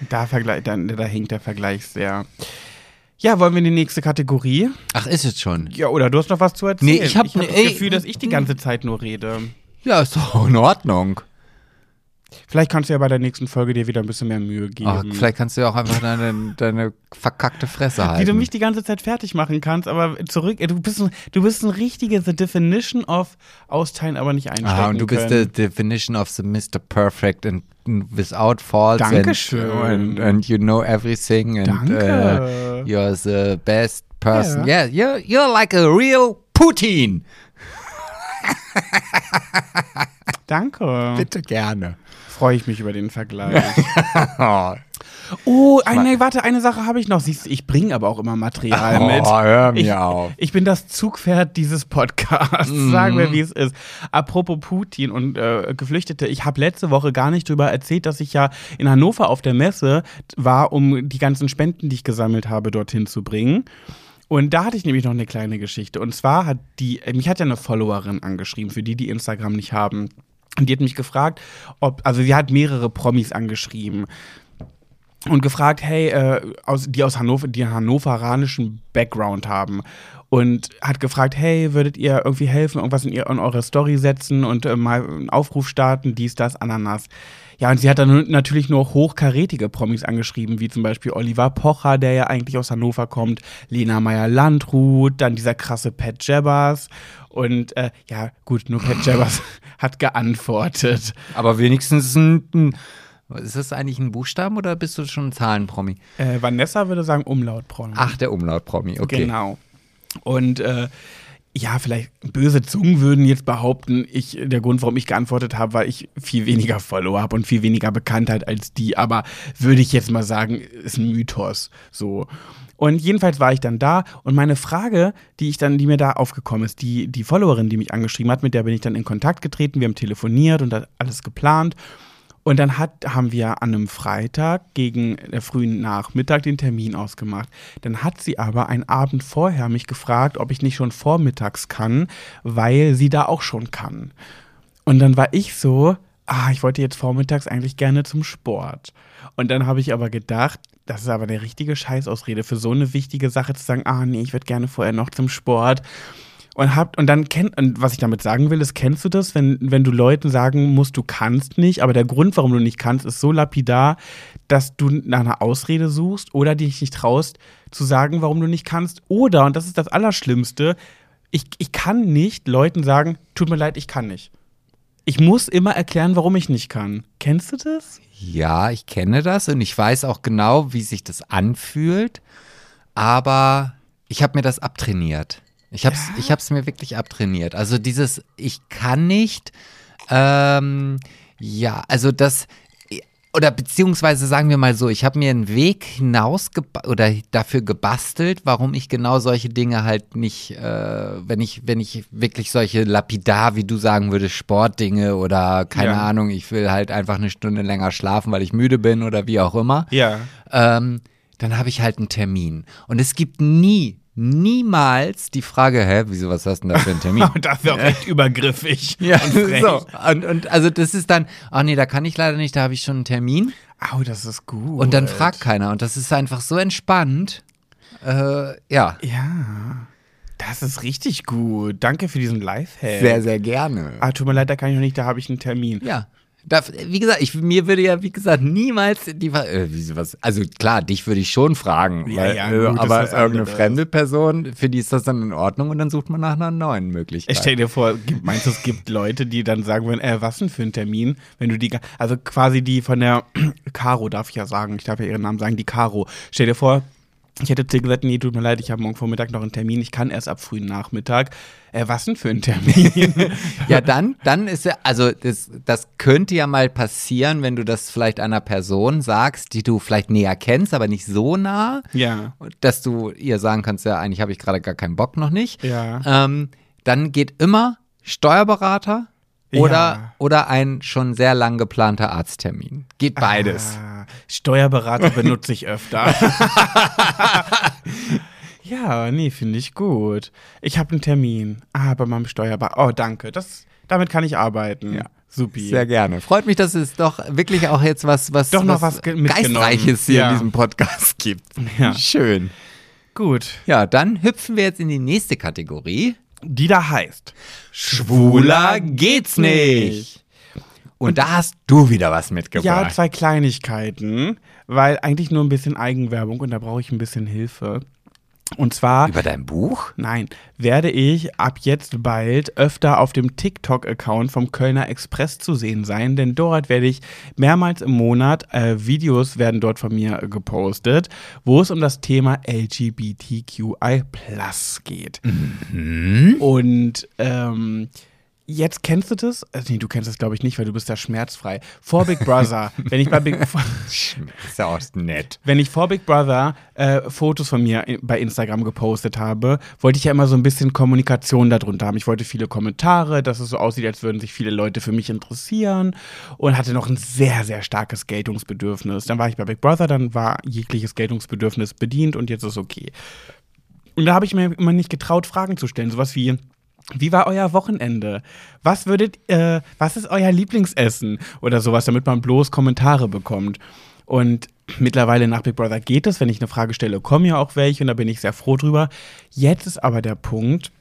C: Da, vergle- da, da hängt der Vergleich sehr. Ja, wollen wir in die nächste Kategorie?
B: Ach, ist es schon?
C: Ja, oder du hast noch was zu erzählen?
B: Nee, ich hab-
C: ich hab ne, das
B: ey,
C: Gefühl, dass ich die
B: hm.
C: ganze Zeit nur rede.
B: Ja, ist doch in Ordnung.
C: Vielleicht kannst du ja bei der nächsten Folge dir wieder ein bisschen mehr Mühe geben.
B: Ach, vielleicht kannst du ja auch einfach deine, deine verkackte Fresse halten.
C: wie du mich die ganze Zeit fertig machen kannst, aber zurück, du bist, ein- du bist ein richtiger The Definition of austeilen, aber nicht einstecken
B: Ah, und du bist the
C: können.
B: definition of the Mr. Perfect and without faults. uh,
C: Dankeschön.
B: And, and, and you know everything. And,
C: Danke.
B: Uh, you're the best person. Yeah, you're, you're like a real Putin.
C: Danke.
B: Bitte gerne.
C: Freue ich mich über den Vergleich.
B: Oh,
C: oh, ein, nee, warte, eine Sache habe ich noch. Siehst du, ich bringe aber auch immer Material mit.
B: oh, hör mir
C: Ich,
B: auf.
C: ich bin das Zugpferd dieses Podcasts. Sagen
A: Mhm.
C: wir, wie es ist. Apropos Putin und äh, Geflüchtete, ich habe letzte Woche gar nicht darüber erzählt, dass ich ja in Hannover auf der Messe war, um die ganzen Spenden, die ich gesammelt habe, dorthin zu bringen. Und da hatte ich nämlich noch eine kleine Geschichte. Und zwar hat die, äh, mich hat ja eine Followerin angeschrieben, für die, die Instagram nicht haben. Und die hat mich gefragt, ob, also sie hat mehrere Promis angeschrieben.
A: und gefragt, hey, äh, aus, die aus Hannover, die einen hannoveranischen Background haben. Und hat gefragt, hey, würdet ihr irgendwie helfen, irgendwas in, ihr, in eure Story setzen und äh, mal einen Aufruf starten, dies, das, Ananas. Ja, und sie hat dann natürlich nur hochkarätige Promis angeschrieben, wie zum Beispiel Oliver Pocher, der ja eigentlich aus Hannover kommt, Lena Meyer-Landrut, dann dieser krasse Pat Jabbers. Und äh, ja, gut, nur Pat Jabbers hat geantwortet.
B: Aber wenigstens ein, ein. Ist das eigentlich ein Buchstaben oder bist du schon ein Zahlenpromi?
A: Äh, Vanessa würde sagen Umlautpromi.
B: Ach, der Umlautpromi, okay.
A: Genau. Und äh, ja, vielleicht böse Zungen würden jetzt behaupten, ich, der Grund, warum ich geantwortet habe, war ich viel weniger Follower habe und viel weniger Bekanntheit als die. Aber würde ich jetzt mal sagen, ist ein Mythos. So. Und jedenfalls war ich dann da und meine Frage, die ich dann, die mir da aufgekommen ist, die, die Followerin, die mich angeschrieben hat, mit der bin ich dann in Kontakt getreten, wir haben telefoniert und hat alles geplant. Und dann hat, haben wir an einem Freitag gegen äh, frühen Nachmittag den Termin ausgemacht. Dann hat sie aber einen Abend vorher mich gefragt, ob ich nicht schon vormittags kann, weil sie da auch schon kann. Und dann war ich so, ah, ich wollte jetzt vormittags eigentlich gerne zum Sport. Und dann habe ich aber gedacht, das ist aber eine richtige Scheißausrede für so eine wichtige Sache zu sagen, ah nee, ich würde gerne vorher noch zum Sport. Und habt, und dann kennt, und was ich damit sagen will, ist, kennst du das, wenn, wenn du Leuten sagen musst, du kannst nicht, aber der Grund, warum du nicht kannst, ist so lapidar, dass du nach einer Ausrede suchst oder dich nicht traust, zu sagen, warum du nicht kannst. Oder, und das ist das Allerschlimmste, ich, ich kann nicht Leuten sagen, tut mir leid, ich kann nicht. Ich muss immer erklären, warum ich nicht kann. Kennst du das?
B: Ja, ich kenne das und ich weiß auch genau, wie sich das anfühlt, aber ich habe mir das abtrainiert. Ich habe es ich hab's mir wirklich abtrainiert. Also dieses ich kann nicht, ähm, ja, also das oder beziehungsweise sagen wir mal so, ich habe mir einen Weg hinaus geba- oder dafür gebastelt, warum ich genau solche Dinge halt nicht, äh, wenn ich wenn ich wirklich solche lapidar, wie du sagen würdest, Sportdinge oder keine
A: Ja.
B: Ahnung, ich will halt einfach eine Stunde länger schlafen, weil ich müde bin oder wie auch immer
A: Ja.
B: ähm, dann habe ich halt einen Termin. Und es gibt nie, niemals die Frage, hä, wieso, was hast du denn da für einen Termin?
C: Oh,
A: Und dafür auch echt übergriffig.
B: ja,
A: und frech.
B: so. Und, und also das ist dann, oh nee, da kann ich leider nicht, da habe ich schon einen Termin.
A: Au, das ist gut.
B: Und dann fragt keiner. Und das ist einfach so entspannt. Äh, ja.
A: Ja. Das ist richtig gut. Danke für diesen Lifehack.
B: sehr gerne.
A: Ah, tut mir leid, da kann ich noch nicht, da habe ich einen Termin.
B: Ja. Da, wie gesagt, ich, mir würde ja, wie gesagt, niemals die Fra- äh, wieso was, also klar, dich würde ich schon fragen,
A: Ja,
B: weil,
A: ja,
B: äh,
A: gut, das
B: aber
A: ist was
B: irgendeine
A: anderes.
B: fremde Person, für die ist das dann in Ordnung und dann sucht man nach einer neuen Möglichkeit.
A: Ich stell dir vor, Äh, gibt- meinst du, es gibt Leute, die dann sagen würden, äh, was denn für ein Termin, wenn du die, ga- also quasi die von der Caro, darf ich ja sagen, ich darf ja ihren Namen sagen, die Caro. Stell dir vor, ich hätte dir gesagt, nee, tut mir leid, ich habe morgen Vormittag noch einen Termin, ich kann erst ab frühen Nachmittag. Äh, was denn für ein Termin?
B: Ja, dann, dann ist ja, also das, das könnte ja mal passieren, wenn du das vielleicht einer Person sagst, die du vielleicht näher kennst, aber nicht so nah,
A: ja.
B: dass du ihr sagen kannst, ja, eigentlich habe ich gerade gar keinen Bock noch nicht.
A: Ja.
B: Ähm, dann geht immer Steuerberater
A: Ja.
B: oder, oder ein schon sehr lang geplanter Arzttermin. Geht beides.
A: Ah, Steuerberater benutze ich öfter. ja, nee, finde ich gut. Ich habe einen Termin. Ah, bei meinem Steuerberater. Oh, danke. Das, damit kann ich arbeiten. Ja. Supi.
B: Sehr gerne. Freut mich, dass es doch wirklich auch jetzt was, was,
A: Doch noch was ge- mitgenommen.
B: Geistreiches hier
A: Ja.
B: in diesem Podcast gibt.
A: Ja.
B: Schön.
A: gut.
B: Ja, dann hüpfen wir jetzt in die nächste Kategorie.
A: Die da heißt.
B: Schwuler geht's nicht. Und da hast du wieder was
A: Ja,
B: mitgebracht.
A: zwei Kleinigkeiten, weil eigentlich nur ein bisschen Eigenwerbung und da brauche ich ein bisschen Hilfe. Und zwar
B: Über dein Buch?
A: Nein, werde ich ab jetzt bald öfter auf dem TikTok-Account vom Kölner Express zu sehen sein, denn dort werde ich mehrmals im Monat, äh, Videos werden dort von mir äh, gepostet, wo es um das Thema LGBTQI geht. Und ähm, jetzt kennst du das? Also, nee, du kennst das glaube ich nicht, weil du bist da schmerzfrei. Vor Big Brother, wenn ich bei Big
B: Ist ja auch nett.
A: wenn ich vor Big Brother äh, Fotos von mir in- bei Instagram gepostet habe, wollte ich ja immer so ein bisschen Kommunikation darunter haben. Ich wollte viele Kommentare, dass es so aussieht, als würden sich viele Leute für mich interessieren und hatte noch ein sehr, sehr starkes Geltungsbedürfnis. Dann war ich bei Big Brother, dann war jegliches Geltungsbedürfnis bedient und jetzt ist okay. Und da habe ich mir immer nicht getraut, Fragen zu stellen. Sowas wie. Wie war euer Wochenende? Was würdet, äh, was ist euer Lieblingsessen? Oder sowas, damit man bloß Kommentare bekommt.
C: Und mittlerweile nach Big Brother geht es, wenn ich eine Frage stelle, kommen ja auch welche und da bin ich sehr froh drüber. Jetzt ist aber der Punkt,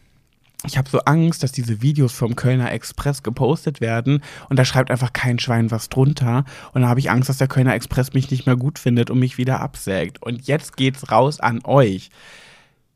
C: ich habe so Angst, dass diese Videos vom Kölner Express gepostet werden und da schreibt einfach kein Schwein was drunter. Und da habe ich Angst, dass der Kölner Express mich nicht mehr gut findet und mich wieder absägt. Und jetzt geht's raus an euch.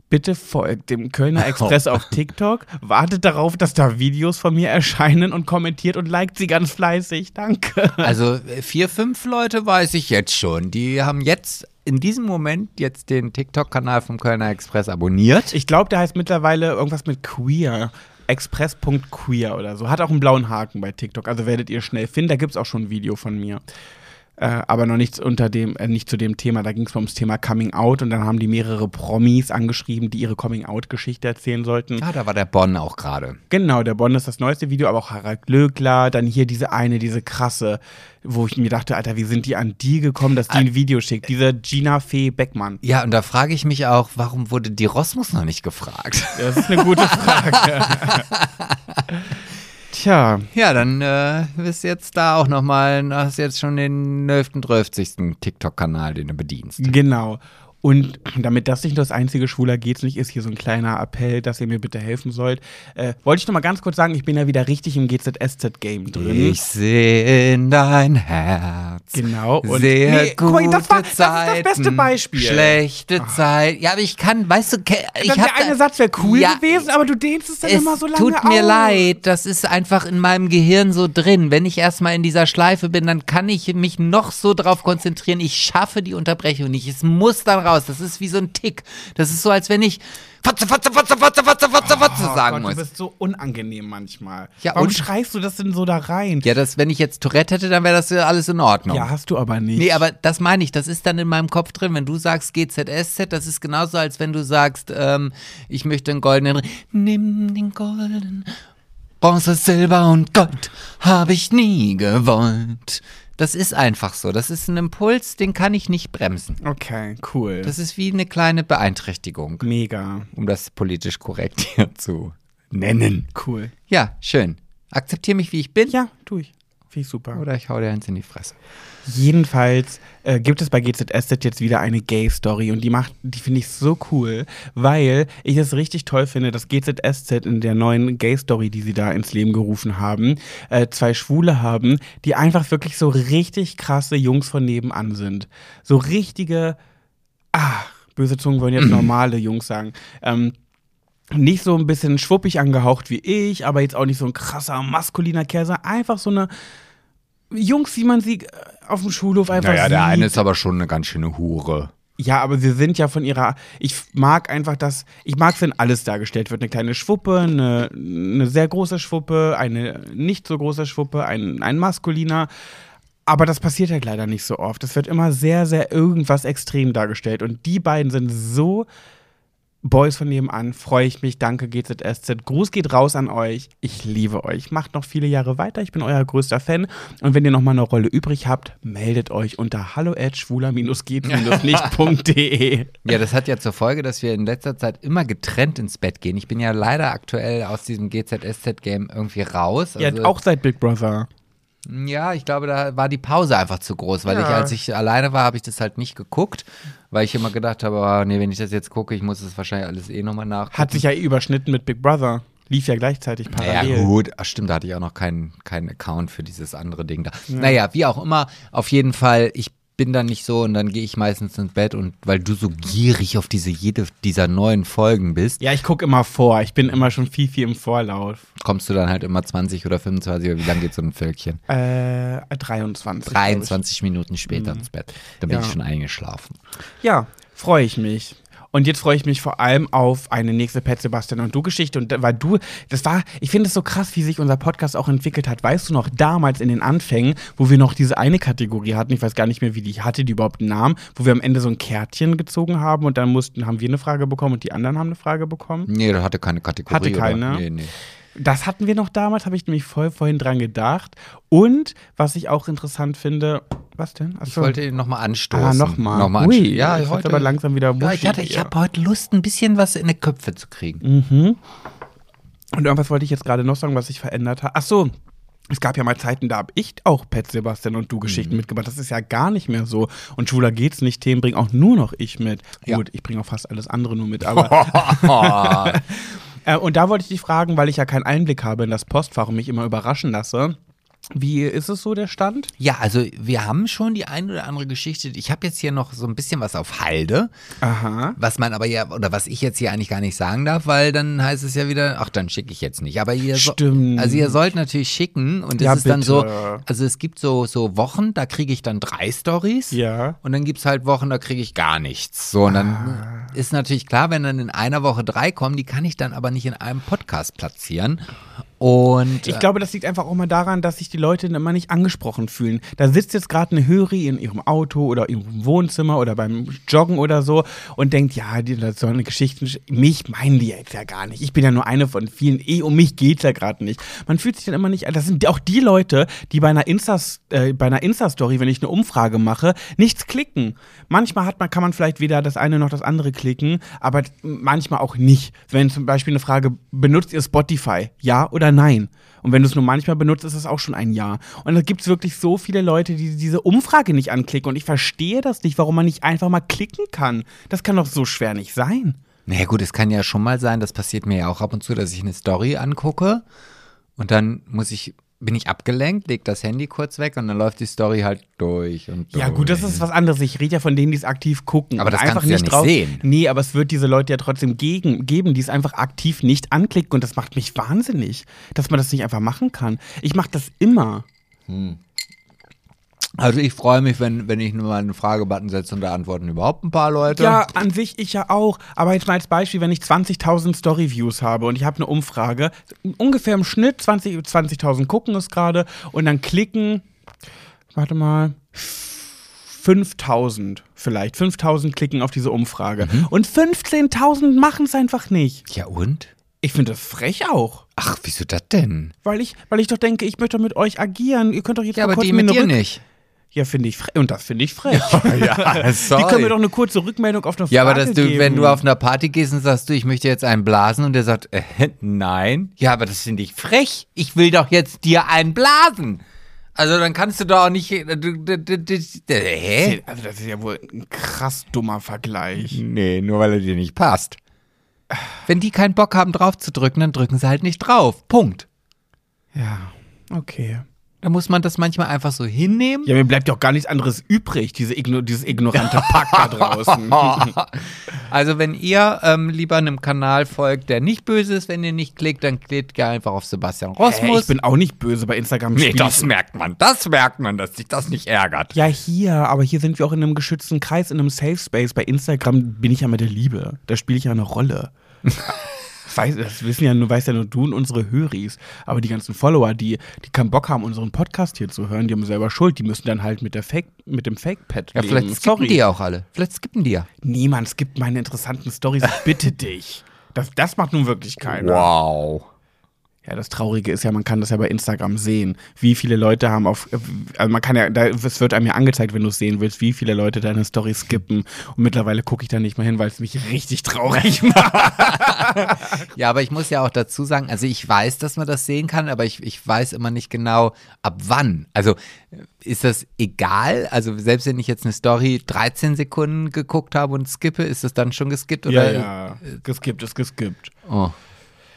C: Bitte folgt dem Kölner Express auf TikTok, wartet darauf, dass da Videos von mir erscheinen und kommentiert und liked sie ganz fleißig. Danke.
B: Also äh, vier, fünf Leute weiß ich jetzt schon. Die haben jetzt in diesem Moment jetzt den TikTok-Kanal vom Kölner Express abonniert.
C: Ich glaube, der heißt mittlerweile irgendwas mit queer. Express.queer oder so. Hat auch einen blauen Haken bei TikTok. Also werdet ihr schnell finden. Da gibt es auch schon ein Video von mir. Äh, aber noch nichts unter dem, äh, nicht zu dem Thema. Da ging es ums Thema Coming Out und dann haben die mehrere Promis angeschrieben, die ihre Coming Out-Geschichte erzählen sollten.
B: Ah, da war der Bonn auch gerade.
C: Genau, der Bonn ist das neueste Video, aber auch Harald Glöckler, dann hier diese eine, diese krasse, wo ich mir dachte, Alter, wie sind die an die gekommen, dass die ein Video schickt? Diese Gina Fee Beckmann.
B: Ja, und da frage ich mich auch, warum wurde die Rosmus noch nicht gefragt?
C: Das ist eine gute Frage. Tja,
B: Ja, dann äh, bist jetzt da auch nochmal, hast jetzt schon den 11. 12. TikTok-Kanal, den du bedienst.
C: genau. Und damit das nicht das einzige Schwuler geht's nicht, ist hier so ein kleiner Appell, dass ihr mir bitte helfen sollt. Äh, wollte ich noch mal ganz kurz sagen, ich bin ja wieder richtig im GZSZ-Game drin.
B: Ich seh in dein Herz.
C: Genau, und-
B: sehr
C: Nee, guck
B: gute
C: mal, das war- das ist das
B: Zeiten,
C: beste Beispiel. Ah.
B: Schlechte Zeit. Ja, aber ich kann, weißt du, ke- ich
C: Dann
B: hab
C: der eine
B: da-
C: Satz wäre cool
B: Ja,
C: gewesen, aber du dehnst es dann
B: Es
C: immer so lange
B: tut mir
C: aus.
B: leid, das ist einfach in meinem Gehirn so drin. Wenn ich erstmal in dieser Schleife bin, dann kann ich mich noch so drauf konzentrieren. Ich schaffe die Unterbrechung nicht. Es muss dann raus. Das ist wie so ein Tick. Das ist so, als wenn ich Fotze, Fotze, Fotze, Fotze, Fotze, Fotze, Fotze
C: Oh
B: sagen
C: Gott, Du
B: muss.
C: bist so unangenehm manchmal.
B: Ja,
C: Warum
B: und-
C: schreist du das denn so da rein?
B: Ja, das, wenn ich jetzt Tourette hätte, dann wäre das ja alles in Ordnung.
C: Ja, hast du aber nicht.
B: Nee, aber das meine ich, das ist dann in meinem Kopf drin. Wenn du sagst GZSZ, das ist genauso, als wenn du sagst, ähm, ich möchte einen goldenen Ring. Nimm den goldenen. Bronze, Silber und Gold habe ich nie gewollt. Das ist einfach so. Das ist ein Impuls, den kann ich nicht bremsen.
C: okay, cool.
B: Das ist wie eine kleine Beeinträchtigung,
C: Mega.
B: um das politisch korrekt hier zu nennen.
C: Cool.
B: Ja, schön. Akzeptier mich, wie ich bin.
C: Ja, tue ich. Finde ich super.
B: Oder ich hau dir eins in die Fresse.
C: Jedenfalls äh, gibt es bei GZSZ jetzt wieder eine Gay-Story und die macht, die finde ich so cool, weil ich es richtig toll finde, dass GZSZ in der neuen Gay-Story, die sie da ins Leben gerufen haben, äh, zwei Schwule haben, die einfach wirklich so richtig krasse Jungs von nebenan sind. So richtige, ah, böse Zungen wollen jetzt normale Jungs sagen. Ähm, nicht so ein bisschen schwuppig angehaucht wie ich, aber jetzt auch nicht so ein krasser maskuliner Kerl, sondern einfach so eine Jungs, wie man sie äh, auf dem Schulhof einfach sieht.
B: aber schon eine ganz schöne Hure.
C: ja, aber sie sind ja von ihrer. Ich mag einfach das. Ich mag, wenn alles dargestellt wird. Eine kleine Schwuppe, eine, eine sehr große Schwuppe, eine nicht so große Schwuppe, ein, ein maskuliner. Aber das passiert halt leider nicht so oft. Es wird immer sehr, sehr irgendwas extrem dargestellt. Und die beiden sind so Boys von nebenan. Freue ich mich. Danke, GZSZ. Gruß geht raus an euch. Ich liebe euch. Macht noch viele Jahre weiter. Ich bin euer größter Fan. Und wenn ihr noch mal eine Rolle übrig habt, meldet euch unter hallo schwuler-geht-nicht.de.
B: Ja, das hat ja zur Folge, dass wir in letzter Zeit immer getrennt ins Bett gehen. Ich bin ja leider aktuell aus diesem GZSZ-Game irgendwie raus. Also,
C: Ihr habt auch seit Big Brother.
B: ja, ich glaube, da war die Pause einfach zu groß, weil ich,
C: Ja.
B: als ich alleine war, habe ich das halt nicht geguckt, weil ich immer gedacht habe, ah, nee, wenn ich das jetzt gucke, ich muss das wahrscheinlich alles eh nochmal nachgucken.
C: Hat sich ja eh überschnitten mit Big Brother. Lief ja gleichzeitig
B: Ja,
C: parallel.
B: gut. Ach, stimmt, da hatte ich auch noch keinen keinen Account für dieses andere Ding da. Naja, wie auch immer, auf jeden Fall, ich bin dann nicht so und dann gehe ich meistens ins Bett und weil du so gierig auf diese jede dieser neuen Folgen bist,
C: Ja, ich gucke immer vor. Ich bin immer schon viel, viel im Vorlauf.
B: kommst du dann halt immer 20 oder 25 oder wie lang geht so ein Völkchen?
C: Äh, 23. glaub ich. Mhm.
B: 23 Minuten später ins Bett. Da bin
C: Ja.
B: ich schon eingeschlafen.
C: Ja, freue ich mich. Und jetzt freue ich mich vor allem auf eine nächste Pet Sebastian und du Geschichte. Und da- weil du, das war, ich finde es so krass, wie sich unser Podcast auch entwickelt hat. Weißt du noch, damals in den Anfängen, wo wir noch diese eine Kategorie hatten, ich weiß gar nicht mehr, wie die hatte, die überhaupt einen Namen, wo wir am Ende so ein Kärtchen gezogen haben und dann mussten, haben wir eine Frage bekommen und die anderen haben eine Frage bekommen.
B: Nee, das hatte keine Kategorie.
C: Hatte keine?
B: Oder? Nee, nee.
C: Das hatten wir noch damals, habe ich nämlich voll vorhin dran gedacht. Und was ich auch interessant finde, was denn? Ach
B: Ich
C: so.
B: wollte ihn nochmal anstoßen.
C: Ah, nochmal.
B: Nochmal
C: Ui,
B: anstoßen.
C: ich hatte aber langsam wieder
B: ja, ich
C: Muschi
B: hatte, ich
C: hier.
B: habe heute Lust, ein bisschen was in die Köpfe zu kriegen.
C: Und irgendwas wollte ich jetzt gerade noch sagen, was sich verändert hat. Ach so, Es gab ja mal Zeiten, da habe ich auch Pet Sebastian und du Geschichten mitgebracht. Das ist ja gar nicht mehr so. Und schwuler geht's nicht. Themen bringe auch nur noch ich mit.
B: Ja.
C: Gut, ich bringe auch fast alles andere nur mit. Aber, äh, und da wollte ich dich fragen, weil ich ja keinen Einblick habe in das Postfach und mich immer überraschen lasse. Wie ist es so der Stand?
B: Ja, also wir haben schon die ein oder andere Geschichte. Ich habe jetzt hier noch so ein bisschen was auf Halde,
C: Aha.
B: was man aber ja, oder was ich jetzt hier eigentlich gar nicht sagen darf, weil dann heißt es ja wieder, ach, dann schicke ich jetzt nicht. Aber ihr, so,
C: Stimmt.
B: also ihr sollt natürlich schicken und es
C: Ja,
B: ist dann so,
C: bitte.
B: also es gibt so, so Wochen, da kriege ich dann drei Stories.
C: Ja.
B: Und dann gibt's halt Wochen, da kriege ich gar nichts. So, und dann
C: Ah.
B: ist natürlich klar, wenn dann in einer Woche drei kommen, die kann ich dann aber nicht in einem Podcast platzieren. Und
C: Ich glaube, das liegt einfach auch mal daran, dass sich die Leute immer nicht angesprochen fühlen. Da sitzt jetzt gerade eine Höri in ihrem Auto oder in ihrem Wohnzimmer oder beim Joggen oder so und denkt, ja, die das so eine Geschichten, mich meinen die jetzt ja gar nicht. Ich bin ja nur eine von vielen. Eh, um mich geht's ja gerade nicht. Man fühlt sich dann immer nicht, das sind auch die Leute, die bei einer Insta, äh, bei einer Insta-Story, wenn ich eine Umfrage mache, nichts klicken. Manchmal hat man, kann man vielleicht weder das eine noch das andere klicken, aber manchmal auch nicht. Wenn zum Beispiel eine Frage, benutzt ihr Spotify? Ja oder nein? Und wenn du es nur manchmal benutzt, ist es auch schon ein Ja. Und da gibt es wirklich so viele Leute, die diese Umfrage nicht anklicken. Und ich verstehe das nicht, warum man nicht einfach mal klicken kann. Das kann doch so schwer nicht sein.
B: Naja gut, es kann ja schon mal sein, das passiert mir ja auch ab und zu, dass ich eine Story angucke und dann muss ich, bin ich abgelenkt, leg das Handy kurz weg und dann läuft die Story halt durch und durch.
C: Ja, gut, das ist was anderes. Ich rede ja von denen, die es aktiv gucken.
B: Aber
C: Und
B: das kannst du ja nicht sehen.
C: Nee, aber es wird diese Leute ja trotzdem gegen, geben, die es einfach aktiv nicht anklicken. Und das macht mich wahnsinnig, dass man das nicht einfach machen kann. Ich mache das immer.
B: Also ich freue mich, wenn, wenn ich nur mal einen Fragebutton setze und da antworten überhaupt ein paar Leute.
C: Ja, an sich ich ja auch. Aber jetzt mal als Beispiel, wenn ich 20.000 Story-Views habe und ich habe eine Umfrage, ungefähr im Schnitt 20 20.000 gucken es gerade und dann klicken, warte mal, 5.000 vielleicht. 5.000 klicken auf diese Umfrage. Und 15.000 machen es einfach nicht.
B: Ja und?
C: Ich finde das frech auch.
B: Ach, wieso das denn?
C: Weil ich, weil ich doch denke, ich möchte doch mit euch agieren. Ihr könnt doch jetzt
B: Ja,
C: mal
B: aber
C: kurz
B: die
C: mir
B: mit
C: eine
B: dir
C: Rück-
B: nicht.
C: Ja, finde ich frech. Und das finde ich frech.
B: Ja,
C: Die können mir doch eine kurze Rückmeldung auf eine Frage
B: Ja, aber dass du,
C: geben.
B: wenn du auf einer Party gehst und sagst, du, ich möchte jetzt einen blasen und der sagt, äh, nein. Ja, aber das finde ich frech. Ich will doch jetzt dir einen blasen. Also dann kannst du doch auch nicht. äh, du- du- du- du- äh, Hä?
C: Also das ist ja wohl ein krass dummer Vergleich.
B: Nee, nur weil er dir nicht passt. Wenn die keinen Bock haben, drauf zu drücken, dann drücken sie halt nicht drauf. Punkt.
C: Ja, okay.
B: Da muss man das manchmal einfach so hinnehmen.
C: Ja, mir bleibt ja auch gar nichts anderes übrig, diese Igno dieses ignorante Pack da draußen.
B: Also wenn ihr ähm, lieber einem Kanal folgt, der nicht böse ist, wenn ihr nicht klickt, dann klickt ihr einfach auf Sebastian
C: Hä,
B: Rosmus.
C: ich bin auch nicht böse bei Instagram. spiel ich-
B: merkt man. Das merkt man, dass sich das nicht ärgert.
C: ja, hier, aber hier sind wir auch in einem geschützten Kreis, in einem Safe Space. Bei Instagram bin ich ja mit der Liebe. Da spiele ich ja eine Rolle. Weiß, das wissen ja nur, weiß ja nur du und unsere Höris. Aber die ganzen Follower, die, die keinen Bock haben, unseren Podcast hier zu hören, die haben selber Schuld. Die müssen dann halt mit, der Fake, mit dem Fake-Pad
B: Ja,
C: leben.
B: vielleicht skippen
C: Sorry.
B: die ja auch alle. Vielleicht skippen die ja.
C: Niemand skippt meine interessanten Stories. Ich bitte dich. Das, das macht nun wirklich keiner.
B: Wow.
C: Ja, das Traurige ist ja, man kann das ja bei Instagram sehen. Wie viele Leute haben auf, also man kann ja, da, es wird einem ja angezeigt, wenn du es sehen willst, wie viele Leute deine Story skippen. Und mittlerweile gucke ich da nicht mehr hin, weil es mich richtig traurig macht.
B: Ja, aber ich muss ja auch dazu sagen, also ich weiß, dass man das sehen kann, aber ich, ich weiß immer nicht genau, ab wann. Also ist das egal? Also selbst wenn ich jetzt eine Story 13 Sekunden geguckt habe und skippe, ist das dann schon geskippt? Oder?
C: Geskippt ist geskippt.
B: Oh.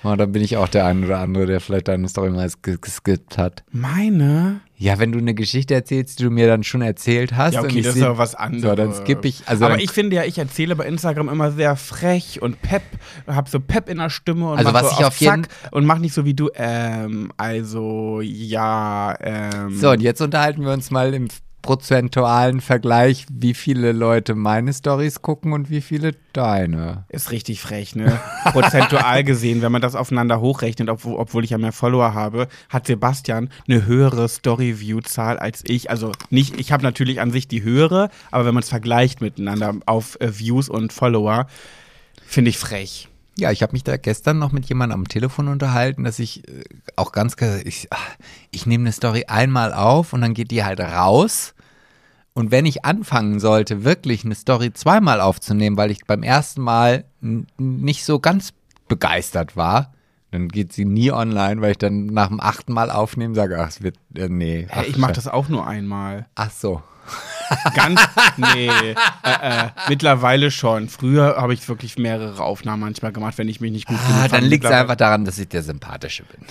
B: oh, dann bin ich auch der ein oder andere, der vielleicht deine Story mal ges- geskippt hat.
C: Meine?
B: Ja, wenn du eine Geschichte erzählst, die du mir dann schon erzählt hast.
C: Ja,
B: und
C: okay,
B: ich
C: das
B: seh-
C: ist ja was anderes.
B: So, dann skippe ich. Also
C: aber
B: dann-
C: ich finde ja, ich erzähle bei Instagram immer sehr frech und pep, hab so pep in der Stimme und
B: Also
C: mach
B: was
C: so
B: ich auf jeden-
C: Zack und mach nicht so wie du, ähm, also ja, ähm.
B: So, und jetzt unterhalten wir uns mal im prozentualen Vergleich, wie viele Leute meine Stories gucken und wie viele deine.
C: Ist richtig frech, ne? Prozentual gesehen, wenn man das aufeinander hochrechnet, obwohl, obwohl ich ja mehr Follower habe, hat Sebastian eine höhere Story-View-Zahl als ich. Also nicht, ich habe natürlich an sich die höhere, aber wenn man es vergleicht miteinander auf äh, Views und Follower, finde ich frech.
B: Ja, ich habe mich da gestern noch mit jemandem am Telefon unterhalten, dass ich äh, auch ganz klar, ich, ah, ich nehme eine Story einmal auf und dann geht die halt raus. Und wenn ich anfangen sollte, wirklich eine Story zweimal aufzunehmen, weil ich beim ersten Mal n- nicht so ganz begeistert war, Dann geht sie nie online, weil ich dann nach dem achten Mal aufnehmen sage, ach, es wird, äh, nee.
C: Hä,
B: ach,
C: ich mache
B: Scheiße.
C: das auch nur einmal.
B: Ach so.
C: Ganz, nee, äh, äh, mittlerweile schon. Früher habe ich wirklich mehrere Aufnahmen manchmal gemacht, wenn ich mich nicht gut genug
B: Ah,
C: fand.
B: dann liegt es
C: Mittlerweile-
B: einfach daran, dass ich der Sympathische bin.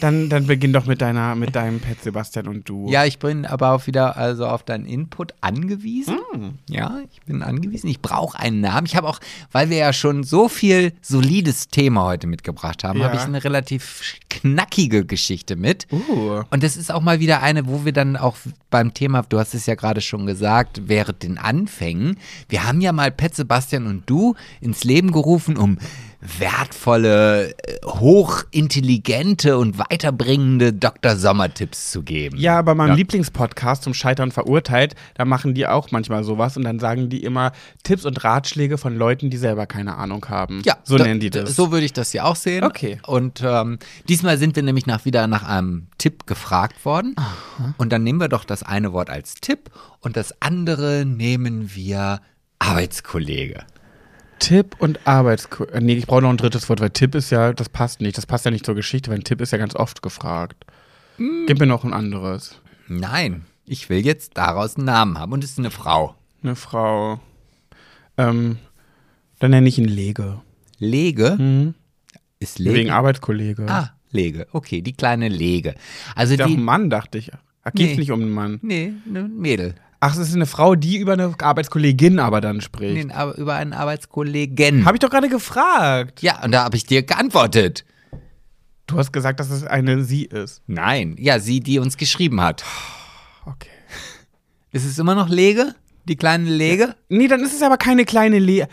C: Dann, dann beginn doch mit deiner, mit deinem Pet Sebastian und du.
B: Ja, ich bin aber auch wieder also auf deinen Input angewiesen.
C: Hm.
B: Ja, ich bin angewiesen. Ich brauche einen Namen. Ich habe auch, weil wir ja schon so viel solides Thema heute mitgebracht haben,
C: Ja.
B: habe ich eine relativ knackige Geschichte mit.
C: Uh.
B: Und das ist auch mal wieder eine, wo wir dann auch beim Thema, du hast es ja gerade schon gesagt, während den Anfängen, wir haben ja mal Pet Sebastian und du ins Leben gerufen, um wertvolle, äh, hochintelligente und weiterbringende Dr. Sommer-Tipps zu geben.
C: Ja, bei meinem
B: Ja.
C: Lieblingspodcast zum Scheitern verurteilt, da machen die auch manchmal sowas und dann sagen die immer Tipps und Ratschläge von Leuten, die selber keine Ahnung haben.
B: Ja,
C: so
B: da-
C: nennen die
B: da-
C: das.
B: So würde ich das ja auch sehen.
C: Okay.
B: Und ähm, diesmal sind wir nämlich nach, wieder nach einem Tipp gefragt worden. Und dann nehmen wir doch das eine Wort als Tipp und das andere nehmen wir Arbeitskollege.
C: Tipp und Arbeits äh, Nee, ich brauche noch ein drittes Wort, weil Tipp ist ja, das passt nicht. Das passt ja nicht zur Geschichte, weil ein Tipp ist ja ganz oft gefragt. Gib mir noch ein anderes.
B: Nein, ich will jetzt daraus einen Namen haben und es ist eine Frau.
C: Eine Frau. Ähm, dann nenne ich ihn Lege.
B: Lege ist Lege.
C: Mhm. Wegen Arbeitskollege.
B: ah, Lege. Okay, die kleine Lege. Also
C: Ist ja auch ein
B: die.
C: Mann, dachte hm. ich. Ach, geht's
B: Nee.
C: nicht um einen Mann.
B: Nee, ne Mädel.
C: Ach, es ist eine Frau, die über eine Arbeitskollegin aber dann spricht.
B: Nee, aber über einen Arbeitskollegen.
C: Habe ich doch gerade gefragt.
B: ja, und da habe ich dir geantwortet.
C: Du hast gesagt, dass es eine sie ist.
B: Nein, ja, sie, die uns geschrieben hat.
C: Okay.
B: Ist es immer noch Lege? Die kleine Lege?
C: Nee, dann ist es aber keine kleine Le.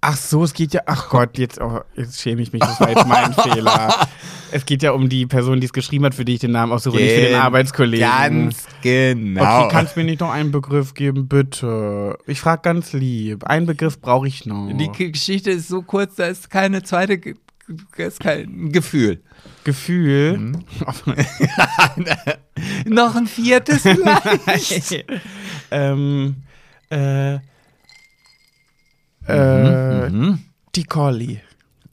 C: Ach so, es geht ja. Ach Gott, jetzt, oh, jetzt schäme ich mich. Das war jetzt mein Fehler. Es geht ja um die Person, die es geschrieben hat, für die ich den Namen aussuche, nicht für den Arbeitskollegen.
B: Ganz genau.
C: Okay, kannst du mir nicht noch einen Begriff geben, bitte? Ich frage ganz lieb. Einen Begriff brauche ich noch.
B: die K- Geschichte ist so kurz, da ist keine zweite, Ge- da ist kein Gefühl.
C: Gefühl.
B: Noch ein viertes vielleicht?
C: ähm, äh, äh, Ticoli.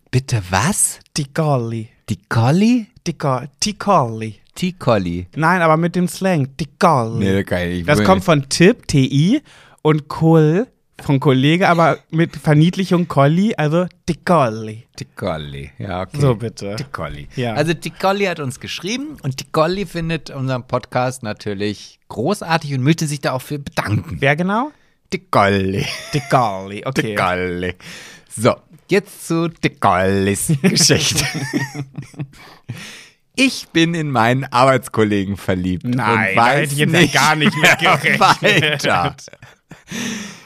B: Bitte was?
C: Ticoli.
B: Die Colli?
C: Tico- Ticoli.
B: Die Colli.
C: Nein, aber mit dem Slang. Ticoli.
B: kann ich
C: das kommt von Tipp, T-I, und Kol von Kollege, aber mit Verniedlichung Colli, also Ticoli.
B: Die Colli. Ja, okay.
C: So bitte.
B: Die Colli.
C: Ja.
B: Also die Colli hat uns geschrieben und die Colli findet unseren Podcast natürlich großartig und möchte sich da auch für bedanken.
C: Wer genau?
B: Die Colli.
C: Ticoli, okay.
B: Golli. So, jetzt zu De Gollis Geschichte. Ich bin in meinen Arbeitskollegen verliebt
C: Nein,
B: und
C: da
B: weiß
C: hätte ich jetzt
B: nicht
C: gar nicht mit gerechnet.
B: weiter.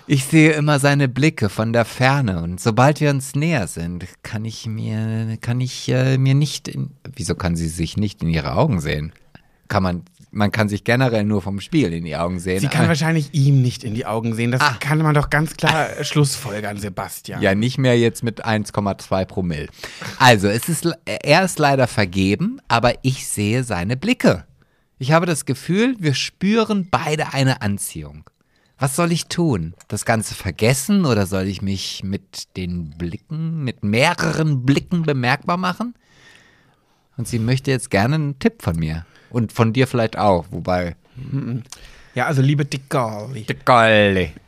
B: Ich sehe immer seine Blicke von der Ferne und sobald wir uns näher sind, kann ich mir, kann ich äh, mir nicht in, wieso kann sie sich nicht in ihre Augen sehen? Kann man, man kann sich generell nur vom Spiegel in die Augen sehen.
C: Sie kann
B: aber-
C: wahrscheinlich ihm nicht in die Augen sehen. Das
B: Ah.
C: kann man doch ganz klar äh, schlussfolgern, Sebastian.
B: Ja, nicht mehr jetzt mit 1,2 Promille. Also, es ist, er ist leider vergeben, aber ich sehe seine Blicke. Ich habe das Gefühl, wir spüren beide eine Anziehung. Was soll ich tun? Das Ganze vergessen oder soll ich mich mit den Blicken, mit mehreren Blicken bemerkbar machen? Und sie möchte jetzt gerne einen Tipp von mir. Und von dir vielleicht auch, wobei.
C: Ja, also liebe Ticoli.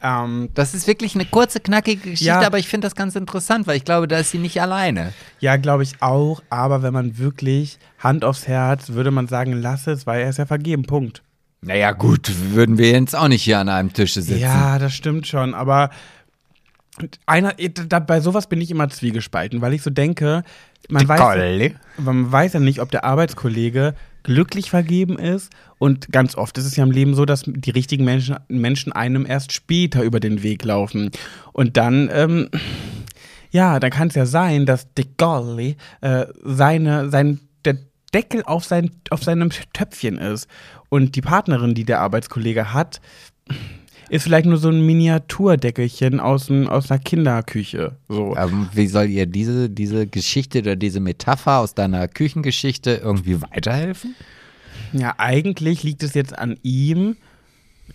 C: Ähm,
B: Das ist wirklich eine kurze, knackige Geschichte,
C: Ja.
B: aber ich finde das ganz interessant, weil ich glaube, da ist sie nicht alleine.
C: ja, glaube ich auch. Aber wenn man wirklich Hand aufs Herz, würde man sagen, lass es, weil er ist ja vergeben. Punkt.
B: Naja, gut, würden wir jetzt auch nicht hier an einem Tisch sitzen.
C: Ja, das stimmt schon. Aber einer, da, bei sowas bin ich immer zwiegespalten, weil ich so denke, man weiß,
B: Ticoli.
C: man weiß ja nicht, ob der Arbeitskollege glücklich vergeben ist. Und ganz oft ist es ja im Leben so, dass die richtigen Menschen, Menschen einem erst später über den Weg laufen. Und dann, ähm, ja, dann kann es ja sein, dass Dick Golly äh, seine, sein, der Deckel auf, sein, auf seinem Töpfchen ist. Und die Partnerin, die der Arbeitskollege hat, ist vielleicht nur so ein Miniaturdeckelchen aus, n- aus einer Kinderküche. So.
B: Ähm, wie soll ihr diese, diese Geschichte oder diese Metapher aus deiner Küchengeschichte irgendwie weiterhelfen?
C: Ja, eigentlich liegt es jetzt an ihm,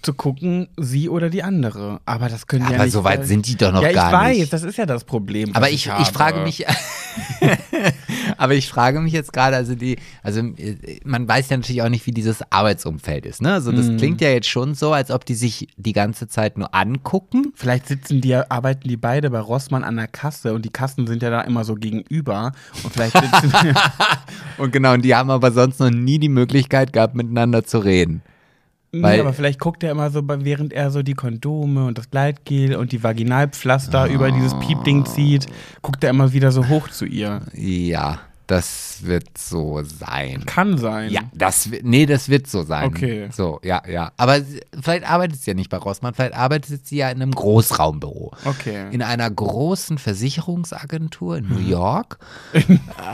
C: zu gucken, sie oder die andere. Aber das können ja
B: Aber
C: nicht.
B: so weit
C: äh,
B: sind die doch noch
C: ja, ich
B: gar
C: weiß,
B: nicht.
C: das ist ja das Problem. was
B: Aber ich, ich
C: habe.
B: frage mich, aber ich frage mich jetzt gerade, also die, also äh, man weiß ja natürlich auch nicht, wie dieses Arbeitsumfeld ist, ne? Also das klingt ja jetzt schon so, als ob die sich die ganze Zeit nur angucken.
C: Vielleicht sitzen die, arbeiten die beide bei Rossmann an der Kasse und die Kassen sind ja da immer so gegenüber. Und vielleicht sitzen
B: Und genau, und die haben aber sonst noch nie die Möglichkeit gehabt, miteinander zu reden.
C: Nee,
B: Weil-
C: aber vielleicht guckt er immer so, bei- während er so die Kondome und das Gleitgel und die Vaginalpflaster über dieses
B: Oh.
C: Piepding zieht, guckt er immer wieder so hoch zu ihr.
B: Ja, das wird so sein.
C: Kann sein.
B: Ja, das wi- nee, das wird so sein.
C: Okay.
B: So, ja, ja. Aber s- vielleicht arbeitet sie ja nicht bei Rossmann, vielleicht arbeitet sie ja in einem Großraumbüro.
C: Okay.
B: In einer großen Versicherungsagentur in New
C: Hm.
B: York,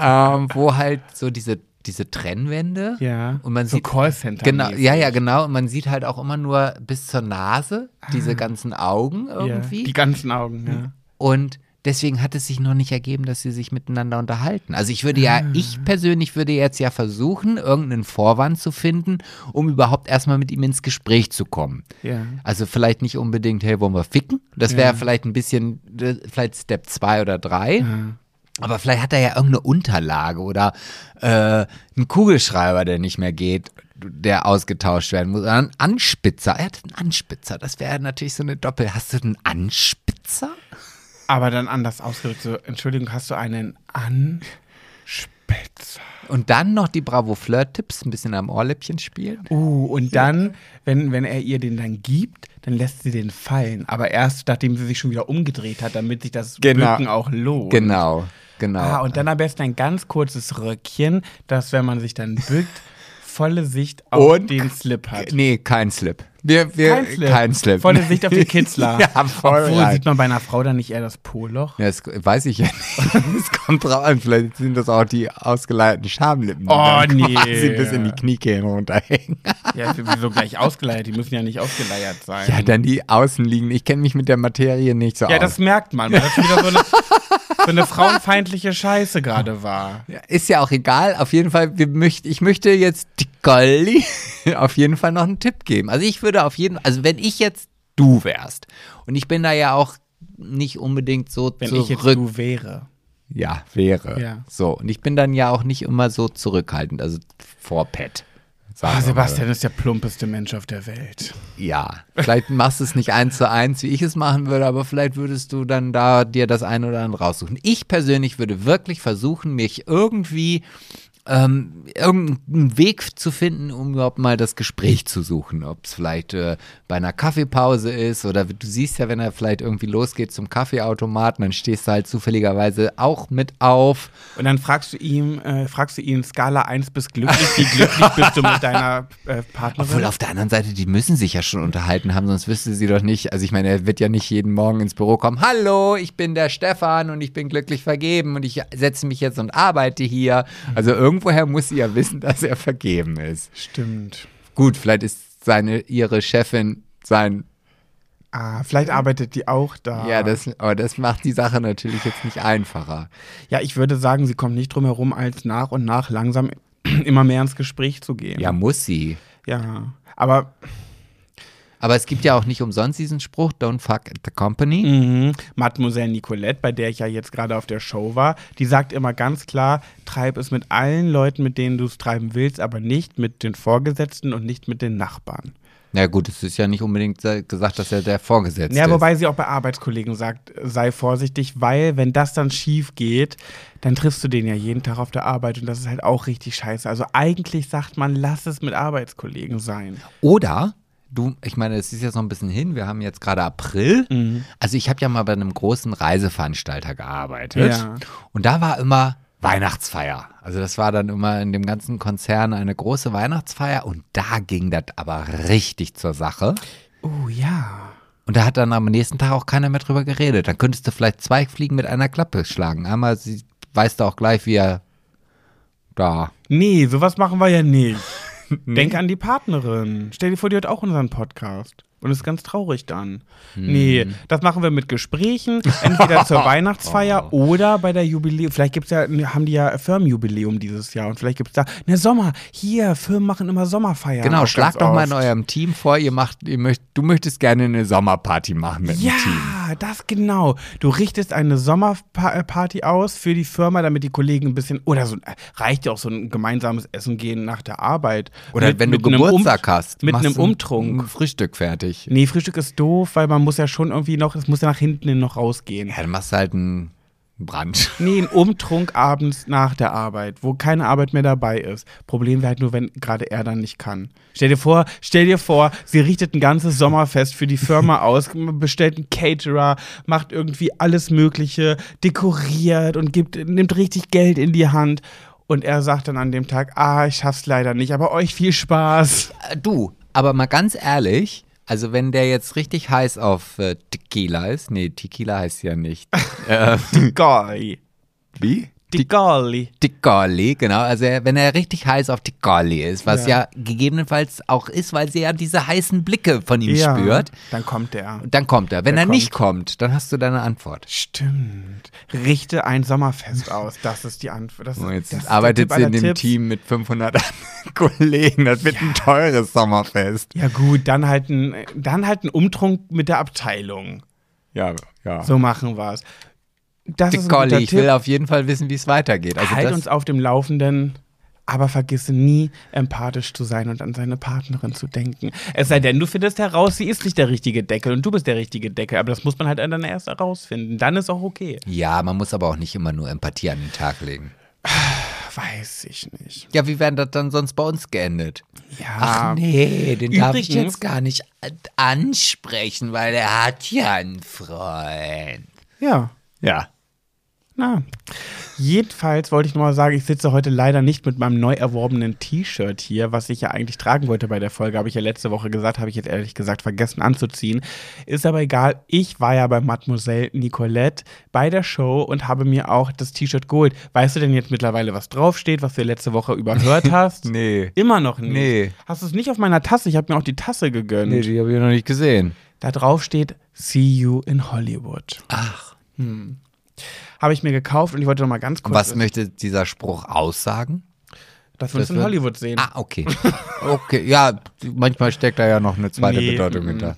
B: ähm, wo halt so diese, diese Trennwände
C: Ja.
B: und man
C: so
B: sieht
C: Callcenter.
B: Genau, ja, ja, genau. Und man sieht halt auch immer nur bis zur Nase diese ganzen Augen irgendwie.
C: Ah. Die ganzen Augen, ja.
B: Und deswegen hat es sich noch nicht ergeben, dass sie sich miteinander unterhalten. Also ich würde ja, ich persönlich würde jetzt ja versuchen, irgendeinen Vorwand zu finden, um überhaupt erstmal mit ihm ins Gespräch zu kommen.
C: Ja.
B: Also vielleicht nicht unbedingt, hey, wollen wir ficken? Das wäre vielleicht ein bisschen, äh, vielleicht Step 2 oder 3. Aber vielleicht hat er ja irgendeine Unterlage oder äh, einen Kugelschreiber, der nicht mehr geht, der ausgetauscht werden muss. Oder einen Anspitzer. Er hat einen Anspitzer. Das wäre natürlich so eine Doppel. Hast du einen Anspitzer?
C: Aber dann anders ausgedrückt, so, Entschuldigung, hast du einen Anspitzer?
B: Und dann noch die Bravo Flirt-Tipps, ein bisschen am Ohrläppchen spielen.
C: Uh, und dann, wenn, wenn er ihr den dann gibt, dann lässt sie den fallen. Aber erst, nachdem sie sich schon wieder umgedreht hat, damit sich das
B: Genau.
C: Rücken auch lohnt.
B: Genau, genau.
C: Ah, und dann am besten ein ganz kurzes Röckchen, dass, wenn man sich dann bückt, volle Sicht auf
B: Und-
C: den Slip hat.
B: Äh, nee, kein Slip. Wir, wir,
C: Kein Slip.
B: Kein Slip.
C: Volle Sicht auf den Kitzler.
B: ja, voll
C: Obwohl,
B: rein.
C: sieht man bei einer Frau dann nicht eher das Po-Loch?
B: Ja, das weiß ich ja nicht. Es kommt drauf an, vielleicht sind das auch die ausgeleiteten Schamlippen, die
C: Oh,
B: dann
C: nee.
B: quasi bis in die Kniekehlen runterhängen.
C: Ja, sowieso gleich ausgeleiert. Die müssen ja nicht ausgeleiert sein.
B: Ja, dann die Außenliegen. Ich kenne mich mit der Materie nicht so
C: Ja,
B: aus.
C: das merkt man, weil das wieder so eine, so eine frauenfeindliche Scheiße gerade war.
B: Ja, Ist ja auch egal. Auf jeden Fall, wir möcht, ich möchte jetzt die Goldi auf jeden Fall noch einen Tipp geben. Also ich würde auf jeden also wenn ich jetzt du wärst und ich bin da ja auch nicht unbedingt so
C: Wenn
B: zurück.
C: ich jetzt du wäre.
B: ja, wäre.
C: Ja.
B: So, und ich bin dann ja auch nicht immer so zurückhaltend, also vor Pet. sagen wir
C: Ah,
B: mal.
C: Sebastian ist der plumpeste Mensch auf der Welt.
B: Ja, vielleicht machst du es nicht eins zu eins, wie ich es machen würde, aber vielleicht würdest du dann da dir das ein oder andere raussuchen. Ich persönlich würde wirklich versuchen, mich irgendwie ähm, irgendeinen Weg zu finden, um überhaupt mal das Gespräch zu suchen. Ob es vielleicht äh, bei einer Kaffeepause ist oder du siehst ja, wenn er vielleicht irgendwie losgeht zum Kaffeeautomaten, dann stehst du halt zufälligerweise auch mit auf.
C: Und dann fragst du ihm, äh, fragst du ihn Skala 1 bis glücklich, wie glücklich bist du mit deiner äh, Partnerin?
B: Obwohl auf der anderen Seite, die müssen sich ja schon unterhalten haben, sonst wüsste sie doch nicht. Also ich meine, er wird ja nicht jeden Morgen ins Büro kommen. Hallo, ich bin der Stefan und ich bin glücklich vergeben und ich setze mich jetzt und arbeite hier. Also irgendwoher muss sie ja wissen, dass er vergeben ist.
C: Stimmt.
B: Gut, vielleicht ist seine ihre Chefin sein.
C: Ah, vielleicht arbeitet die auch da.
B: Ja, das, aber das macht die Sache natürlich jetzt nicht einfacher.
C: ja, ich würde sagen, sie kommt nicht drum herum, als nach und nach langsam immer mehr ins Gespräch zu gehen.
B: Ja, muss sie.
C: Ja. Aber
B: Aber es gibt ja auch nicht umsonst diesen Spruch, don't fuck at the company.
C: mhm, Mademoiselle Nicolette, bei der ich ja jetzt gerade auf der Show war, die sagt immer ganz klar, treib es mit allen Leuten, mit denen du es treiben willst, aber nicht mit den Vorgesetzten und nicht mit den Nachbarn.
B: Na gut, es ist ja nicht unbedingt gesagt, dass er der Vorgesetzte
C: Ja,
B: ist.
C: wobei sie auch bei Arbeitskollegen sagt, sei vorsichtig, weil wenn das dann schief geht, dann triffst du den ja jeden Tag auf der Arbeit und das ist halt auch richtig scheiße. Also eigentlich sagt man, lass es mit Arbeitskollegen sein.
B: Oder du, ich meine, es ist jetzt noch ein bisschen hin, wir haben jetzt gerade April. Also ich habe ja mal bei einem großen Reiseveranstalter gearbeitet.
C: Ja.
B: Und da war immer Weihnachtsfeier. Also das war dann immer in dem ganzen Konzern eine große Weihnachtsfeier und da ging das aber richtig zur Sache.
C: Oh ja.
B: Und da hat dann am nächsten Tag auch keiner mehr drüber geredet. Dann könntest du vielleicht zwei Fliegen mit einer Klappe schlagen. Einmal sie, weißt du auch gleich, wie er da.
C: Nee, sowas machen wir ja nicht. Denk an die Partnerin. Stell dir vor, die hört auch unseren Podcast. Und ist ganz traurig dann.
B: Hm.
C: Nee, das machen wir mit Gesprächen, entweder zur Weihnachtsfeier
B: Oh.
C: oder bei der Jubiläum. Vielleicht gibt's ja, ne, haben die ja Firmenjubiläum dieses Jahr und vielleicht gibt's da, ne Sommer, hier, Firmen machen immer Sommerfeier.
B: Genau, schlagt doch mal in eurem Team vor, ihr macht, ihr möcht, du möchtest gerne eine Sommerparty machen mit
C: Ja,
B: dem Team.
C: das genau. Du richtest eine Sommerparty aus für die Firma, damit die Kollegen ein bisschen, oder so, reicht ja auch so ein gemeinsames Essen gehen nach der Arbeit.
B: Oder
C: Mit-
B: wenn du
C: mit einem
B: Geburtstag
C: Um-
B: hast,
C: Mit
B: machst
C: einem
B: du
C: Umtrunk.
B: ein Frühstück fertig.
C: Nee, Frühstück ist doof, weil man muss ja schon irgendwie noch, es muss ja nach hinten hin noch rausgehen.
B: Ja, dann machst du halt einen Brand.
C: Nee, ein Umtrunk abends nach der Arbeit, wo keine Arbeit mehr dabei ist. Problem wäre halt nur, wenn gerade er dann nicht kann. Stell dir vor, stell dir vor, sie richtet ein ganzes Sommerfest für die Firma aus, bestellt einen Caterer, macht irgendwie alles Mögliche, dekoriert und gibt, nimmt richtig Geld in die Hand. Und er sagt dann an dem Tag, ah, ich schaff's leider nicht, aber euch viel Spaß.
B: Äh, Du, aber mal ganz ehrlich, also wenn der jetzt richtig heiß auf äh, Tequila ist, nee, Tequila heißt ja nicht.
C: Golly.
B: Wie?
C: Die Golly.
B: Ticoli, genau. Also er- wenn er richtig heiß auf Ticoli ist, was ja. gegebenenfalls auch ist, weil sie ja diese heißen Blicke von ihm
C: Ja,
B: spürt,
C: Dann kommt er.
B: dann kommt er. Wenn
C: Er
B: er nicht kommt, dann hast du deine Antwort.
C: Stimmt. Richte ein Sommerfest aus. Das ist die Antwort. Das ist,
B: Und jetzt
C: das ist der
B: arbeitet
C: Tipp
B: sie in
C: aller
B: dem
C: Tipps.
B: Team mit 500 Kollegen. Das wird ein teures Sommerfest.
C: Ja gut, dann halt ein, dann halt ein Umtrunk mit der Abteilung.
B: Ja, ja. So,
C: So machen wir's. Das ist ein guter
B: Ticoli, ich
C: Tipp.
B: will auf jeden Fall wissen, wie es weitergeht. Also
C: halt
B: das,
C: uns auf dem Laufenden, aber vergiss nie, empathisch zu sein und an seine Partnerin zu denken. Es sei denn, du findest heraus, sie ist nicht der richtige Deckel und du bist der richtige Deckel. Aber das muss man halt dann erst herausfinden. Dann ist auch okay.
B: ja, man muss aber auch nicht immer nur Empathie an den Tag legen.
C: Weiß ich nicht.
B: Ja, wie wäre das dann sonst bei uns geendet?
C: Ja.
B: Ach nee, den darf ich
C: Übrigens-
B: jetzt gar nicht an- ansprechen, weil er hat ja einen Freund.
C: Ja.
B: Ja.
C: Na, jedenfalls wollte ich nur mal sagen, ich sitze heute leider nicht mit meinem neu erworbenen T-Shirt hier, was ich ja eigentlich tragen wollte bei der Folge, habe ich ja letzte Woche gesagt, habe ich jetzt ehrlich gesagt vergessen anzuziehen. Ist aber egal, ich war ja bei Mademoiselle Nicolette bei der Show und habe mir auch das T-Shirt geholt. Weißt du denn jetzt mittlerweile, was draufsteht, was du letzte Woche überhört hast?
B: Nee.
C: Immer noch nicht.
B: Nee.
C: Hast du es nicht auf meiner Tasse? Ich habe mir auch die Tasse gegönnt.
B: Nee, die habe ich noch nicht gesehen.
C: Da drauf steht See you in Hollywood.
B: Ach.
C: Habe ich mir gekauft und ich wollte noch mal ganz kurz
B: Was möchte dieser Spruch aussagen?
C: dass wir uns
B: das
C: in
B: wird-
C: Hollywood sehen.
B: Ah, okay. Okay, ja, manchmal steckt da ja noch eine zweite
C: Nee,
B: Bedeutung
C: mm,
B: hinter.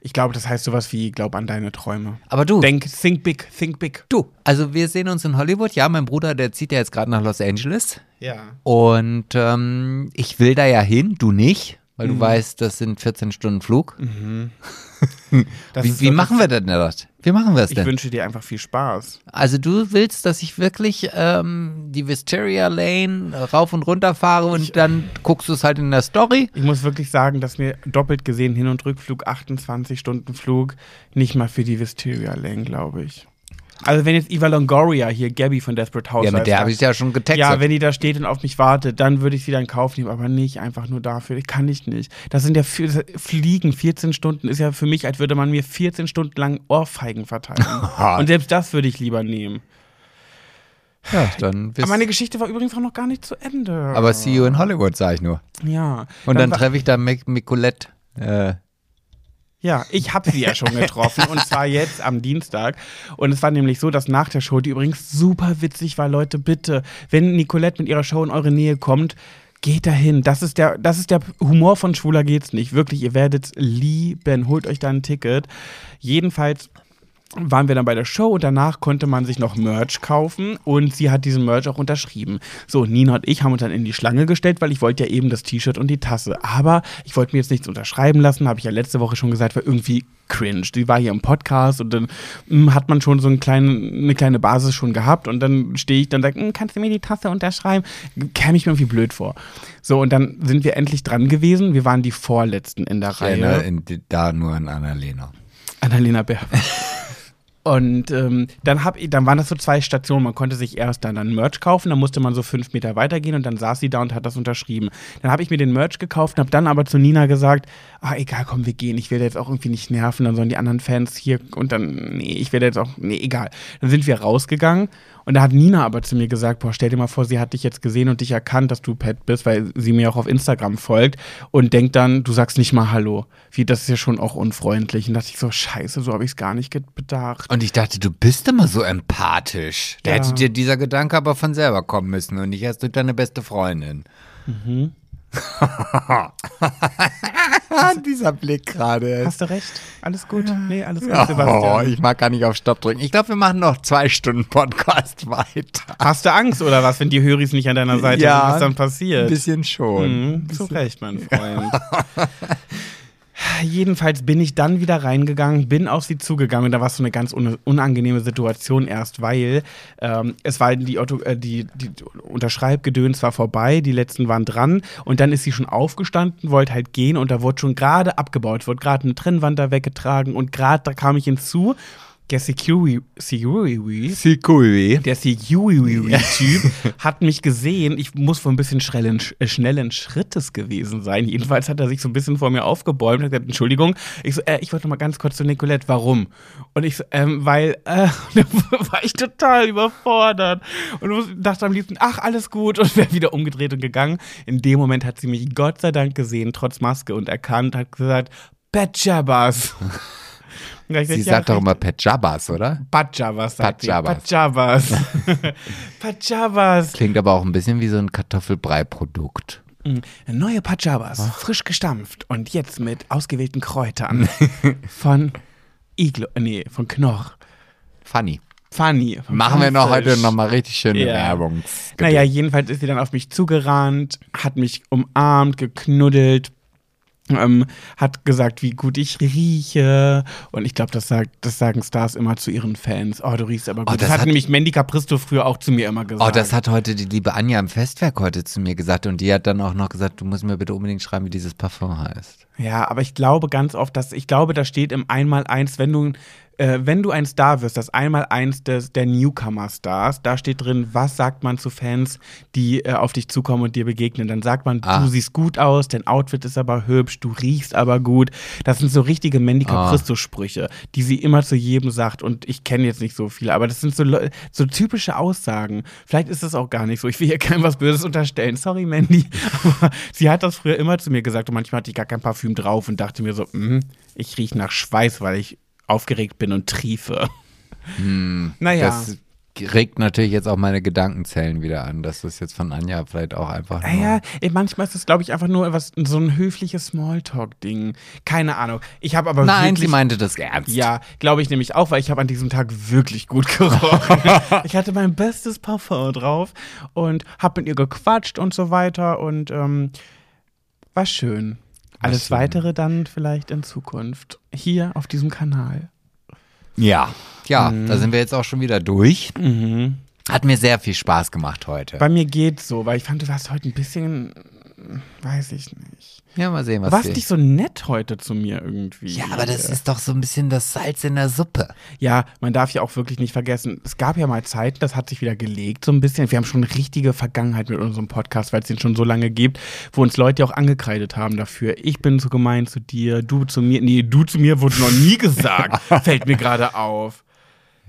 C: Ich glaube, das heißt sowas wie glaub an deine Träume.
B: Aber du,
C: Denk, think big, think big.
B: du, also wir sehen uns in Hollywood. Ja, mein Bruder, der zieht ja jetzt gerade nach Los Angeles.
C: Ja.
B: Und ähm, ich will da ja hin, du nicht, weil du weißt, das sind 14 Stunden Flug.
C: Das
B: Wie,
C: ist
B: wie
C: wirklich-
B: machen wir denn das? Wie machen wir es
C: Ich
B: denn?
C: wünsche dir einfach viel Spaß.
B: Also du willst, dass ich wirklich ähm, die Wisteria Lane rauf und runter fahre und dann guckst du es halt in der Story?
C: Ich muss wirklich sagen, dass mir doppelt gesehen Hin- und Rückflug, 28 Stunden Flug, nicht mal für die Wisteria Lane, glaube ich. Also wenn jetzt Eva Longoria hier, Gabby von Desperate
B: Ja,
C: Housewives,
B: mit der habe ich
C: da-
B: ja schon getextet.
C: ja, wenn die da steht und auf mich wartet, dann würde ich sie dann in Kauf nehmen, aber nicht einfach nur dafür. Ich kann ich nicht. Das sind ja viel, Fliegen, 14 Stunden ist ja für mich, als würde man mir 14 Stunden lang Ohrfeigen verteilen. und selbst das würde ich lieber nehmen.
B: ja, dann bist
C: Aber meine Geschichte war übrigens auch noch gar nicht zu Ende.
B: Aber see you in Hollywood, sag ich nur.
C: ja.
B: Und dann,
C: war-
B: treffe ich da Mic Micolette. Äh,
C: Ja, ich habe sie ja schon getroffen und zwar jetzt am Dienstag. Und es war nämlich so, dass nach der Show, die übrigens super witzig war, Leute, bitte, wenn Nicolette mit ihrer Show in eure Nähe kommt, geht dahin. Das ist der, das ist der Humor von Schwuler geht's nicht. Wirklich, ihr werdet's lieben. Holt euch da ein Ticket. Jedenfalls waren wir dann bei der Show und danach konnte man sich noch Merch kaufen und sie hat diesen Merch auch unterschrieben. So, Nina und ich haben uns dann in die Schlange gestellt, weil ich wollte ja eben das T-Shirt und die Tasse. Aber ich wollte mir jetzt nichts unterschreiben lassen, habe ich ja letzte Woche schon gesagt, war irgendwie cringe. Die war hier im Podcast und dann hm, hat man schon so einen kleinen, eine kleine Basis schon gehabt und dann stehe ich dann und sage, hm, kannst du mir die Tasse unterschreiben? Käme ich mir irgendwie blöd vor. So, und dann sind wir endlich dran gewesen. Wir waren die Vorletzten in der
B: ich
C: Reihe.
B: erinnere in, da nur an Annalena.
C: Annalena Baerbock. Und ähm, dann, hab, ich- dann waren das so zwei Stationen. Man konnte sich erst dann ein Merch kaufen, dann musste man so fünf Meter weitergehen und dann saß sie da und hat das unterschrieben. Dann habe ich mir den Merch gekauft und habe dann aber zu Nina gesagt, ah egal, komm, wir gehen. Ich werde jetzt auch irgendwie nicht nerven, dann sollen die anderen Fans hier und dann, nee, ich werde jetzt auch, nee, egal. Dann sind wir rausgegangen Und da hat Nina aber zu mir gesagt, boah, stell dir mal vor, sie hat dich jetzt gesehen und dich erkannt, dass du Pat bist, weil sie mir auch auf Instagram folgt und denkt dann, du sagst nicht mal Hallo. Wie, das ist ja schon auch unfreundlich. Und dachte ich so, scheiße, so habe ich es gar nicht ge- bedacht.
B: Und ich dachte, du bist immer so empathisch. Da
C: Ja.
B: hätte dir dieser Gedanke aber von selber kommen müssen und nicht erst durch deine beste Freundin. Mhm. dieser Blick gerade.
C: Hast du recht? Alles gut? Nee, alles gut,
B: Oh,
C: Sebastian.
B: ich mag gar nicht auf Stopp drücken. Ich glaube, wir machen noch zwei Stunden Podcast weiter.
C: Hast du Angst oder was, wenn die Höris nicht an deiner Seite
B: Ja.
C: sind? Was dann passiert?
B: Ein bisschen schon.
C: Mhm, zu Recht, mein Freund. Jedenfalls bin ich dann wieder reingegangen, bin auf sie zugegangen. Da war es so eine ganz un unangenehme Situation erst, weil ähm, es war die, Otto, äh, die, die Unterschreibgedöns war vorbei, die letzten waren dran und dann ist sie schon aufgestanden, wollte halt gehen und da wurde schon gerade abgebaut, wurde gerade eine Trennwand da weggetragen und gerade da kam ich hinzu. Der Security, Security
B: Sikui.
C: der Sijuiwi-Typ hat mich gesehen. Ich muss wohl ein bisschen schnellen, äh, schnellen Schrittes gewesen sein. Jedenfalls hat er sich so ein bisschen vor mir aufgebäumt und hat gesagt, Entschuldigung. Ich so, äh, ich wollte noch mal ganz kurz zu Nicolette. Warum? Und ich so, ähm, weil, äh, da war ich total überfordert. Und muss- dachte am liebsten, ach, alles gut. Und wäre wieder umgedreht und gegangen. In dem Moment hat sie mich Gott sei Dank gesehen, trotz Maske und erkannt, hat gesagt, Betjabas. Und da hab ich
B: Sie
C: gesagt, ja,
B: sagt doch immer Pajabas, oder?
C: Pajabas, sagt sie.
B: Pajabas.
C: Pajabas. Pajabas.
B: Klingt aber auch ein bisschen wie so ein Kartoffelbrei-Produkt.
C: Neue Pajabas, frisch gestampft und jetzt mit ausgewählten Kräutern. von Iglo, äh, nee, von Knoch.
B: Funny.
C: Funny. vom
B: Machen wir noch heute
C: Thunfisch.
B: nochmal richtig schöne
C: Ja.
B: Werbung.
C: Naja, jedenfalls ist sie dann auf mich zugerannt, hat mich umarmt, geknuddelt, ähm, hat gesagt, wie gut ich rieche. Und ich glaube, das, sagt, das sagen Stars immer zu ihren Fans. Oh, du riechst aber gut.
B: das
C: das, hat,
B: hat-
C: nämlich Mandy Capristo früher auch zu mir immer gesagt.
B: Oh, das hat heute die liebe Anja im Festwerk heute zu mir gesagt und die hat dann auch noch gesagt, du musst mir bitte unbedingt schreiben, wie dieses Parfum heißt.
C: Ja, aber ich glaube ganz oft, dass ich glaube, da steht im Einmaleins, wenn du äh, wenn du ein Star wirst, das Einmaleins des der Newcomer Stars, da steht drin, was sagt man zu Fans, die äh, auf dich zukommen und dir begegnen? Dann sagt man,
B: Ah.
C: du siehst gut aus, dein Outfit ist aber hübsch, du riechst aber gut. Das sind so richtige Mandy
B: Ah.
C: Capristo Sprüche, die sie immer zu jedem sagt und ich kenne jetzt nicht so viele, aber das sind so Leu- so typische Aussagen. Vielleicht ist das auch gar nicht so. Ich will hier keinem was Böses unterstellen. Sorry, Mandy, aber sie hat das früher immer zu mir gesagt und manchmal hatte ich gar kein Parfüm drauf und dachte mir so, "Mm, ich rieche nach Schweiß, weil ich aufgeregt bin und triefe. naja.
B: Hm, Das regt natürlich jetzt auch meine Gedankenzellen wieder an, dass das jetzt von Anja vielleicht auch einfach nur...
C: Naja, eh, manchmal ist es, glaube ich, einfach nur was, so ein höfliches Smalltalk-Ding. Keine Ahnung. Ich habe aber
B: Nein,
C: wirklich
B: sie meinte das ernst.
C: Ja, glaube ich nämlich auch, weil ich habe an diesem Tag wirklich gut gerochen. ich hatte mein bestes Parfum drauf und habe mit ihr gequatscht und so weiter und ähm, war schön. Alles
B: schön.
C: weitere dann vielleicht in Zukunft hier auf diesem Kanal.
B: Ja, ja
C: Mhm.
B: da sind wir jetzt auch schon wieder durch. Hat mir sehr viel Spaß gemacht heute.
C: Bei mir geht's so, weil ich fand, du warst heute ein bisschen, weiß ich nicht.
B: Ja, mal sehen,
C: Du
B: was
C: warst
B: wir-
C: nicht so nett heute zu mir irgendwie.
B: Ja, aber das ist doch so ein bisschen das Salz in der Suppe.
C: Ja, man darf ja auch wirklich nicht vergessen, es gab ja mal Zeiten, das hat sich wieder gelegt so ein bisschen. Wir haben schon richtige Vergangenheit mit unserem Podcast, weil es den schon so lange gibt, wo uns Leute auch angekreidet haben dafür. Ich bin so gemein zu dir, du zu mir. Nee, du zu mir wurde noch nie gesagt. Fällt mir gerade auf.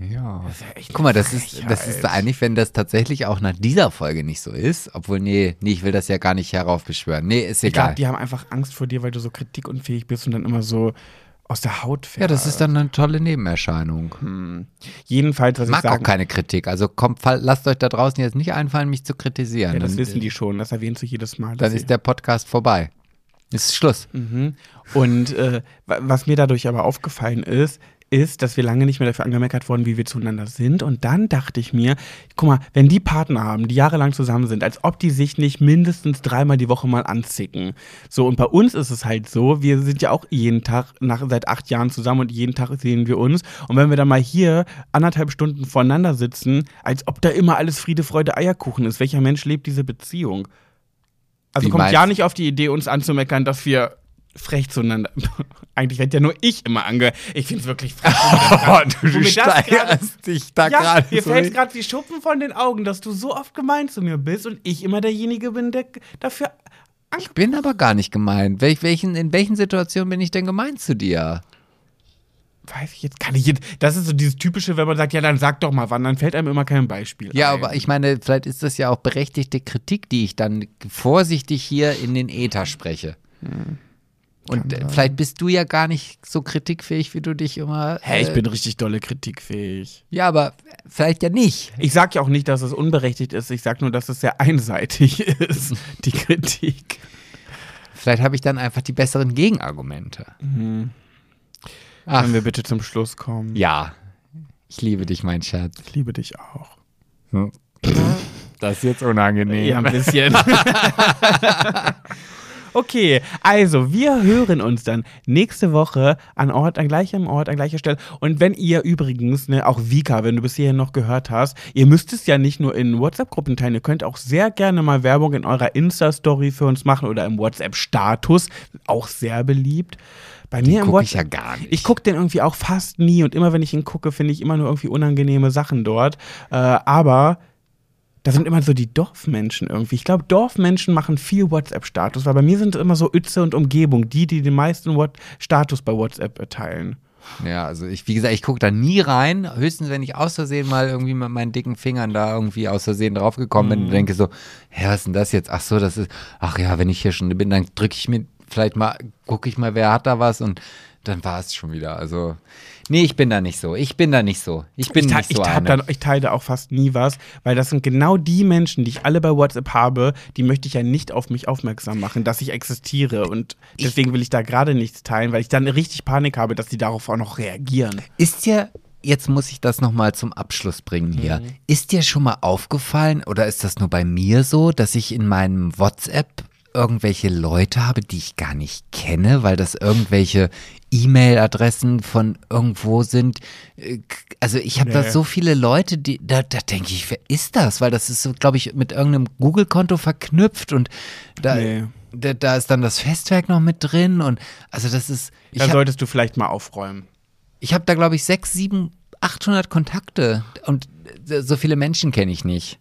B: Ja.
C: Das ist ja echt
B: Guck mal, das ist, das
C: Frechheit.
B: ist eigentlich, wenn das tatsächlich auch nach dieser Folge nicht so ist, obwohl, nee, nee, ich will das ja gar nicht heraufbeschwören. Nee, ist
C: Ich glaube,
B: egal.
C: die haben einfach Angst vor dir, weil du so kritikunfähig bist und dann immer so aus der Haut fällst.
B: ja, das ist dann eine tolle Nebenerscheinung.
C: Jedenfalls, was Also ich
B: Mag auch
C: sagen
B: keine Kritik. Also kommt, fall, lasst euch da draußen jetzt nicht einfallen, mich zu kritisieren.
C: Ja, das
B: Dann-
C: wissen die schon, das erwähnst du jedes Mal. dass
B: Dann
C: sie-
B: ist der Podcast vorbei. Ist Schluss.
C: Mhm. Und äh, wa- was mir dadurch aber aufgefallen ist, ist, dass wir lange nicht mehr dafür angemeckert wurden, wie wir zueinander sind. Und dann dachte ich mir, guck mal, wenn die Partner haben, die jahrelang zusammen sind, als ob die sich nicht mindestens dreimal die Woche mal anzicken. So, und bei uns ist es halt so, wir sind ja auch jeden Tag nach, seit acht Jahren zusammen und jeden Tag sehen wir uns. Und wenn wir dann mal hier anderthalb Stunden voneinander sitzen, als ob da immer alles Friede, Freude, Eierkuchen ist. Welcher Mensch lebt diese Beziehung? Also
B: Wie
C: kommt
B: meinst
C: ja
B: du?
C: nicht auf die Idee, uns anzumeckern, dass wir frech zueinander. Eigentlich werde ja nur ich immer ange. Ich finde es wirklich frech.
B: Oh, du
C: Wo mir das gerade-
B: dich da
C: ja, mir
B: so
C: fällt gerade wie Schuppen von den Augen, dass du so oft gemein zu mir bist und ich immer derjenige bin, der dafür.
B: Ich bin aber gar nicht gemein. Welch, welchen, in welchen Situationen bin ich denn gemein zu dir?
C: weiß ich jetzt gar nicht. Das ist so dieses typische, wenn man sagt, ja, dann sag doch mal wann, dann fällt einem immer kein Beispiel.
B: Ja,
C: ein.
B: aber ich meine, vielleicht ist das ja auch berechtigte Kritik, die ich dann vorsichtig hier in den Äther spreche. Hm. Und äh, vielleicht bist du ja gar nicht so kritikfähig, wie du dich immer.
C: Hä, ich
B: äh,
C: bin richtig dolle kritikfähig.
B: Ja, aber vielleicht ja nicht.
C: Ich sag ja auch nicht, dass es unberechtigt ist, ich sag nur, dass es sehr einseitig ist, die Kritik.
B: Vielleicht habe ich dann einfach die besseren Gegenargumente. Mhm. Ach,
C: Können wir bitte zum Schluss kommen?
B: ja. Ich liebe dich, mein Schatz.
C: Ich liebe dich auch.
B: Das ist jetzt unangenehm.
C: Ja, ein bisschen. okay, also wir hören uns dann nächste Woche an Ort, an gleichem Ort, an gleicher Stelle. Und wenn ihr übrigens, ne, auch Vika, wenn du bis hierhin noch gehört hast, ihr müsst es ja nicht nur in WhatsApp-Gruppen teilen, ihr könnt auch sehr gerne mal Werbung in eurer Insta-Story für uns machen oder im WhatsApp-Status, auch sehr beliebt. Bei mir im
B: guck ich
C: WhatsApp
B: ja gar nicht.
C: ich gucke den irgendwie auch fast nie und immer wenn ich ihn gucke, finde ich immer nur irgendwie unangenehme Sachen dort. Äh, aber da sind immer so die Dorfmenschen irgendwie. Ich glaube, Dorfmenschen machen viel WhatsApp-Status, weil bei mir sind es immer so Ütze und Umgebung, die, die den meisten What Status bei WhatsApp erteilen.
B: Ja, also ich, wie gesagt, ich gucke da nie rein. Höchstens, wenn ich aus Versehen mal irgendwie mit meinen dicken Fingern da irgendwie aus Versehen draufgekommen
C: Mhm.
B: bin und denke so, hä, was ist denn das jetzt? Ach so, das ist, ach ja, wenn ich hier schon bin, dann drücke ich mir vielleicht mal, gucke ich mal, wer hat da was und dann war es schon wieder. Also, nee, ich bin da nicht so. Ich bin da nicht so. Ich bin
C: ich, te-
B: nicht so
C: ich, hab
B: eine.
C: dann, ich teile da auch fast nie was, weil das sind genau die Menschen, die ich alle bei WhatsApp habe, die möchte ich ja nicht auf mich aufmerksam machen, dass ich existiere. Und deswegen will ich da gerade nichts teilen, weil ich dann richtig Panik habe, dass die darauf auch noch reagieren.
B: Ist dir, jetzt muss ich das nochmal zum Abschluss bringen hier,
C: Mhm.
B: ist dir schon mal aufgefallen oder ist das nur bei mir so, dass ich in meinem WhatsApp irgendwelche Leute habe, die ich gar nicht kenne, weil das irgendwelche E-Mail-Adressen von irgendwo sind. Äh, k- Also ich habe da
C: Nee.
B: so viele Leute, die da, da denke ich, wer ist das? Weil das ist so, glaube ich, mit irgendeinem Google-Konto verknüpft und da,
C: Nee.
B: da, da ist dann das Festwerk noch mit drin und also das ist. ich
C: Da
B: hab-
C: solltest du vielleicht mal aufräumen.
B: ich habe da, glaube ich, sechs, sieben, 800 Kontakte und äh, so viele Menschen kenne ich nicht.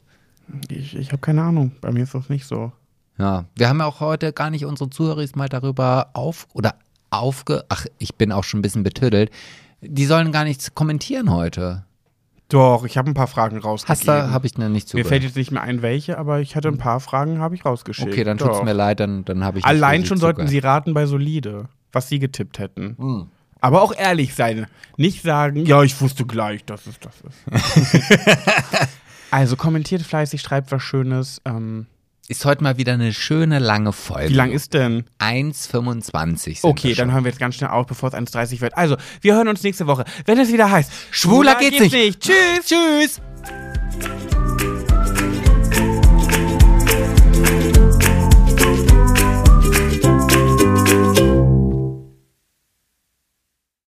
C: Ich, ich habe keine Ahnung. Bei mir ist das nicht so.
B: Ja, wir haben ja auch heute gar nicht unsere Zuhörer mal darüber auf oder aufge. Ach, ich bin auch schon ein bisschen betüdelt. Die sollen gar nichts kommentieren heute.
C: Doch, ich habe ein paar Fragen rausgegeben.
B: Hast da habe ich noch nicht
C: mir
B: zugehört.
C: fällt jetzt nicht mehr ein, welche, aber ich hatte ein paar Fragen, habe ich rausgeschickt.
B: Okay, dann
C: Doch.
B: tut's mir leid, dann, dann habe ich. nicht für
C: Allein
B: Sie
C: schon sollten
B: zugehört.
C: sie raten bei solide, was sie getippt hätten.
B: Hm.
C: Aber auch ehrlich sein. Nicht sagen, ja, ich wusste gleich, dass es das ist. also kommentiert fleißig, schreibt was Schönes. Ähm,
B: Ist heute mal wieder eine schöne lange Folge.
C: wie lang ist denn?
B: 1,25. sind
C: Okay,
B: wir schon.
C: dann hören wir jetzt ganz schnell auf, bevor es 1,30 wird. Also, wir hören uns nächste Woche, wenn es wieder heißt:
B: Schwuler geht's nicht.
C: Tschüss. Tschüss.